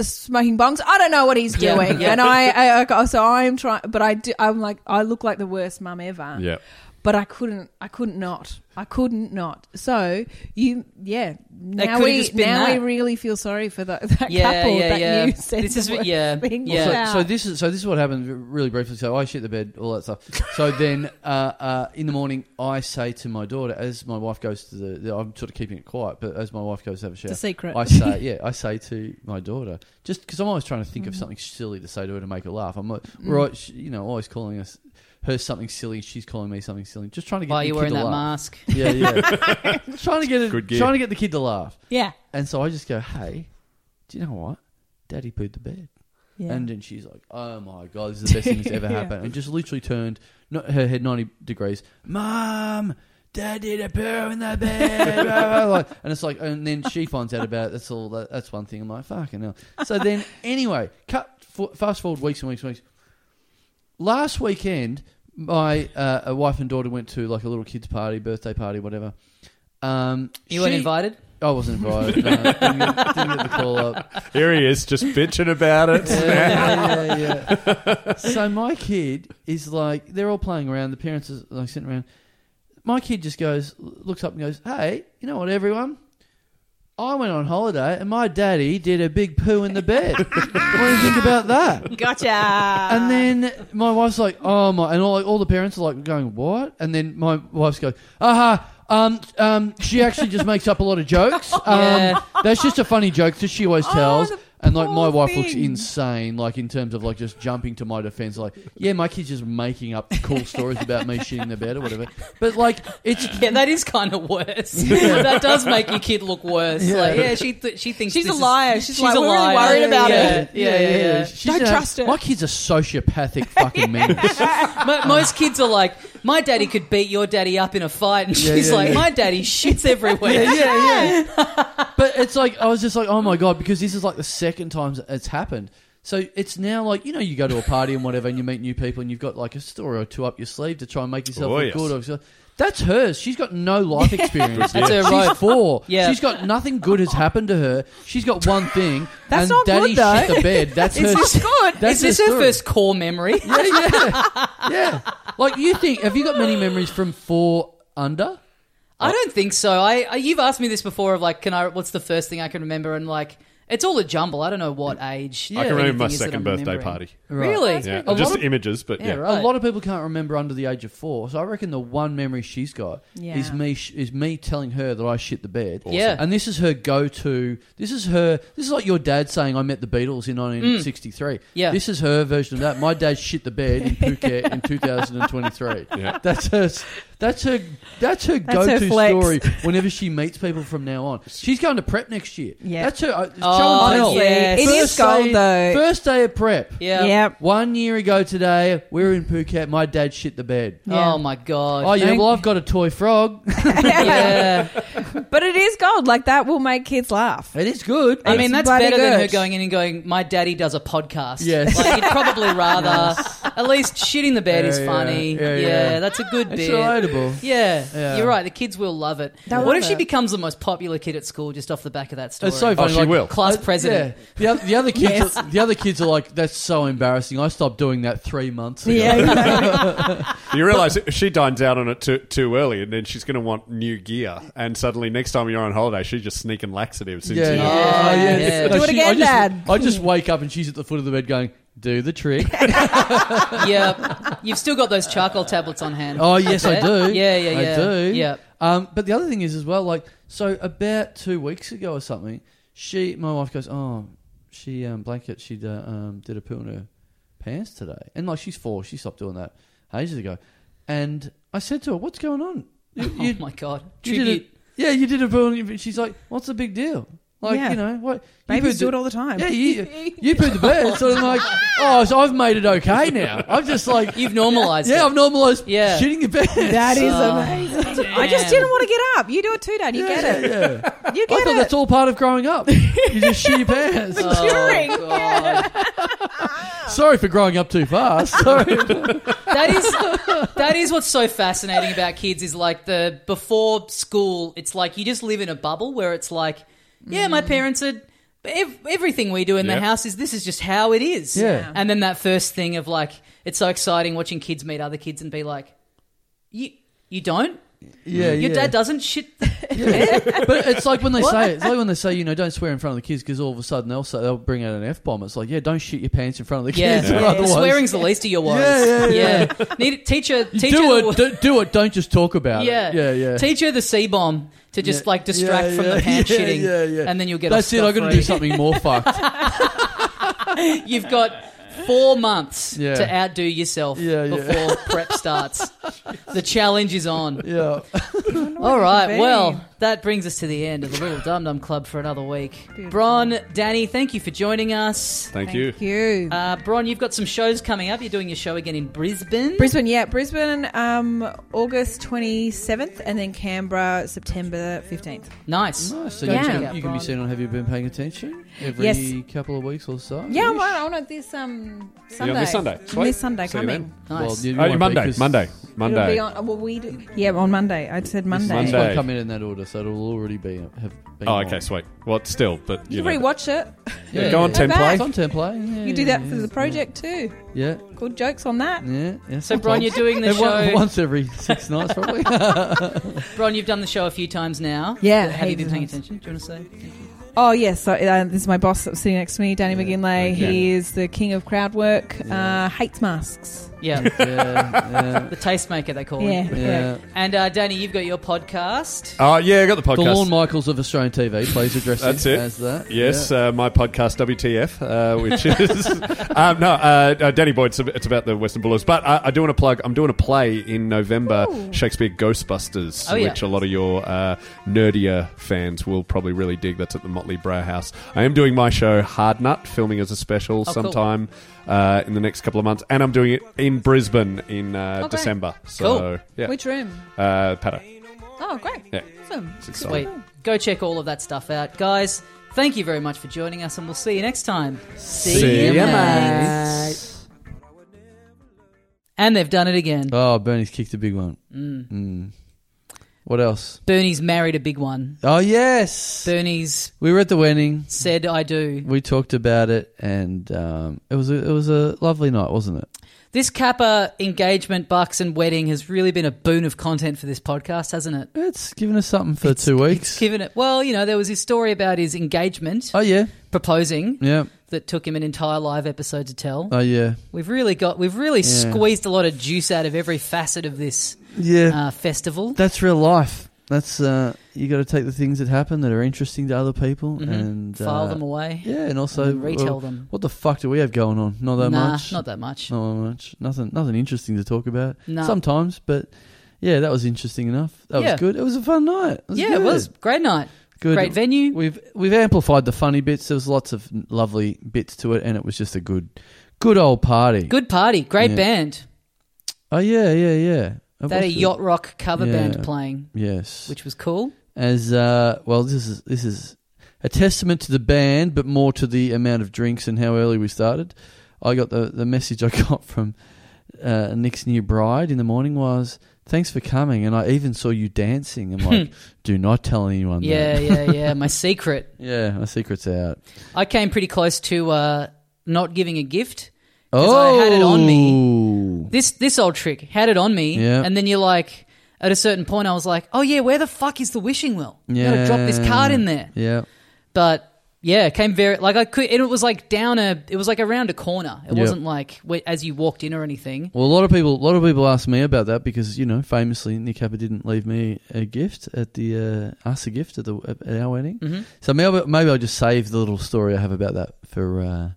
Speaker 3: smoking bongs. I don't know what he's
Speaker 1: Yeah,
Speaker 3: doing,
Speaker 1: yeah.
Speaker 3: and I, I, I so I'm trying, but I do. I'm like, I look like the worst mum ever
Speaker 4: Yep.
Speaker 3: but I couldn't. I couldn't not. I couldn't not. So you, yeah. Now
Speaker 1: could've
Speaker 3: we
Speaker 1: just been
Speaker 3: now
Speaker 1: that.
Speaker 3: we really feel sorry for the, that
Speaker 1: Yeah,
Speaker 3: couple
Speaker 1: yeah,
Speaker 3: that
Speaker 1: yeah.
Speaker 3: you said
Speaker 1: This is
Speaker 3: the
Speaker 1: what-
Speaker 3: worst
Speaker 1: yeah,
Speaker 3: things
Speaker 1: yeah.
Speaker 3: about.
Speaker 2: So this is so this is what happened r- really briefly. So I shit the bed, all that stuff. So then uh, uh, in the morning, I say to my daughter, as my wife goes to the, the, I'm sort of keeping it quiet, but as my wife goes to have a shower,
Speaker 3: the secret.
Speaker 2: I say, yeah, I say to my daughter, just because I'm always trying to
Speaker 1: Mm-hmm.
Speaker 2: think of something silly to say to her to make her laugh. I'm like,
Speaker 1: Mm.
Speaker 2: we're all, she, you know, always calling us her something silly. She's calling me something silly. Just trying to get
Speaker 1: Why are
Speaker 2: the
Speaker 1: you
Speaker 2: kid
Speaker 1: wearing
Speaker 2: to
Speaker 1: that
Speaker 2: laugh.
Speaker 1: mask?
Speaker 2: Yeah, yeah. trying to get it,
Speaker 4: Good gear.
Speaker 2: trying to get the kid to laugh.
Speaker 1: Yeah.
Speaker 2: And so I just go, hey, do you know what? Daddy pooed the bed.
Speaker 3: Yeah.
Speaker 2: And then she's like, "Oh my god, this is the best thing that's ever
Speaker 3: Yeah.
Speaker 2: happened!" And just literally turned no her head ninety degrees. Mom, Dad did a poo in the bed, blah, blah, blah. and it's like, and then she finds out about it. That's all. That, that's one thing. I'm like, fucking hell. So then, anyway, cut f- fast forward weeks and weeks and weeks. Last weekend, my uh, wife and daughter went to like a little kids' party, birthday party, whatever. Um,
Speaker 1: You weren't
Speaker 2: she-
Speaker 1: invited?
Speaker 2: I wasn't invited. No, didn't, get, didn't get the call up.
Speaker 4: Here he is, just bitching about it.
Speaker 2: Yeah, yeah, yeah. so my kid is like, they're all playing around. The parents are like sitting around. My kid just goes, looks up and goes, "Hey, you know what, everyone? I went on holiday and my daddy did a big poo in the bed. what do you think about that?"
Speaker 3: gotcha.
Speaker 2: And then my wife's like, "Oh my!" And all, like, all the parents are like going, "What?" And then my wife's going, "Aha." Um, um, she actually just makes up a lot of jokes. Um,
Speaker 1: Yeah.
Speaker 2: That's just a funny joke that she always
Speaker 3: Oh,
Speaker 2: tells.
Speaker 3: the
Speaker 2: and like my
Speaker 3: poor
Speaker 2: wife looks
Speaker 3: thing.
Speaker 2: insane, like in terms of like just jumping to my defense, like yeah, my kid's just making up cool stories about me shitting the bed or whatever. But like it's
Speaker 1: Yeah, that is kind of worse. that does make your kid look worse.
Speaker 2: Yeah.
Speaker 1: Like, yeah, she th- she thinks
Speaker 3: She's
Speaker 1: this
Speaker 3: a
Speaker 1: is-
Speaker 3: liar. She's like, we're really worried about
Speaker 1: yeah,
Speaker 3: it.
Speaker 1: Yeah, yeah, yeah.
Speaker 2: She's
Speaker 3: Don't
Speaker 2: a-
Speaker 3: trust her.
Speaker 2: My kid's a sociopathic fucking menace.
Speaker 1: Mo- most kids are like, my daddy could beat your daddy up in a fight, and
Speaker 2: Yeah,
Speaker 1: she's
Speaker 2: yeah,
Speaker 1: like,
Speaker 2: yeah.
Speaker 1: my daddy shits everywhere.
Speaker 2: yeah, yeah, yeah. but it's like I was just like, oh my god, because this is like the second time it's happened. So it's now like you know you go to a party and whatever, and you meet new people, and you've got like a story or two up your sleeve to try and make yourself
Speaker 4: Oh,
Speaker 2: look
Speaker 4: yes.
Speaker 2: good. Or so- That's hers. She's got no life experience.
Speaker 1: That's her
Speaker 2: She's
Speaker 1: right.
Speaker 2: four.
Speaker 1: Yeah.
Speaker 2: She's got nothing good has happened to her. She's got one thing.
Speaker 3: That's
Speaker 2: and
Speaker 3: not
Speaker 2: Daddy
Speaker 3: good, though.
Speaker 2: shit the bed. That's her.
Speaker 3: It's not good.
Speaker 2: That's
Speaker 1: is this
Speaker 2: her,
Speaker 1: her
Speaker 2: story.
Speaker 1: first core memory?
Speaker 2: Yeah, yeah, yeah. Like you think? Have you got many memories from four under?
Speaker 1: I don't think so. I, I you've asked me this before of like, can I? What's the first thing I can remember? And like, it's all a jumble. I don't know what age.
Speaker 2: I
Speaker 4: I
Speaker 2: Yeah,
Speaker 4: can remember my
Speaker 1: anything is that I'm
Speaker 4: second birthday
Speaker 1: remembering.
Speaker 4: party.
Speaker 1: Really?
Speaker 4: Yeah,
Speaker 1: A lot
Speaker 4: just
Speaker 1: of-
Speaker 4: images, but yeah.
Speaker 1: Yeah, right.
Speaker 2: A lot of people can't remember under the age of four, so I reckon the one memory she's got
Speaker 3: Yeah.
Speaker 2: is me sh- is me telling her that I shit the bed.
Speaker 1: Yeah.
Speaker 2: and this is her go to. This is her. This is like your dad saying I met the Beatles in
Speaker 3: Mm.
Speaker 2: 1963.
Speaker 1: Yeah.
Speaker 2: this is her version of that. My dad shit the bed in Phuket in 2023.
Speaker 4: Yeah.
Speaker 2: That's her. s- That's her. That's her
Speaker 3: That's her
Speaker 2: go to
Speaker 3: flex.
Speaker 2: story. Whenever she meets people from now on, she's going to prep next year.
Speaker 3: Yeah.
Speaker 2: that's her. Uh, show
Speaker 1: Oh,
Speaker 2: and tell.
Speaker 1: honestly, it
Speaker 3: is
Speaker 2: First
Speaker 3: gold,
Speaker 2: day-
Speaker 3: though.
Speaker 2: First day of prep.
Speaker 1: Yeah.
Speaker 2: One year ago today, we were in Phuket. My dad shit the bed.
Speaker 3: Yeah.
Speaker 1: Oh my god.
Speaker 2: Oh yeah,
Speaker 3: Thank-
Speaker 2: well I've got a toy frog.
Speaker 1: yeah.
Speaker 3: But it is gold. Like that will make kids laugh.
Speaker 2: it is good.
Speaker 1: I mean,
Speaker 3: It's
Speaker 1: that's
Speaker 3: bloody
Speaker 1: better than her
Speaker 3: good.
Speaker 1: going in and going, "My daddy does a podcast."
Speaker 2: Yes.
Speaker 1: like you'd probably rather at least shitting the bed
Speaker 2: Yeah,
Speaker 1: is
Speaker 2: yeah,
Speaker 1: funny.
Speaker 2: yeah,
Speaker 1: Yeah,
Speaker 2: yeah.
Speaker 1: that's a good
Speaker 2: it's
Speaker 1: bit.
Speaker 2: relatable.
Speaker 1: Yeah,
Speaker 2: Yeah.
Speaker 1: you're right. The kids will love it.
Speaker 3: They'll
Speaker 1: What
Speaker 3: love
Speaker 1: if she
Speaker 3: it.
Speaker 1: becomes the most popular kid at school just off the back of that story?
Speaker 2: It's so funny.
Speaker 4: Oh, she
Speaker 2: like,
Speaker 4: will.
Speaker 1: Class
Speaker 2: uh,
Speaker 1: president.
Speaker 2: Yeah. The, other, the other kids, are, the other kids are like, "That's so embarrassing." I stopped doing that three months ago.
Speaker 4: You realise if she dines out on it too, too early, and then she's going to want new gear. And suddenly, next time you're on holiday, she's just sneaking laxatives into
Speaker 2: Yeah.
Speaker 4: you.
Speaker 1: Yeah.
Speaker 2: Oh, yeah.
Speaker 1: Yeah.
Speaker 2: No,
Speaker 3: Do it
Speaker 2: she-
Speaker 3: again,
Speaker 2: I just,
Speaker 3: Dad.
Speaker 2: I just wake up and she's at the foot of the bed going, "Do the trick."
Speaker 1: yeah, you've still got those charcoal tablets on hand.
Speaker 2: Oh yes, I do.
Speaker 1: Yeah, yeah, yeah.
Speaker 2: I do.
Speaker 1: Yeah.
Speaker 2: Um, but the other thing is as well, like, so about two weeks ago or something, she, my wife goes, oh, she um, blanket, she uh, um, did a poo in her pants today, and like she's four, she stopped doing that ages ago, and I said to her, what's going on? You,
Speaker 1: Oh
Speaker 2: you-
Speaker 1: my god!
Speaker 2: you did
Speaker 1: Tribute.
Speaker 2: a, yeah, you did a poo, in your-" she's like, what's the big deal? Like
Speaker 3: Yeah.
Speaker 2: you know what? you
Speaker 3: Babies
Speaker 2: pooed
Speaker 3: do it all the time.
Speaker 2: Yeah, you you pooed the bed. So I'm like, oh, so I've made it okay now. I'm just like,
Speaker 1: You've normalized
Speaker 2: yeah,
Speaker 1: it.
Speaker 2: I've normalised
Speaker 1: Yeah.
Speaker 2: shitting the bed.
Speaker 3: That is
Speaker 1: Oh,
Speaker 3: amazing. I
Speaker 1: damn.
Speaker 3: just didn't want to get up. You do it too, Dad. You
Speaker 2: yeah,
Speaker 3: get it.
Speaker 2: yeah, yeah.
Speaker 3: You
Speaker 2: I
Speaker 3: get
Speaker 2: thought
Speaker 3: it.
Speaker 2: that's all part of growing up. You just shit your pants.
Speaker 1: Oh,
Speaker 3: Curing.
Speaker 1: God.
Speaker 2: Sorry for growing up too fast. Sorry.
Speaker 1: that is that is what's so fascinating about kids is like the before school it's like you just live in a bubble where it's like yeah
Speaker 2: Mm.
Speaker 1: my parents are ev- everything we do in
Speaker 4: Yeah.
Speaker 1: the house is this is just how it is
Speaker 2: Yeah.
Speaker 1: and then that first thing of like it's so exciting watching kids meet other kids and be like you you don't
Speaker 2: Yeah,
Speaker 1: your
Speaker 2: yeah.
Speaker 1: dad doesn't shit
Speaker 2: But it's like when they say it's like when they say you know don't swear in front of the kids because all of a sudden they'll say, they'll bring out an f bomb. It's like yeah, don't shit your pants in front of the
Speaker 1: yeah,
Speaker 2: kids. or
Speaker 1: The
Speaker 2: otherwise-
Speaker 1: swearing's the least of your worries
Speaker 2: Yeah, yeah,
Speaker 1: Need, teacher
Speaker 2: You
Speaker 1: teacher
Speaker 2: do it, do, do it. Don't just talk about
Speaker 1: Yeah,
Speaker 2: it. Yeah, yeah.
Speaker 1: Teach her the C bomb to just
Speaker 2: Yeah.
Speaker 1: like distract
Speaker 2: Yeah,
Speaker 1: from
Speaker 2: yeah,
Speaker 1: the pants
Speaker 2: yeah,
Speaker 1: shitting,
Speaker 2: yeah, yeah.
Speaker 1: and then you'll get.
Speaker 2: That's
Speaker 1: off
Speaker 2: it. I got to do
Speaker 1: scot-free.
Speaker 2: something more fucked.
Speaker 1: You've got four months
Speaker 2: Yeah.
Speaker 1: to outdo yourself
Speaker 2: Yeah, yeah.
Speaker 1: before prep starts. the challenge is on.
Speaker 2: Yeah.
Speaker 1: All right,
Speaker 3: be.
Speaker 1: well, that brings us to the end of the Little Dum Dum Club for another week. Bron, Danny, thank you for joining us.
Speaker 4: Thank,
Speaker 3: Thank
Speaker 4: you.
Speaker 3: you.
Speaker 1: Uh, Bron, you've got some shows coming up. You're doing your show again in Brisbane.
Speaker 3: Brisbane, yeah, Brisbane, um, August twenty seventh, and then Canberra, September fifteenth.
Speaker 1: nice.
Speaker 2: So
Speaker 1: Go
Speaker 3: Yeah.
Speaker 1: check
Speaker 2: you,
Speaker 1: out
Speaker 2: you can be
Speaker 1: Bron.
Speaker 2: seen on Have You Been Paying Attention every
Speaker 3: Yes.
Speaker 2: couple of weeks or so.
Speaker 3: Yeah, I'm on, I'm on this um Sunday.
Speaker 4: this Sunday. Sweet.
Speaker 3: This Sunday
Speaker 4: See you
Speaker 3: coming.
Speaker 4: then.
Speaker 1: Nice.
Speaker 2: Well, you- you
Speaker 4: Oh,
Speaker 2: won't be
Speaker 4: Monday,
Speaker 2: 'cause
Speaker 4: Monday,
Speaker 3: It'll be
Speaker 4: Monday.
Speaker 3: on. Well, we do. Yeah, on Monday. I
Speaker 2: This
Speaker 3: said Monday.
Speaker 2: this
Speaker 4: Monday.
Speaker 2: won't come in in that order, so it'll already be have been.
Speaker 4: Oh,
Speaker 2: on.
Speaker 4: okay, sweet. Well, it's still, but you
Speaker 3: You
Speaker 4: know.
Speaker 3: can rewatch it.
Speaker 2: Yeah,
Speaker 4: Go on,
Speaker 2: yeah.
Speaker 4: Tim
Speaker 3: Go
Speaker 4: Play.
Speaker 2: It's on template. Yeah,
Speaker 3: You do that
Speaker 2: yeah,
Speaker 3: for the project too.
Speaker 2: Yeah,
Speaker 3: Good jokes on that.
Speaker 2: yeah. yeah
Speaker 1: So, Bron, you're doing the
Speaker 2: Every-
Speaker 1: show.
Speaker 2: once every six nights, probably.
Speaker 1: Bron, you've done the show a few times now.
Speaker 3: Yeah,
Speaker 1: Have you been
Speaker 3: heaps
Speaker 1: paying
Speaker 3: of times.
Speaker 1: attention? Do you want to say?
Speaker 3: Oh yes, so, uh, this is my boss that's sitting next to me, Danny
Speaker 2: Yeah,
Speaker 3: McGinley.
Speaker 2: okay.
Speaker 3: He is the king of crowd work.
Speaker 2: Yeah.
Speaker 3: Uh, hates masks.
Speaker 1: Yeah,
Speaker 2: yeah,
Speaker 1: the tastemaker they call
Speaker 3: Yeah,
Speaker 1: it.
Speaker 2: yeah, yeah.
Speaker 1: And uh, Danny, you've got your podcast.
Speaker 4: Oh, yeah, I got the podcast.
Speaker 2: The Lorne Michaels of Australian TV plays address
Speaker 4: That's
Speaker 2: it
Speaker 4: it.
Speaker 2: as that.
Speaker 4: Yes,
Speaker 2: Yeah.
Speaker 4: uh, my podcast WTF, uh, which is um, no uh, uh, Danny Boyd. It's ab- it's about the Western Bulldogs, but I, I do want to plug. I'm doing a play in November, Shakespeare Ghostbusters,
Speaker 1: Oh, yeah.
Speaker 4: which a lot of your uh, nerdier fans will probably really dig. That's at the Motley Brewhouse. I am doing my show Hard Nut, filming as a special
Speaker 1: Oh, cool.
Speaker 4: sometime uh, in the next couple of months, and I'm doing it in Brisbane in uh,
Speaker 3: Okay.
Speaker 4: December. So
Speaker 1: Cool.
Speaker 4: yeah,
Speaker 3: Which room?
Speaker 4: uh, Pato.
Speaker 3: Oh, great.
Speaker 4: Yeah.
Speaker 3: Awesome.
Speaker 4: It's
Speaker 1: Sweet.
Speaker 4: exciting.
Speaker 1: Go check all of that stuff out. Guys, thank you very much for joining us, and we'll see you next time. See,
Speaker 4: ya,
Speaker 1: mates. And they've done it again.
Speaker 2: Oh, Bernie's kicked a big one. Mm. What else?
Speaker 1: Bernie's married a big one.
Speaker 2: Oh yes,
Speaker 1: Bernie's
Speaker 2: we were at the wedding.
Speaker 1: said, I do.
Speaker 2: We talked about it, and um, it was a, it was a lovely night, wasn't it?
Speaker 1: This Kappa engagement, bucks, and wedding has really been a boon of content for this podcast, hasn't it?
Speaker 2: It's given us something for two weeks.
Speaker 1: Given it, well, you know, there was his story about his engagement,
Speaker 2: oh yeah,
Speaker 1: proposing,
Speaker 2: yeah,
Speaker 1: that took him an entire live episode to tell.
Speaker 2: oh yeah,
Speaker 1: We've really got we've really
Speaker 2: Yeah.
Speaker 1: squeezed a lot of juice out of every facet of this
Speaker 2: yeah.
Speaker 1: uh, festival.
Speaker 2: That's real life. That's uh, you got to take the things that happen that are interesting to other people
Speaker 1: Mhm.
Speaker 2: and uh,
Speaker 1: File them away.
Speaker 2: Yeah, and also
Speaker 1: and retell
Speaker 2: well,
Speaker 1: them.
Speaker 2: What the fuck do we have going on? Not that
Speaker 1: nah,
Speaker 2: much.
Speaker 1: not that much.
Speaker 2: Not that much. Nothing. Nothing interesting to talk about.
Speaker 1: No.
Speaker 2: Sometimes, but yeah, that was interesting enough. That
Speaker 1: Yeah.
Speaker 2: was good. It was a fun night. It was
Speaker 1: yeah,
Speaker 2: good.
Speaker 1: it was great night,
Speaker 2: good.
Speaker 1: great venue.
Speaker 2: We've we've amplified the funny bits. There was lots of lovely bits to it, and it was just a good, good old party.
Speaker 1: Good party, great
Speaker 2: Yeah.
Speaker 1: band.
Speaker 2: Oh yeah, yeah, yeah. It
Speaker 1: They had a
Speaker 2: was good.
Speaker 1: yacht rock cover
Speaker 2: Yeah.
Speaker 1: band playing,
Speaker 2: Yes.
Speaker 1: which was cool.
Speaker 2: As uh, well, this is this is a testament to the band, but more to the amount of drinks and how early we started. I got the the message I got from uh, Nick's new bride in the morning was. Thanks for coming, and I even saw you dancing. I'm like, do not tell anyone.
Speaker 1: Yeah,
Speaker 2: that.
Speaker 1: yeah, yeah. My secret.
Speaker 2: yeah. My secret's out.
Speaker 1: I came pretty close to uh, not giving a gift. 'Cause I had it on
Speaker 2: me.
Speaker 1: This this old trick had it on me,
Speaker 2: Yeah.
Speaker 1: and then you're like, at a certain point, I was like, oh yeah, where the fuck is the wishing well?
Speaker 2: Yeah.
Speaker 1: Gotta drop this card in there.
Speaker 2: Yeah.
Speaker 1: but yeah, it came very like I could. It was like down a. It was like around a corner. It
Speaker 2: Yeah.
Speaker 1: wasn't like w- as you walked in or anything.
Speaker 2: Well, a lot of people, a lot of people ask me about that because you know, famously, Nick Happer didn't leave me a gift at the uh, us a gift at the at our wedding.
Speaker 1: hmm
Speaker 2: So maybe maybe I'll just save the little story I have about that for uh,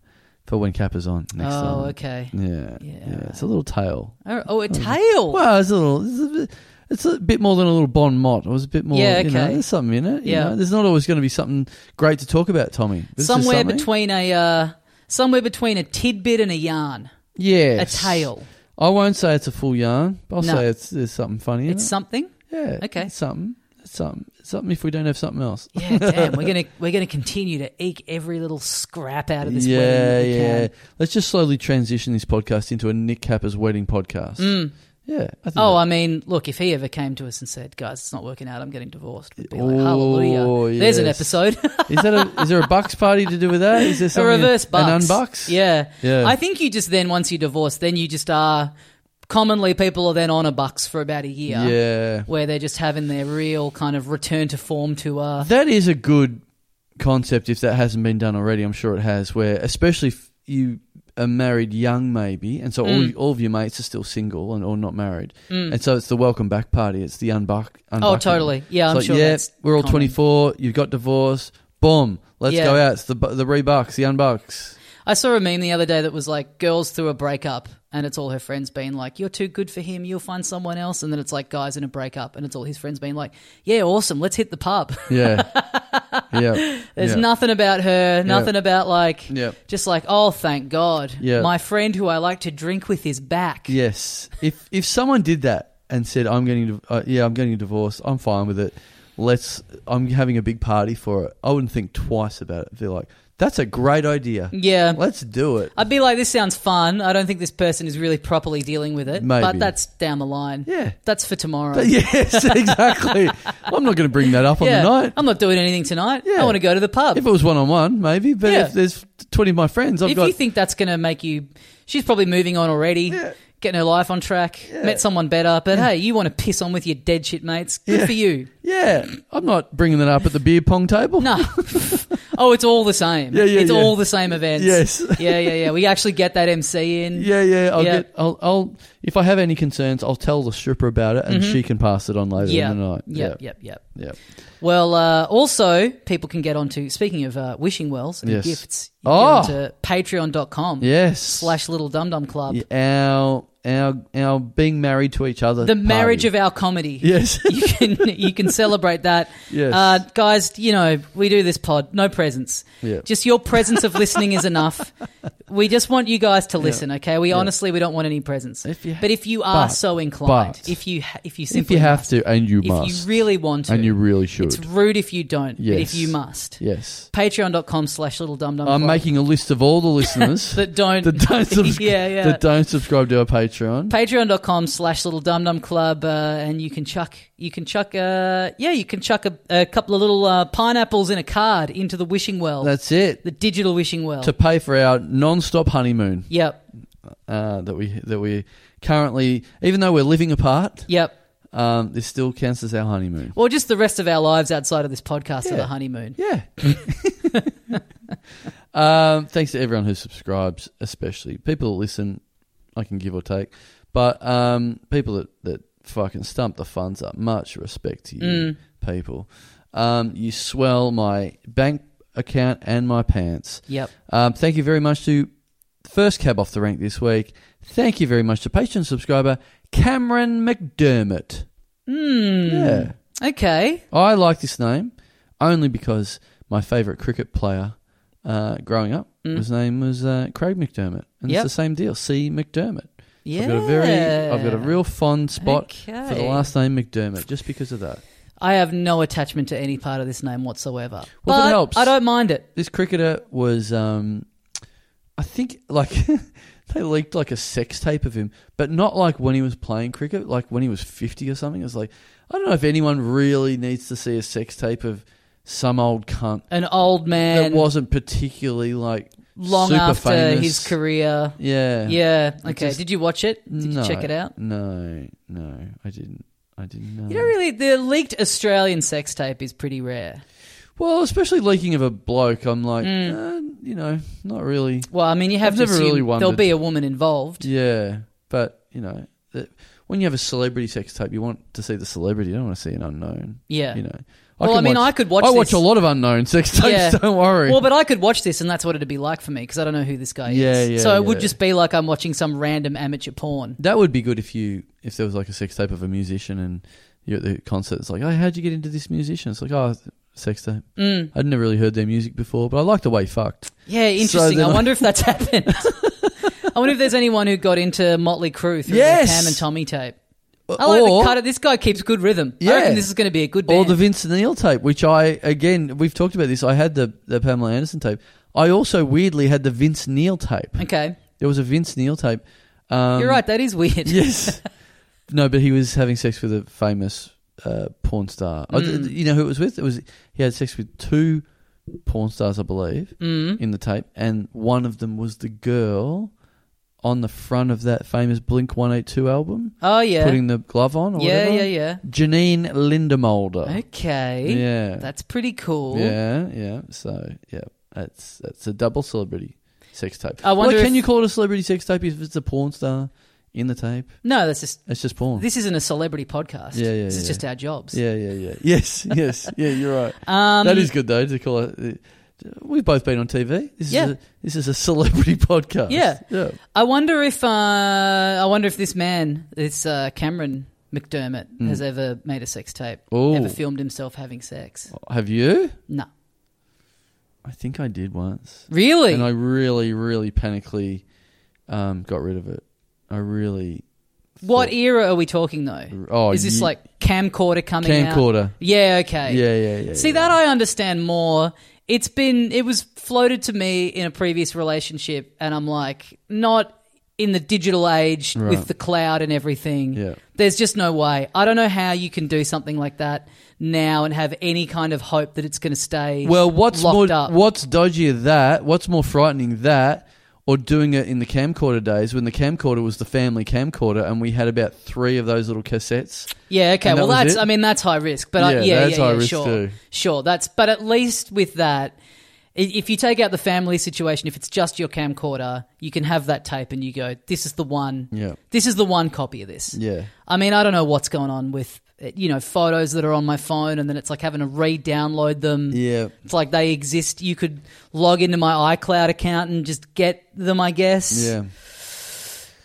Speaker 2: for when Kappa's on next time.
Speaker 1: Oh, okay.
Speaker 2: Yeah,
Speaker 1: Yeah.
Speaker 2: yeah, It's a little tale.
Speaker 1: Oh, oh, a tail.
Speaker 2: Well, it's a little. It's a, it's a bit more than a little bon mot. It was a bit more.
Speaker 1: Yeah,
Speaker 2: you know,
Speaker 1: okay.
Speaker 2: there's something in it. you
Speaker 1: Yeah.
Speaker 2: know. there's not always going to be something great to talk about, Tommy. This is
Speaker 1: somewhere
Speaker 2: something.
Speaker 1: between a uh, somewhere between a tidbit and a yarn,
Speaker 2: yeah,
Speaker 1: a tale.
Speaker 2: I won't say it's a full yarn. But I'll
Speaker 1: No.
Speaker 2: say it's there's something funny. In
Speaker 1: It's
Speaker 2: it.
Speaker 1: something.
Speaker 2: yeah.
Speaker 1: okay.
Speaker 2: It's something. It's something. It's something. If we don't have something else.
Speaker 1: Yeah, damn. We're gonna we're gonna continue to eke every little scrap out of this.
Speaker 2: yeah,
Speaker 1: wedding that we
Speaker 2: yeah.
Speaker 1: Can.
Speaker 2: Let's just slowly transition this podcast into a Nick Capper's wedding podcast.
Speaker 1: Mm.
Speaker 2: Yeah. I think
Speaker 1: Oh,
Speaker 2: that-
Speaker 1: I mean, look, if he ever came to us and said, "Guys, it's not working out. I'm getting divorced," we'd be like,
Speaker 2: Oh,
Speaker 1: "Hallelujah!" There's an
Speaker 2: yes.
Speaker 1: episode.
Speaker 2: is that a, is there a bucks party to do with that? Is there
Speaker 1: a
Speaker 2: something
Speaker 1: reverse bucks.
Speaker 2: an unbucks?
Speaker 1: Yeah.
Speaker 2: Yeah.
Speaker 1: I think you just then once you divorce, then you just are commonly people are then on a bucks for about a year.
Speaker 2: Yeah.
Speaker 1: Where they're just having their real kind of return to uh, form tour.
Speaker 2: That is a good concept if that hasn't been done already. I'm sure it has. Where especially if you are married young, maybe, and so
Speaker 1: Mm.
Speaker 2: all, all of your mates are still single and or not married, and so it's the welcome back party. It's the unbuck. unbucking.
Speaker 1: Oh, totally. Yeah,
Speaker 2: It's
Speaker 1: I'm
Speaker 2: like,
Speaker 1: sure.
Speaker 2: yeah,
Speaker 1: that's
Speaker 2: we're all
Speaker 1: common.
Speaker 2: 24. You've got divorced. Boom. Let's
Speaker 1: Yeah.
Speaker 2: go out. It's the bu- the rebucks, the unbucks.
Speaker 1: I saw a meme the other day that was like girls through a breakup, and it's all her friends being like, "You're too good for him. You'll find someone else." And then it's like guys in a breakup, and it's all his friends being like, "Yeah, awesome. Let's hit the pub."
Speaker 2: Yeah. yeah.
Speaker 1: There's
Speaker 2: yeah.
Speaker 1: nothing about her. Nothing about like.
Speaker 2: Yeah.
Speaker 1: Just like, oh, thank God,
Speaker 2: Yeah.
Speaker 1: my friend who I like to drink with is back.
Speaker 2: Yes. If if someone did that and said, "I'm getting, uh, yeah, I'm getting a divorce. I'm fine with it. Let's, I'm having a big party for it." I wouldn't think twice about it. I'd be like, "That's a great idea.
Speaker 1: Yeah.
Speaker 2: Let's do it."
Speaker 1: I'd be like, this sounds fun. I don't think this person is really properly dealing with it,
Speaker 2: Maybe.
Speaker 1: but that's down the line.
Speaker 2: Yeah.
Speaker 1: That's for tomorrow.
Speaker 2: But yes, exactly. I'm not going to bring that up on
Speaker 1: Yeah.
Speaker 2: the night.
Speaker 1: I'm not doing anything tonight.
Speaker 2: Yeah.
Speaker 1: I want to go to the pub.
Speaker 2: If it was one on one, maybe. But
Speaker 1: Yeah.
Speaker 2: if there's 20 of my friends, I've
Speaker 1: if
Speaker 2: got.
Speaker 1: you think that's going to make you, she's probably moving on already, getting her life on track, met someone better. But hey, you want to piss on with your dead shit mates? Good
Speaker 2: Yeah.
Speaker 1: for you.
Speaker 2: yeah, I'm not bringing that up at the beer pong table.
Speaker 1: No. oh, it's all the same.
Speaker 2: Yeah, yeah,
Speaker 1: it's
Speaker 2: yeah.
Speaker 1: all the same events.
Speaker 2: Yes.
Speaker 1: yeah, yeah, yeah. We actually get that MC in.
Speaker 2: Yeah, yeah. I'll
Speaker 1: Yeah.
Speaker 2: get. I'll, I'll. If I have any concerns, I'll tell the stripper about it, and she can pass it on later
Speaker 1: Mm-hmm. Yeah.
Speaker 2: in the night.
Speaker 1: Yep, yep, yep.
Speaker 2: yeah.
Speaker 1: Well, uh, also, people can get onto, speaking of uh, wishing wells and
Speaker 2: Yes.
Speaker 1: gifts, you
Speaker 2: Oh.
Speaker 1: can get onto patreon.com
Speaker 2: Yes.
Speaker 1: slash little dum dum club.
Speaker 2: Yeah, our our our being married to each other.
Speaker 1: The marriage
Speaker 2: party.
Speaker 1: of our comedy.
Speaker 2: yes.
Speaker 1: you can you can celebrate that.
Speaker 2: Yes.
Speaker 1: Uh, guys, you know, we do this pod, no presents.
Speaker 2: Yeah.
Speaker 1: Just your presence of listening is enough. We just want you guys to listen, okay? We honestly we don't want any presents.
Speaker 2: If you ha-
Speaker 1: but if you are
Speaker 2: but-
Speaker 1: so inclined,
Speaker 2: but-
Speaker 1: if you ha- if you
Speaker 2: if
Speaker 1: simply
Speaker 2: you have
Speaker 1: must,
Speaker 2: to, and you
Speaker 1: if
Speaker 2: must,
Speaker 1: you really want to,
Speaker 2: and you really should.
Speaker 1: it's rude if you don't, but if
Speaker 2: Yes.
Speaker 1: you must.
Speaker 2: yes.
Speaker 1: Patreon.com slash little dum dum.
Speaker 2: I'm making a list of all the listeners
Speaker 1: that don't
Speaker 2: that don't subscribe.
Speaker 1: Yeah, yeah.
Speaker 2: That don't subscribe to our Patreon.
Speaker 1: patreon.com slash little dum dum club uh, and you can chuck you can chuck uh yeah you can chuck a, a couple of little uh, pineapples in a card into the wishing well
Speaker 2: That's it.
Speaker 1: the digital wishing well
Speaker 2: To pay for our non-stop honeymoon
Speaker 1: yep
Speaker 2: uh, that we that we currently, even though we're living apart,
Speaker 1: yep
Speaker 2: um, this still counts as our honeymoon.
Speaker 1: or just the rest of our lives outside of this podcast are
Speaker 2: Yeah.
Speaker 1: the honeymoon
Speaker 2: Yeah. um, thanks to everyone who subscribes, especially people that listen. I can give or take, but um, people that that fucking stump the funds up. Much respect to you,
Speaker 1: Mm.
Speaker 2: people. Um, you swell my bank account and my pants.
Speaker 1: yep
Speaker 2: Um, thank you very much to first cab off the rank this week. Thank you very much to Patreon subscriber Cameron McDermott.
Speaker 1: mm.
Speaker 2: Yeah.
Speaker 1: okay
Speaker 2: I like this name only because my favourite cricket player uh, growing up, his name was uh, Craig McDermott, and
Speaker 1: Mm. Yep.
Speaker 2: it's the same deal. C McDermott.
Speaker 1: yeah
Speaker 2: I've got a very, I've got a real fond spot for the
Speaker 1: Okay.
Speaker 2: last name McDermott, just because of that.
Speaker 1: i have no attachment to any part of this name whatsoever
Speaker 2: Well, if
Speaker 1: but
Speaker 2: it helps.
Speaker 1: i don't mind it
Speaker 2: This cricketer was, um, I think, like they leaked like a sex tape of him, but not like when he was playing cricket, like when he was fifty or something. It's like I don't know if anyone really needs to see a sex tape of some old cunt
Speaker 1: an old man
Speaker 2: that wasn't particularly like
Speaker 1: long
Speaker 2: super
Speaker 1: after
Speaker 2: famous.
Speaker 1: his career
Speaker 2: Yeah.
Speaker 1: yeah okay
Speaker 2: just-
Speaker 1: did you watch it did
Speaker 2: No.
Speaker 1: you check it out
Speaker 2: No, no, I didn't. I didn't know.
Speaker 1: You know, really, the leaked Australian sex tape is pretty rare.
Speaker 2: well, especially leaking of a bloke, I'm like,
Speaker 1: Mm.
Speaker 2: uh, you know, not really.
Speaker 1: Well, I mean, you have
Speaker 2: I've
Speaker 1: to
Speaker 2: never really
Speaker 1: assume there'll
Speaker 2: wondered.
Speaker 1: be a woman involved.
Speaker 2: Yeah, but you know, that when you have a celebrity sex tape, you want to see the celebrity. You don't want to see an unknown.
Speaker 1: Yeah.
Speaker 2: You know,
Speaker 1: Well,
Speaker 2: can
Speaker 1: I mean, I could watch
Speaker 2: I watch
Speaker 1: this.
Speaker 2: a lot of unknown sex tapes.
Speaker 1: Yeah.
Speaker 2: Don't worry.
Speaker 1: Well, but I could watch this, and that's what it'd be like for me because I don't know who this guy
Speaker 2: Yeah,
Speaker 1: is.
Speaker 2: yeah,
Speaker 1: so it would
Speaker 2: yeah.
Speaker 1: just be like I'm watching some random amateur porn.
Speaker 2: that would be good if you if there was like a sex tape of a musician and you're at the concert. It's like, oh, how'd you get into this musician? It's like, oh, sex tape.
Speaker 1: Mm.
Speaker 2: I'd never really heard their music before, but I like the way he fucked.
Speaker 1: Yeah, interesting.
Speaker 2: then
Speaker 1: I
Speaker 2: I-
Speaker 1: wonder if that's happened. I wonder if there's anyone who got into Motley Crue through
Speaker 2: Yes.
Speaker 1: the Cam and Tommy tape. I like
Speaker 2: or,
Speaker 1: the cut of this guy keeps good rhythm. I
Speaker 2: Yeah.
Speaker 1: reckon this is going to be a good
Speaker 2: or
Speaker 1: band.
Speaker 2: the Vincent Neil tape, which I again we've talked about this. I had the the Pamela Anderson tape. I also weirdly had the Vince Neil tape.
Speaker 1: okay,
Speaker 2: There was a Vince Neil tape. Um,
Speaker 1: you're right. That is weird.
Speaker 2: yes. No, but he was having sex with a famous uh, porn star. Oh, th-
Speaker 1: Mm.
Speaker 2: th- you know who it was with? It was he had sex with two porn stars, I believe,
Speaker 1: Mm.
Speaker 2: in the tape, and one of them was the girl on the front of that famous Blink One Eight Two album,
Speaker 1: Oh yeah.
Speaker 2: putting the glove on. Or
Speaker 1: yeah,
Speaker 2: whatever.
Speaker 1: yeah, yeah.
Speaker 2: Janine Lindemolder.
Speaker 1: Okay.
Speaker 2: Yeah,
Speaker 1: That's pretty cool.
Speaker 2: yeah, yeah. So yeah, that's that's a double celebrity sex tape.
Speaker 1: I wonder
Speaker 2: Well, can
Speaker 1: if-
Speaker 2: you call it a celebrity sex tape if it's a porn star in the tape?
Speaker 1: No, that's just
Speaker 2: It's just porn.
Speaker 1: this isn't a celebrity podcast.
Speaker 2: Yeah, yeah,
Speaker 1: This is
Speaker 2: yeah.
Speaker 1: just our jobs.
Speaker 2: Yeah, yeah, yeah. Yes, yes, yeah. You're right.
Speaker 1: Um,
Speaker 2: that is good though to call it. uh, We've both been on TV. This
Speaker 1: Yeah.
Speaker 2: is a, this is a celebrity podcast.
Speaker 1: Yeah.
Speaker 2: yeah.
Speaker 1: I wonder if uh, I wonder if this man, this uh, Cameron McDermott, has ever made a sex tape,
Speaker 2: Hmm. Ooh.
Speaker 1: ever filmed himself having sex.
Speaker 2: Have you?
Speaker 1: No,
Speaker 2: I think I did once,
Speaker 1: really.
Speaker 2: and I really, really panically um, got rid of it. I really.
Speaker 1: what
Speaker 2: thought-
Speaker 1: era are we talking though?
Speaker 2: Oh,
Speaker 1: is this
Speaker 2: ye-
Speaker 1: like camcorder coming out?
Speaker 2: camcorder?
Speaker 1: Yeah. Okay.
Speaker 2: Yeah, yeah, yeah.
Speaker 1: See
Speaker 2: yeah.
Speaker 1: that I understand more. It's been it was floated to me in a previous relationship, and I'm like not in the digital age
Speaker 2: Right.
Speaker 1: with the cloud and everything.
Speaker 2: Yeah.
Speaker 1: There's just no way. I don't know how you can do something like that now and have any kind of hope that it's going to stay.
Speaker 2: Well, what's
Speaker 1: locked
Speaker 2: more
Speaker 1: up?
Speaker 2: what's dodgier that? What's more frightening that or doing it in the camcorder days when the camcorder was the family camcorder and we had about 3 of those little cassettes?
Speaker 1: yeah, okay.
Speaker 2: and that
Speaker 1: Well,
Speaker 2: was
Speaker 1: that's
Speaker 2: it?
Speaker 1: I mean that's high risk, but I,
Speaker 2: Yeah,
Speaker 1: yeah,
Speaker 2: that's
Speaker 1: yeah,
Speaker 2: high
Speaker 1: yeah,
Speaker 2: risk
Speaker 1: sure,
Speaker 2: too.
Speaker 1: sure. That's but at least with that. i- If you take out the family situation, if it's just your camcorder, you can have that tape and you go, this is the one
Speaker 2: Yeah.
Speaker 1: this is the one copy of this.
Speaker 2: Yeah.
Speaker 1: I mean, I don't know what's going on with uh, you know photos that are on my phone, and then it's like having to re-download them.
Speaker 2: Yeah.
Speaker 1: It's like they exist. You could log into my iCloud account and just get them, I guess.
Speaker 2: Yeah.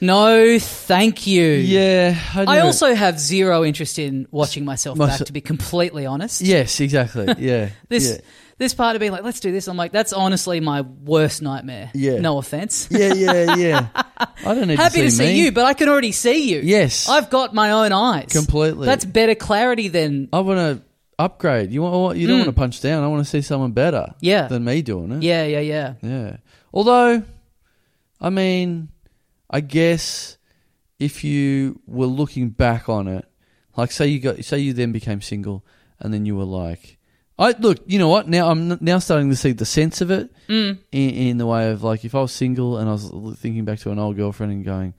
Speaker 1: No, thank you.
Speaker 2: Yeah.
Speaker 1: I
Speaker 2: never-
Speaker 1: also have zero interest in watching myself
Speaker 2: Myse-
Speaker 1: back, to be completely honest.
Speaker 2: Yes, exactly. Yeah.
Speaker 1: This this part of being like, let's do this. I'm like, that's honestly my worst nightmare.
Speaker 2: Yeah.
Speaker 1: No offense.
Speaker 2: Yeah, yeah, yeah. yeah. I don't need
Speaker 1: Happy
Speaker 2: to see,
Speaker 1: to see
Speaker 2: me.
Speaker 1: you, but I can already see you.
Speaker 2: Yes.
Speaker 1: I've got my own eyes.
Speaker 2: Completely.
Speaker 1: That's better clarity than
Speaker 2: I want to upgrade. You want you don't
Speaker 1: Mm.
Speaker 2: want to punch down. I want to see someone better
Speaker 1: Yeah.
Speaker 2: than me doing it.
Speaker 1: Yeah, yeah, yeah.
Speaker 2: Yeah. Although, I mean, I guess if you were looking back on it, like say you got, say you then became single, and then you were like, I look, you know what? Now I'm n- now starting to see the sense of it
Speaker 1: Mm.
Speaker 2: in, in the way of like if I was single and I was l- thinking back to an old girlfriend and going,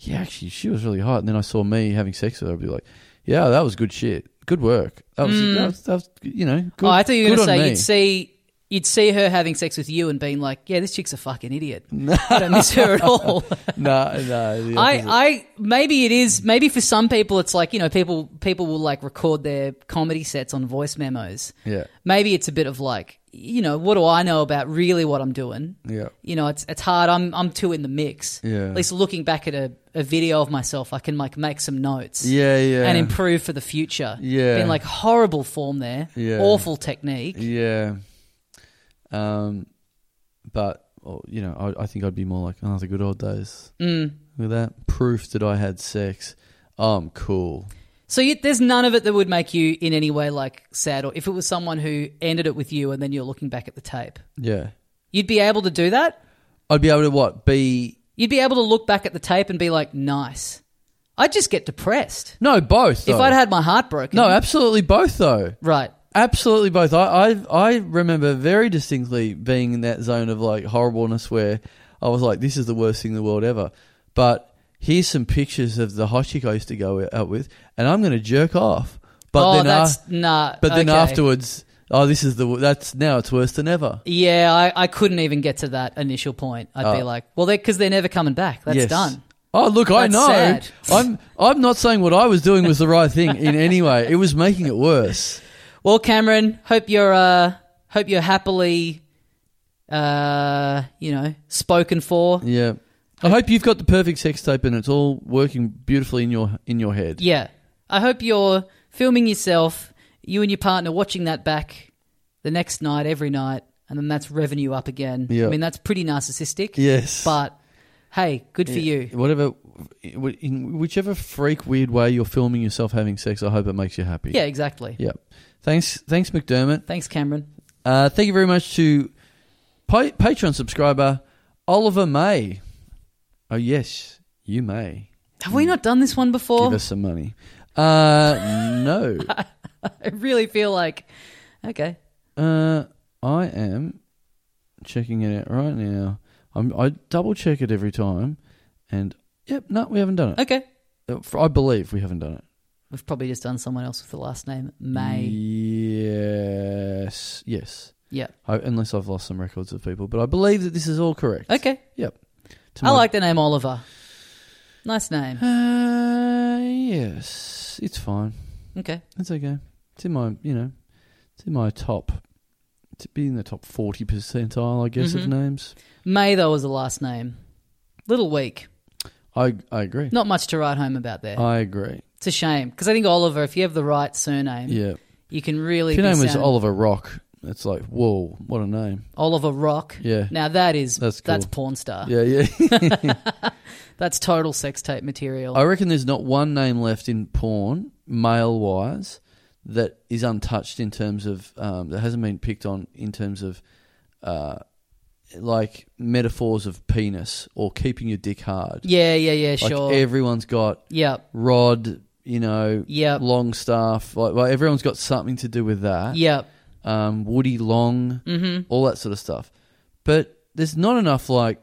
Speaker 2: yeah, actually she was really hot, and then I saw me having sex with her, I'd be like, yeah, that was good shit, good work. That was, that was, that was you know, good.
Speaker 1: Mm. oh, I thought you were going
Speaker 2: good
Speaker 1: to
Speaker 2: on
Speaker 1: say
Speaker 2: me.
Speaker 1: you'd see you'd see her having sex with you and being like, "Yeah, this chick's a fucking idiot. I don't miss her at all."
Speaker 2: no, no. the
Speaker 1: I,
Speaker 2: opposite.
Speaker 1: I maybe it is maybe for some people it's like you know people people will like record their comedy sets on voice memos.
Speaker 2: yeah,
Speaker 1: Maybe it's a bit of like you know what do I know about really what I'm doing?
Speaker 2: yeah.
Speaker 1: You know it's it's hard. I'm I'm too in the mix.
Speaker 2: Yeah.
Speaker 1: At least looking back at a, a video of myself, I can like make some notes.
Speaker 2: Yeah, yeah.
Speaker 1: and improve for the future.
Speaker 2: Yeah.
Speaker 1: Been like horrible form there.
Speaker 2: Yeah.
Speaker 1: Awful technique.
Speaker 2: Yeah. Um, but oh, you know, I, I think I'd be more like, oh, the good old days.
Speaker 1: Mm.
Speaker 2: Look at that proof that I had sex. I'm cool.
Speaker 1: So you, there's none of it that would make you in any way like sad or if it was someone who ended it with you and then you're looking back at the tape.
Speaker 2: Yeah,
Speaker 1: You'd be able to do that?
Speaker 2: I'd be able to what be.
Speaker 1: You'd be able to look back at the tape and be like, nice. I'd just get depressed.
Speaker 2: No, both.
Speaker 1: If
Speaker 2: though.
Speaker 1: I'd had my heart broken.
Speaker 2: no, absolutely both though.
Speaker 1: Right.
Speaker 2: Absolutely both. I, I I remember very distinctly being in that zone of like horribleness where I was like, this is the worst thing in the world ever. But here's some pictures of the hot chick I used to go out with, and I'm going to jerk off. But
Speaker 1: oh,
Speaker 2: then
Speaker 1: that's
Speaker 2: af-
Speaker 1: nah.
Speaker 2: but then
Speaker 1: okay.
Speaker 2: afterwards, oh, this is the w- that's now it's worse than ever.
Speaker 1: Yeah, I, I couldn't even get to that initial point. I'd be
Speaker 2: Oh.
Speaker 1: like, well, because they're, never coming back. That's
Speaker 2: Yes.
Speaker 1: done.
Speaker 2: Oh look, I
Speaker 1: That's
Speaker 2: know.
Speaker 1: sad.
Speaker 2: I'm I'm not saying what I was doing was the right thing in any way. It was making it worse.
Speaker 1: Well, Cameron, hope you're uh, hope you're happily, uh, you know, spoken for.
Speaker 2: Yeah. I hope you've got the perfect sex tape and it's all working beautifully in your in your head.
Speaker 1: Yeah. I hope you're filming yourself, you and your partner watching that back the next night, every night, and then that's revenue up again.
Speaker 2: Yeah.
Speaker 1: I mean, that's pretty narcissistic.
Speaker 2: Yes.
Speaker 1: But hey, good for you.
Speaker 2: Whatever, in whichever freak weird way you're filming yourself having sex, I hope it makes you happy.
Speaker 1: Yeah, exactly.
Speaker 2: Yep. Thanks, thanks McDermott.
Speaker 1: Thanks, Cameron.
Speaker 2: Uh, thank you very much to pa- Patreon subscriber Oliver May. Oh yes, you may
Speaker 1: Have we not done this one before?
Speaker 2: give us some money. Uh, no,
Speaker 1: I really feel like, okay.
Speaker 2: uh, I am checking it out right now. I'm, I double check it every time, and yep, no, we haven't done it.
Speaker 1: Okay.
Speaker 2: Uh, for- I believe we haven't done it.
Speaker 1: We've probably just done someone else with the last name, May.
Speaker 2: Yes, yes.
Speaker 1: Yeah.
Speaker 2: I, unless I've lost some records of people, but I believe that this is all correct.
Speaker 1: Okay.
Speaker 2: Yep. To
Speaker 1: I
Speaker 2: my-
Speaker 1: like the name Oliver. Nice name.
Speaker 2: Uh, yes, it's fine.
Speaker 1: Okay.
Speaker 2: It's okay. It's in my, you know, it's in my top. To be in the top forty percentile, I guess,
Speaker 1: Mhm.
Speaker 2: of names.
Speaker 1: May, though, was the last name. Little weak.
Speaker 2: I I agree.
Speaker 1: Not much to write home about there.
Speaker 2: I agree.
Speaker 1: It's a shame because I think Oliver, if you have the right surname,
Speaker 2: Yeah.
Speaker 1: you can really.
Speaker 2: If your
Speaker 1: be
Speaker 2: name was
Speaker 1: sound-
Speaker 2: Oliver Rock, it's like whoa, what a name.
Speaker 1: Oliver Rock.
Speaker 2: Yeah.
Speaker 1: Now that is
Speaker 2: That's
Speaker 1: that's,
Speaker 2: cool.
Speaker 1: porn star.
Speaker 2: Yeah, yeah.
Speaker 1: That's total sex tape material.
Speaker 2: I reckon there's not one name left in porn, male wise, that is untouched in terms of um, that hasn't been picked on in terms of uh, like metaphors of penis or keeping your dick hard.
Speaker 1: yeah, yeah, yeah.
Speaker 2: like
Speaker 1: Sure.
Speaker 2: everyone's got
Speaker 1: yep.
Speaker 2: rod, you know,
Speaker 1: Yep.
Speaker 2: long staff. Like, like everyone's got something to do with that.
Speaker 1: Yep.
Speaker 2: um, Woody Long,
Speaker 1: Mm-hmm.
Speaker 2: all that sort of stuff. But there's not enough like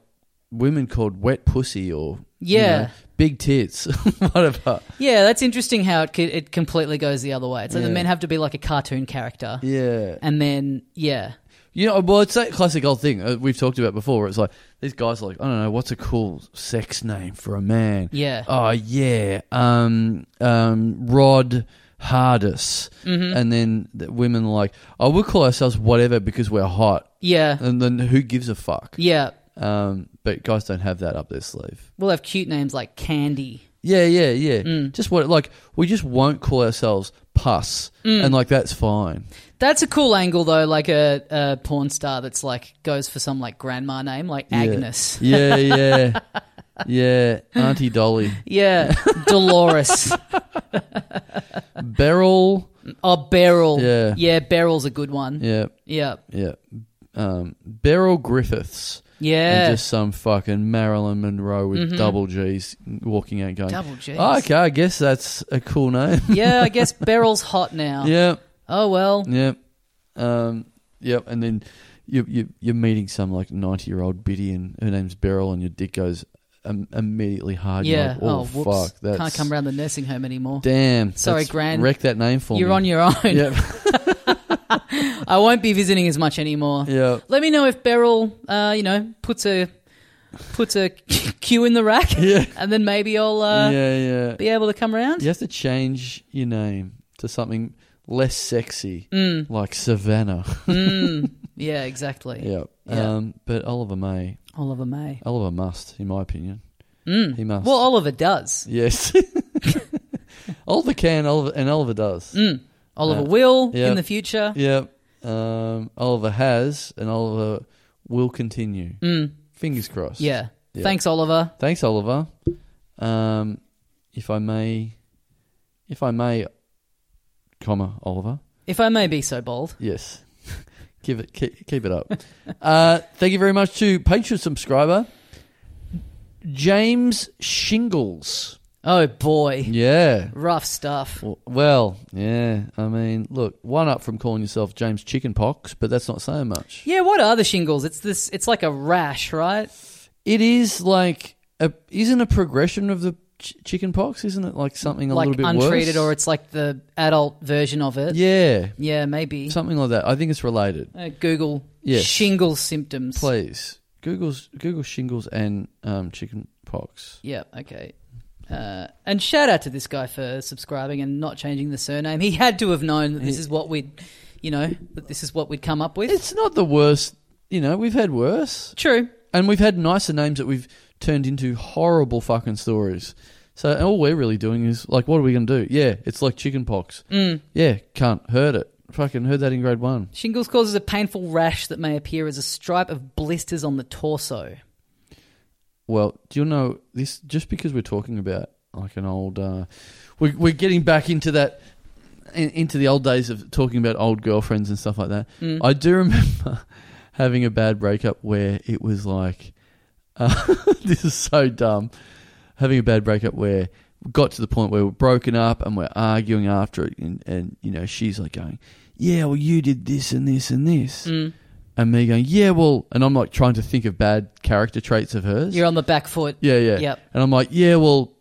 Speaker 2: women called wet pussy or you
Speaker 1: Yeah.
Speaker 2: know, big tits, whatever.
Speaker 1: Yeah, that's interesting how it co- it completely goes the other way. It's like
Speaker 2: Yeah.
Speaker 1: the men have to be like a cartoon character,
Speaker 2: Yeah.
Speaker 1: and then yeah,
Speaker 2: You know, well, it's that classic old thing uh, we've talked about before. Where it's like these guys are like, I don't know, what's a cool sex name for a man?
Speaker 1: Yeah.
Speaker 2: Oh yeah, um, um, Rod Hardus,
Speaker 1: Mm-hmm.
Speaker 2: and then the women are like, oh, we'll call ourselves whatever because we're hot,
Speaker 1: yeah,
Speaker 2: and then who gives a fuck?
Speaker 1: yeah.
Speaker 2: Um, but guys don't have that up their sleeve.
Speaker 1: We'll have cute names like Candy.
Speaker 2: Yeah, yeah, yeah.
Speaker 1: Mm.
Speaker 2: Just what like we just won't call ourselves pus,
Speaker 1: Mm.
Speaker 2: and like that's fine.
Speaker 1: That's a cool angle though, like a, a porn star that's like goes for some like grandma name, like
Speaker 2: Yeah.
Speaker 1: Agnes.
Speaker 2: Yeah, yeah, yeah. Auntie Dolly,
Speaker 1: Yeah, Dolores.
Speaker 2: Beryl.
Speaker 1: Oh, Beryl.
Speaker 2: Yeah.
Speaker 1: yeah, Beryl's a good one. Yeah,
Speaker 2: Yeah,
Speaker 1: yeah,
Speaker 2: yeah. Um, Beryl Griffiths and just some fucking Marilyn Monroe with double G's walking out
Speaker 1: Mm-hmm.
Speaker 2: going.
Speaker 1: double G.
Speaker 2: "Oh, Okay, I guess that's a cool name.
Speaker 1: yeah, I guess Beryl's hot now.
Speaker 2: yeah,
Speaker 1: Oh well.
Speaker 2: yeah, um, yeah. And then you, you you're meeting some like ninety year old biddy and her name's Beryl, and your dick goes um, immediately hard. You're
Speaker 1: Yeah.
Speaker 2: like,
Speaker 1: oh,
Speaker 2: oh,
Speaker 1: whoops.
Speaker 2: fuck, that's
Speaker 1: Can't come round the nursing home anymore.
Speaker 2: Damn,
Speaker 1: Sorry,
Speaker 2: that's
Speaker 1: Gran.
Speaker 2: Wreck that name for
Speaker 1: You're
Speaker 2: me.
Speaker 1: on your own.
Speaker 2: yeah,
Speaker 1: I won't be visiting as much anymore.
Speaker 2: yeah.
Speaker 1: Let me know if Beryl, uh, you know, puts a puts a Q in the rack,
Speaker 2: Yeah.
Speaker 1: and then maybe I'll uh,
Speaker 2: yeah, yeah.
Speaker 1: be able to come round.
Speaker 2: You have to change your name to something less sexy, like Savannah.
Speaker 1: Mm. yeah, exactly.
Speaker 2: yeah.
Speaker 1: Yeah.
Speaker 2: Um, but Oliver May,
Speaker 1: Oliver May.
Speaker 2: Oliver must, in my opinion.
Speaker 1: Mm.
Speaker 2: He must.
Speaker 1: Well, Oliver does.
Speaker 2: yes. Oliver can, Oliver, and Oliver does.
Speaker 1: Mm. Oliver
Speaker 2: Uh,
Speaker 1: will
Speaker 2: yeah.
Speaker 1: in the future.
Speaker 2: Yeah. Um, Oliver has, and Oliver will continue.
Speaker 1: Mm.
Speaker 2: Fingers crossed.
Speaker 1: Yeah.
Speaker 2: Yeah.
Speaker 1: Thanks, Oliver.
Speaker 2: Thanks, Oliver. Um, if I may, if I may, comma Oliver.
Speaker 1: If I may be so bold.
Speaker 2: Yes. Give it, keep, keep it up. uh, thank you very much to Patreon subscriber James Shingles.
Speaker 1: Oh boy,
Speaker 2: Yeah.
Speaker 1: rough stuff.
Speaker 2: W- Well, yeah. I mean, look, one up from calling yourself James Chickenpox, but that's not saying much.
Speaker 1: Yeah, what are the shingles? It's this. It's like a rash, right?
Speaker 2: It is like a isn't a progression of the ch- chickenpox, isn't it? Like something a
Speaker 1: like
Speaker 2: little bit
Speaker 1: untreated,
Speaker 2: worse?
Speaker 1: or it's like the adult version of it.
Speaker 2: yeah,
Speaker 1: Yeah, maybe.
Speaker 2: something like that. I think it's related.
Speaker 1: Uh, Google
Speaker 2: Yes.
Speaker 1: shingles symptoms.
Speaker 2: Please, Google's Google shingles and um, chickenpox.
Speaker 1: Yeah. Okay. Uh, and shout out to this guy for subscribing and not changing the surname. He had to have known that this is what we'd, you know, that this is what we'd come up with.
Speaker 2: It's not the worst. You know, we've had worse,
Speaker 1: true.
Speaker 2: and we've had nicer names that we've turned into horrible fucking stories. So all we're really doing is like, what are we going to do? Yeah, it's like chicken pox.
Speaker 1: Mm.
Speaker 2: Yeah, can't heard it. Fucking heard that in grade one.
Speaker 1: Shingles causes a painful rash that may appear as a stripe of blisters on the torso.
Speaker 2: Well, do you know this? Just because we're talking about like an old, uh, we're we're getting back into that, in, into the old days of talking about old girlfriends and stuff like that.
Speaker 1: Mm.
Speaker 2: I do remember having a bad breakup where it was like, uh, this is so dumb. Having a bad breakup where we got to the point where we're broken up and we're arguing after it, and, and you know she's like going, "Yeah, well you did this and this and this,"
Speaker 1: Mm.
Speaker 2: and me going, "Yeah, well," and I'm like trying to think of bad character traits of hers.
Speaker 1: You're on the back foot.
Speaker 2: Yeah, yeah. Uh,
Speaker 1: Yep.
Speaker 2: And I'm like, yeah, well,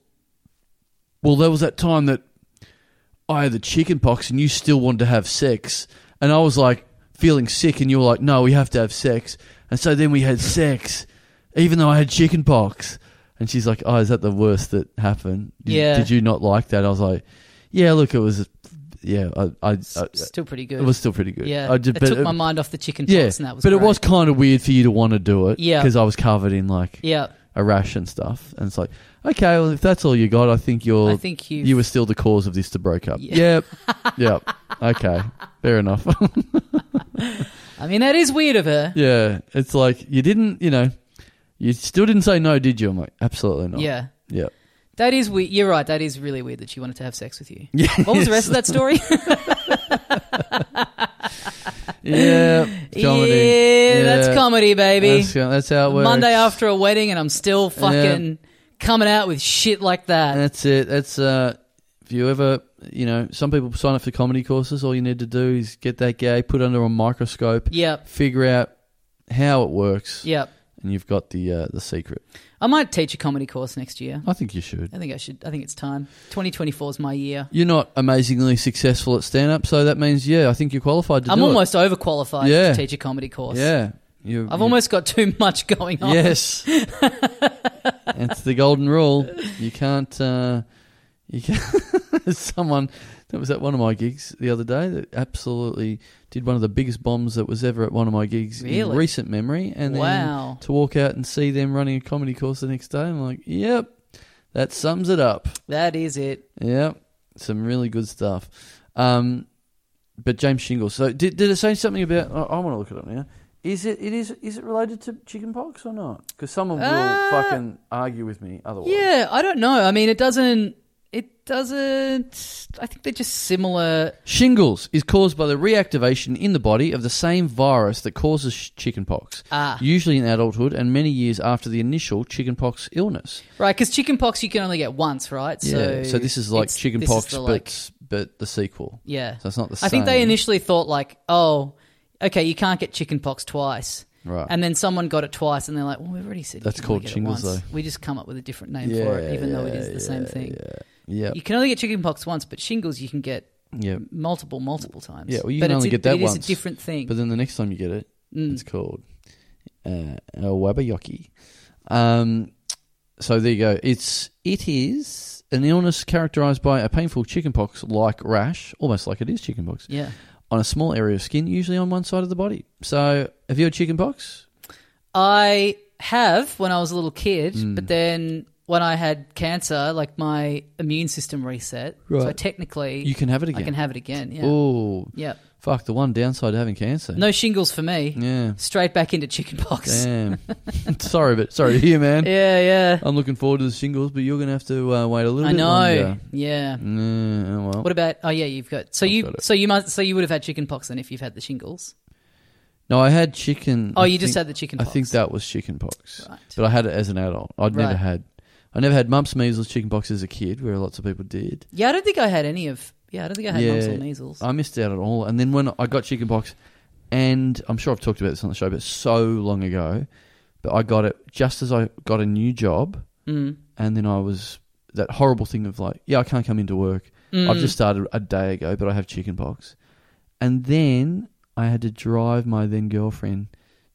Speaker 2: well, there was that time that I had the chicken pox and you still wanted to have sex. And I was like, feeling sick. And you were like, no, we have to have sex. And so then we had sex, even though I had chicken pox. And she's like, oh, is that the worst that happened? Did-
Speaker 1: Yeah.
Speaker 2: Did you not like that? I was like, yeah, look, it was, yeah, I, I,
Speaker 1: S-
Speaker 2: I
Speaker 1: still pretty good.
Speaker 2: it was still pretty good.
Speaker 1: yeah,
Speaker 2: I did,
Speaker 1: it
Speaker 2: but
Speaker 1: took
Speaker 2: it-
Speaker 1: my mind off the chicken pox,
Speaker 2: yeah,
Speaker 1: and that was
Speaker 2: but it
Speaker 1: great.
Speaker 2: was kind of weird for you to want to do it
Speaker 1: Yeah.
Speaker 2: because I was covered in like
Speaker 1: Yeah,
Speaker 2: a rash and stuff. And it's like, okay, well, if that's all you got, I think you're
Speaker 1: I think you.
Speaker 2: you were still the cause of this to break up.
Speaker 1: Yeah.
Speaker 2: Yep, yep. Okay, fair enough.
Speaker 1: I mean, that is weird of her.
Speaker 2: yeah, it's like you didn't, you know, you still didn't say no, did you? I'm like, absolutely not.
Speaker 1: Yeah.
Speaker 2: Yep.
Speaker 1: That is weird. You're right. That is really weird that she wanted to have sex with you.
Speaker 2: yeah.
Speaker 1: What was the rest of that story?
Speaker 2: yeah, comedy.
Speaker 1: Yeah, that's
Speaker 2: Yeah.
Speaker 1: comedy, baby.
Speaker 2: That's, that's how it works.
Speaker 1: Monday after a wedding, and I'm still fucking coming out with shit like that.
Speaker 2: And that's it. That's uh, if you ever, you know, some people sign up for comedy courses. All you need to do is get that gay, put under a microscope,
Speaker 1: Yep.
Speaker 2: figure out how it works,
Speaker 1: Yep.
Speaker 2: and you've got the uh, the secret.
Speaker 1: I might teach a comedy course next year.
Speaker 2: I think you should.
Speaker 1: I think I should. I think it's time. 2024 is my year.
Speaker 2: You're not amazingly successful at stand up, so that means yeah, I think you're qualified to
Speaker 1: I'm
Speaker 2: do
Speaker 1: almost overqualified
Speaker 2: Yeah.
Speaker 1: to teach a comedy
Speaker 2: it.
Speaker 1: course.
Speaker 2: Yeah, you,
Speaker 1: I've
Speaker 2: you-
Speaker 1: almost got too much going on.
Speaker 2: yes. it's the golden rule. You can't. Uh, you can Someone that was at one of my gigs the other day that absolutely did one of the biggest bombs that was ever at one of my gigs in
Speaker 1: Really?
Speaker 2: recent memory, and then
Speaker 1: wow.
Speaker 2: to walk out and see them running a comedy course the next day, I'm like, yep, that sums it up.
Speaker 1: That is it.
Speaker 2: Yeah, some really good stuff. Um, but James Shingle. So did, did it say something about? I, I want to look it up now. Is it it is is it related to chickenpox or not? Because someone will
Speaker 1: Uh,
Speaker 2: fucking argue with me otherwise.
Speaker 1: Yeah, I don't know. I mean, it doesn't. It doesn't. I think they're just similar.
Speaker 2: Shingles is caused by the reactivation in the body of the same virus that causes sh- chickenpox,
Speaker 1: Ah,
Speaker 2: usually in adulthood and many years after the initial chickenpox illness.
Speaker 1: right. Because chickenpox you can only get once, right?
Speaker 2: yeah. So this is like
Speaker 1: it's-
Speaker 2: chickenpox,
Speaker 1: this is the,
Speaker 2: but
Speaker 1: like-
Speaker 2: s- but the sequel.
Speaker 1: yeah.
Speaker 2: So it's not the same.
Speaker 1: I think they initially thought like, oh, okay, you can't get chickenpox twice,
Speaker 2: right.
Speaker 1: and then someone got it twice, and they're like, well, we've already said you
Speaker 2: That's
Speaker 1: can
Speaker 2: called
Speaker 1: only get it
Speaker 2: shingles,
Speaker 1: once.
Speaker 2: though.
Speaker 1: We just come up with a different name for it, even though it is the same
Speaker 2: yeah,
Speaker 1: thing.
Speaker 2: Yeah.
Speaker 1: You can only get chickenpox once, but shingles you can get
Speaker 2: Yeah.
Speaker 1: multiple, multiple times.
Speaker 2: Yeah, well, you
Speaker 1: but
Speaker 2: can
Speaker 1: it's
Speaker 2: only
Speaker 1: a-
Speaker 2: get
Speaker 1: but
Speaker 2: that
Speaker 1: it is
Speaker 2: once.
Speaker 1: a different thing.
Speaker 2: But then the next time you get it,
Speaker 1: Mm.
Speaker 2: it's called uh, a wabayaki. Um, so there you go. It's it is an illness characterized by a painful chickenpox-like rash, almost like it is chickenpox,
Speaker 1: yeah.
Speaker 2: on a small area of skin, usually on one side of the body. So have you had chickenpox?
Speaker 1: I have when I was a little kid,
Speaker 2: Mm.
Speaker 1: but then when I had cancer, like my immune system reset. So
Speaker 2: Right.
Speaker 1: technically,
Speaker 2: You can have it
Speaker 1: I
Speaker 2: again.
Speaker 1: can have it again. Yeah.
Speaker 2: Oh,
Speaker 1: Yeah.
Speaker 2: fuck! The one downside to having cancer.
Speaker 1: No shingles for me.
Speaker 2: Yeah.
Speaker 1: Straight back into chickenpox.
Speaker 2: Damn. sorry, but sorry to hear, man.
Speaker 1: Yeah, yeah.
Speaker 2: I'm looking forward to the singles, but you're gonna have to uh, wait a little
Speaker 1: I
Speaker 2: bit
Speaker 1: know.
Speaker 2: longer.
Speaker 1: Yeah.
Speaker 2: Yeah, well.
Speaker 1: What about? Oh yeah, you've got. So
Speaker 2: I've
Speaker 1: you,
Speaker 2: got it.
Speaker 1: so you must, so you would have had chickenpox then if you've had the shingles.
Speaker 2: No, I had chicken.
Speaker 1: Oh,
Speaker 2: I
Speaker 1: you just had
Speaker 2: think-
Speaker 1: the chickenpox.
Speaker 2: I think that was chicken pox,
Speaker 1: Right.
Speaker 2: but I had it as an adult. I'd never
Speaker 1: Right.
Speaker 2: had. I never had mumps, measles, chicken pox as a kid, where lots of people did.
Speaker 1: Yeah, I don't think I had any of. Yeah, I don't think I had mumps
Speaker 2: Yeah.
Speaker 1: or measles.
Speaker 2: I missed out on all. And then when I got chicken pox, and I'm sure I've talked about this on the show, but so long ago, but I got it just as I got a new job,
Speaker 1: Mm.
Speaker 2: and then I was that horrible thing of like, yeah, I can't come into work. I've
Speaker 1: Mm.
Speaker 2: just started a day ago, but I have chicken pox. And then I had to drive my then girlfriend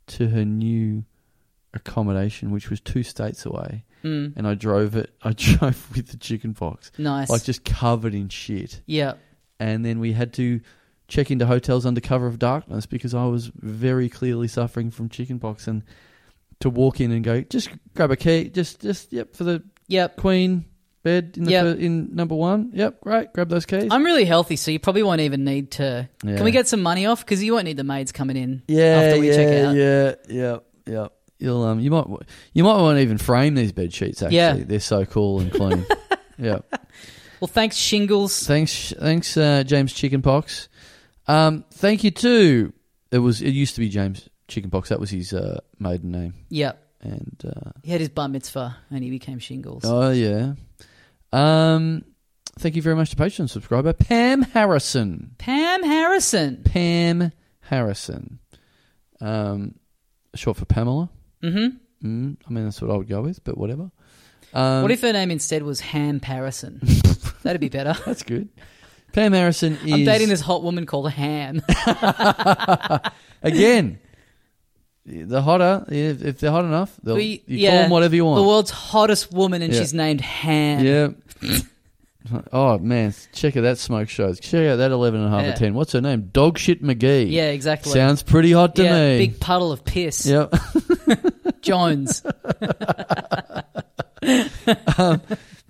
Speaker 2: to her new accommodation, which was two states away,
Speaker 1: Mm.
Speaker 2: and I drove it. I drove with the chicken pox,
Speaker 1: Nice.
Speaker 2: like just covered in shit.
Speaker 1: yeah.
Speaker 2: And then we had to check into hotels under cover of darkness because I was very clearly suffering from chicken pox. And to walk in and go, just grab a key, just just yep for the
Speaker 1: Yep.
Speaker 2: queen bed in the
Speaker 1: Yep.
Speaker 2: fir- in number one. Yep, great. Grab those keys.
Speaker 1: I'm really healthy, so you probably won't even need to.
Speaker 2: Yeah.
Speaker 1: Can we get some money off? Because you won't need the maids coming in
Speaker 2: yeah,
Speaker 1: after we
Speaker 2: yeah,
Speaker 1: check out.
Speaker 2: Yeah, yeah, yeah. You'll um, you might w- you might want to even frame these bed sheets. Actually,
Speaker 1: Yeah.
Speaker 2: they're so cool and clean. yeah.
Speaker 1: Well, thanks, shingles.
Speaker 2: Thanks, thanks, uh, James Chickenpox. Um, thank you too. It was it used to be James Chickenpox. That was his uh, maiden name.
Speaker 1: Yep.
Speaker 2: And uh,
Speaker 1: He had his bar mitzvah and he became shingles.
Speaker 2: oh yeah. Um, thank you very much to Patreon subscriber Pam Harrison.
Speaker 1: Pam Harrison.
Speaker 2: Pam Harrison. Um, short for Pamela.
Speaker 1: Mm-hmm.
Speaker 2: Mm, I mean, that's what I would go with, but whatever. Um,
Speaker 1: what if her name instead was Ham Harrison? That'd be better.
Speaker 2: that's good. Pam Harrison is
Speaker 1: I'm dating this hot woman called Ham.
Speaker 2: again. The hotter, if, if they're hot enough, they'll,
Speaker 1: We-
Speaker 2: you
Speaker 1: yeah.
Speaker 2: call them whatever you want.
Speaker 1: the world's hottest woman, and
Speaker 2: Yeah.
Speaker 1: she's named Ham.
Speaker 2: Yeah. oh man, check out that smoke shows. Check out that eleven and a half
Speaker 1: Yeah.
Speaker 2: of ten. What's her name? Dog shit McGee.
Speaker 1: Yeah, exactly.
Speaker 2: Sounds pretty hot to
Speaker 1: yeah,
Speaker 2: me.
Speaker 1: big puddle of piss.
Speaker 2: Yep.
Speaker 1: Jones.
Speaker 2: Pam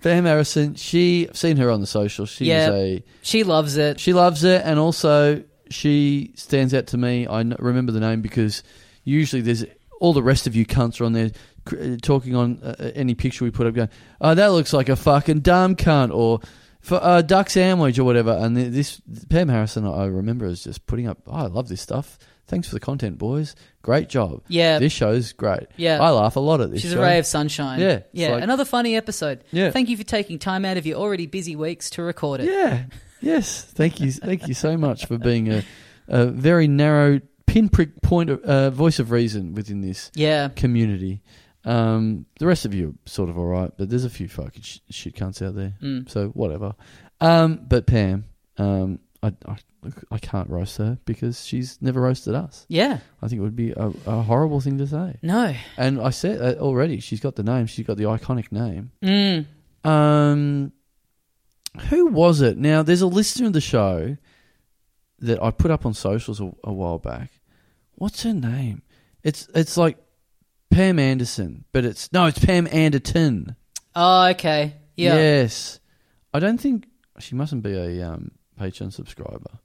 Speaker 2: Harrison. She I've seen her on the social. She
Speaker 1: Yeah.
Speaker 2: is
Speaker 1: She loves
Speaker 2: a
Speaker 1: it.
Speaker 2: she loves it, and also she stands out to me. I kn- remember the name because usually there's all the rest of you cunts are on there cr- uh, talking on uh, any picture we put up, going, "Oh, that looks like a fucking dumb cunt," or for uh, duck sandwich or whatever. And th- this Pam Harrison, I I remember, is just putting up. Oh, I love this stuff. Thanks for the content, boys. Great job.
Speaker 1: Yeah.
Speaker 2: This show's great.
Speaker 1: Yeah.
Speaker 2: I laugh a lot at this.
Speaker 1: She's
Speaker 2: show.
Speaker 1: a ray of sunshine.
Speaker 2: Yeah, it's
Speaker 1: Yeah.
Speaker 2: like-
Speaker 1: Another funny episode.
Speaker 2: Yeah.
Speaker 1: Thank you for taking time out of your already busy weeks to record it.
Speaker 2: Yeah. Yes. Thank you. Thank you so much for being a, a very narrow pinprick point of uh, voice of reason within this
Speaker 1: Yeah.
Speaker 2: community. Um, the rest of you are sort of all right, but there's a few fucking sh- shit cunts out there.
Speaker 1: Mm.
Speaker 2: So whatever. Um, but Pam, um, I, I I can't roast her because she's never roasted us.
Speaker 1: Yeah.
Speaker 2: I think it would be a, a horrible thing to say.
Speaker 1: No.
Speaker 2: And I said that already. She's got the name. She's got the iconic name.
Speaker 1: Mm.
Speaker 2: Um, who was it? Now, there's a listener of the show that I put up on socials a, a while back. What's her name? It's it's like Pam Anderson, but it's no, it's Pam Anderton.
Speaker 1: Oh, okay. Yeah.
Speaker 2: Yes, I don't think she mustn't be a um, Patreon subscriber.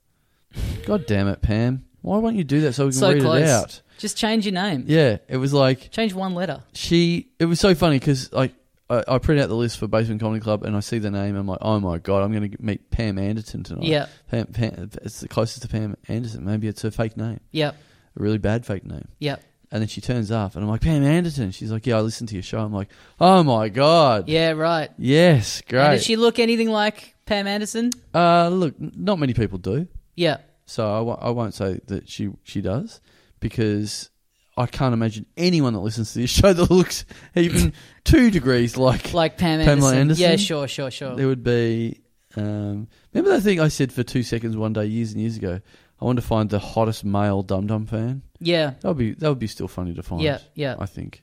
Speaker 2: God damn it, Pam! Why won't you do that so we can
Speaker 1: So
Speaker 2: read
Speaker 1: close.
Speaker 2: it out?
Speaker 1: Just change your name.
Speaker 2: Yeah, it was like
Speaker 1: Change one letter.
Speaker 2: she it was so funny because like I, I print out the list for Basement Comedy Club and I see the name. I'm like, oh my god, I'm going to meet Pam Anderton tonight.
Speaker 1: Yeah.
Speaker 2: Pam, Pam, it's the closest to Pam Anderson. Maybe it's her fake name,
Speaker 1: Yep.
Speaker 2: a really bad fake name.
Speaker 1: Yep.
Speaker 2: And then she turns up, and I'm like, Pam Anderton. She's like, yeah, I listened to your show. I'm like, oh my god,
Speaker 1: Yeah, right.
Speaker 2: yes,
Speaker 1: And
Speaker 2: great.
Speaker 1: does she look anything like Pam Anderson?
Speaker 2: uh, look, n- not many people do,
Speaker 1: Yeah.
Speaker 2: so I w- I won't say that she she does because. I can't imagine anyone that listens to this show that looks even two degrees like
Speaker 1: Like Pam Anderson.
Speaker 2: Pamela Anderson?
Speaker 1: Yeah, sure, sure, sure.
Speaker 2: There would be. Um, remember that thing I said for two seconds one day years and years ago. I want to find the hottest male Dum Dum fan.
Speaker 1: yeah.
Speaker 2: That would be that would be still funny to find.
Speaker 1: Yeah, yeah.
Speaker 2: I think.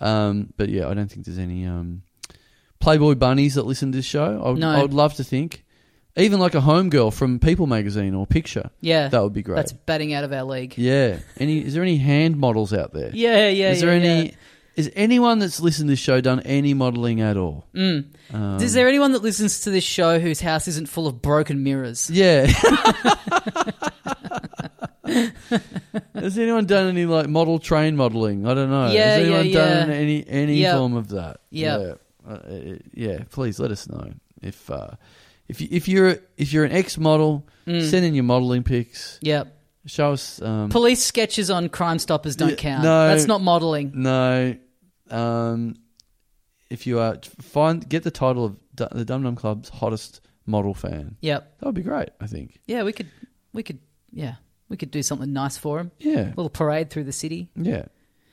Speaker 2: Um, but yeah, I don't think there's any um, Playboy bunnies that listen to this show. I would,
Speaker 1: No.
Speaker 2: I would love to think, even like a homegirl from People magazine or Picture.
Speaker 1: Yeah.
Speaker 2: That would be great.
Speaker 1: That's batting out of our league.
Speaker 2: yeah. Any is there any hand models out there?
Speaker 1: Yeah, yeah.
Speaker 2: is there
Speaker 1: yeah,
Speaker 2: any?
Speaker 1: yeah.
Speaker 2: Is anyone that's listened to this show done any modelling at all?
Speaker 1: Mm.
Speaker 2: Um,
Speaker 1: Is there anyone that listens to this show whose house isn't full of broken mirrors?
Speaker 2: Yeah. Has anyone done any like model train modeling? I don't know.
Speaker 1: Yeah,
Speaker 2: Has anyone
Speaker 1: yeah,
Speaker 2: done
Speaker 1: yeah.
Speaker 2: any any
Speaker 1: Yeah.
Speaker 2: form of that?
Speaker 1: Yeah.
Speaker 2: Yeah. Uh, uh, yeah. Please let us know if uh, if you, if you're if you're an ex model,
Speaker 1: Mm.
Speaker 2: send in your modeling pics.
Speaker 1: yeah.
Speaker 2: Show us. Um,
Speaker 1: Police sketches on Crime Stoppers don't
Speaker 2: Yeah,
Speaker 1: count.
Speaker 2: no.
Speaker 1: That's not modelling.
Speaker 2: no. Um, if you are find get the title of Du- the Dum Dum Club's hottest model fan.
Speaker 1: Yep.
Speaker 2: That would be great. I think.
Speaker 1: Yeah, we could, we could, yeah, we could do something nice for him.
Speaker 2: Yeah.
Speaker 1: little parade through the city.
Speaker 2: Yeah,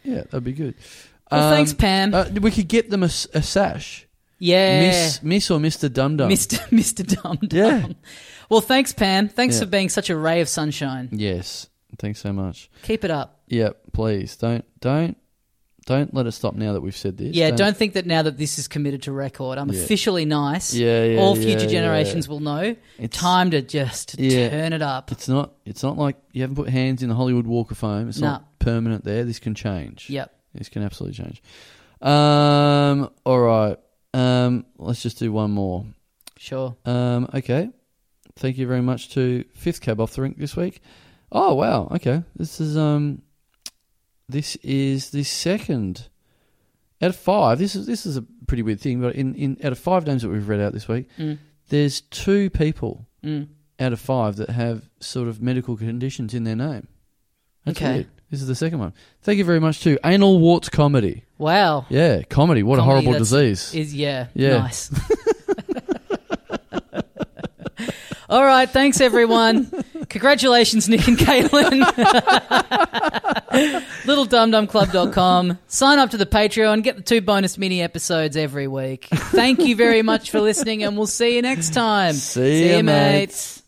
Speaker 2: yeah, that'd be good.
Speaker 1: Well,
Speaker 2: Um,
Speaker 1: thanks, Pam.
Speaker 2: uh, we could get them a, s- a sash,
Speaker 1: yeah.
Speaker 2: Miss Miss or Mister Dum Dum.
Speaker 1: Mr. Mr. Dum Dum.
Speaker 2: Yeah.
Speaker 1: Well, thanks, Pam. Thanks
Speaker 2: Yeah.
Speaker 1: for being such a ray of sunshine.
Speaker 2: Yes, thanks so much.
Speaker 1: Keep it up.
Speaker 2: Yeah, please don't don't Don't let it stop now that we've said this.
Speaker 1: Yeah, don't think that now that this is committed to record, I'm
Speaker 2: Yeah.
Speaker 1: officially nice.
Speaker 2: Yeah, yeah,
Speaker 1: All
Speaker 2: yeah,
Speaker 1: future
Speaker 2: yeah.
Speaker 1: generations will know.
Speaker 2: It's-
Speaker 1: Time to just
Speaker 2: Yeah.
Speaker 1: turn it up.
Speaker 2: It's not. It's not like you haven't put hands in the Hollywood Walk of Fame. It's
Speaker 1: No.
Speaker 2: not permanent there. This can change.
Speaker 1: Yep.
Speaker 2: This can absolutely change. Um. All right. Um. Let's just do one more.
Speaker 1: Sure.
Speaker 2: Um. Okay. Thank you very much to Fifth Cab off the rink this week. Oh wow. Okay. This is um. This is the second out of five. This is this is a pretty weird thing, but in in out of five names that we've read out this week,
Speaker 1: Mm.
Speaker 2: there's two people
Speaker 1: Mm.
Speaker 2: out of five that have sort of medical conditions in their name. That's
Speaker 1: Okay.
Speaker 2: weird. This is the second one. Thank you very much to Anal Warts Comedy.
Speaker 1: Wow.
Speaker 2: Yeah, comedy. What
Speaker 1: Comedy,
Speaker 2: a horrible
Speaker 1: that's-
Speaker 2: disease.
Speaker 1: Is yeah,
Speaker 2: Yeah.
Speaker 1: nice. All right, thanks everyone. Congratulations, Nick and Caitlin. LittleDumDumClub.com. Sign up to the Patreon, get the two bonus mini episodes every week. Thank you very much for listening, and we'll see you next time.
Speaker 2: See ya, mates.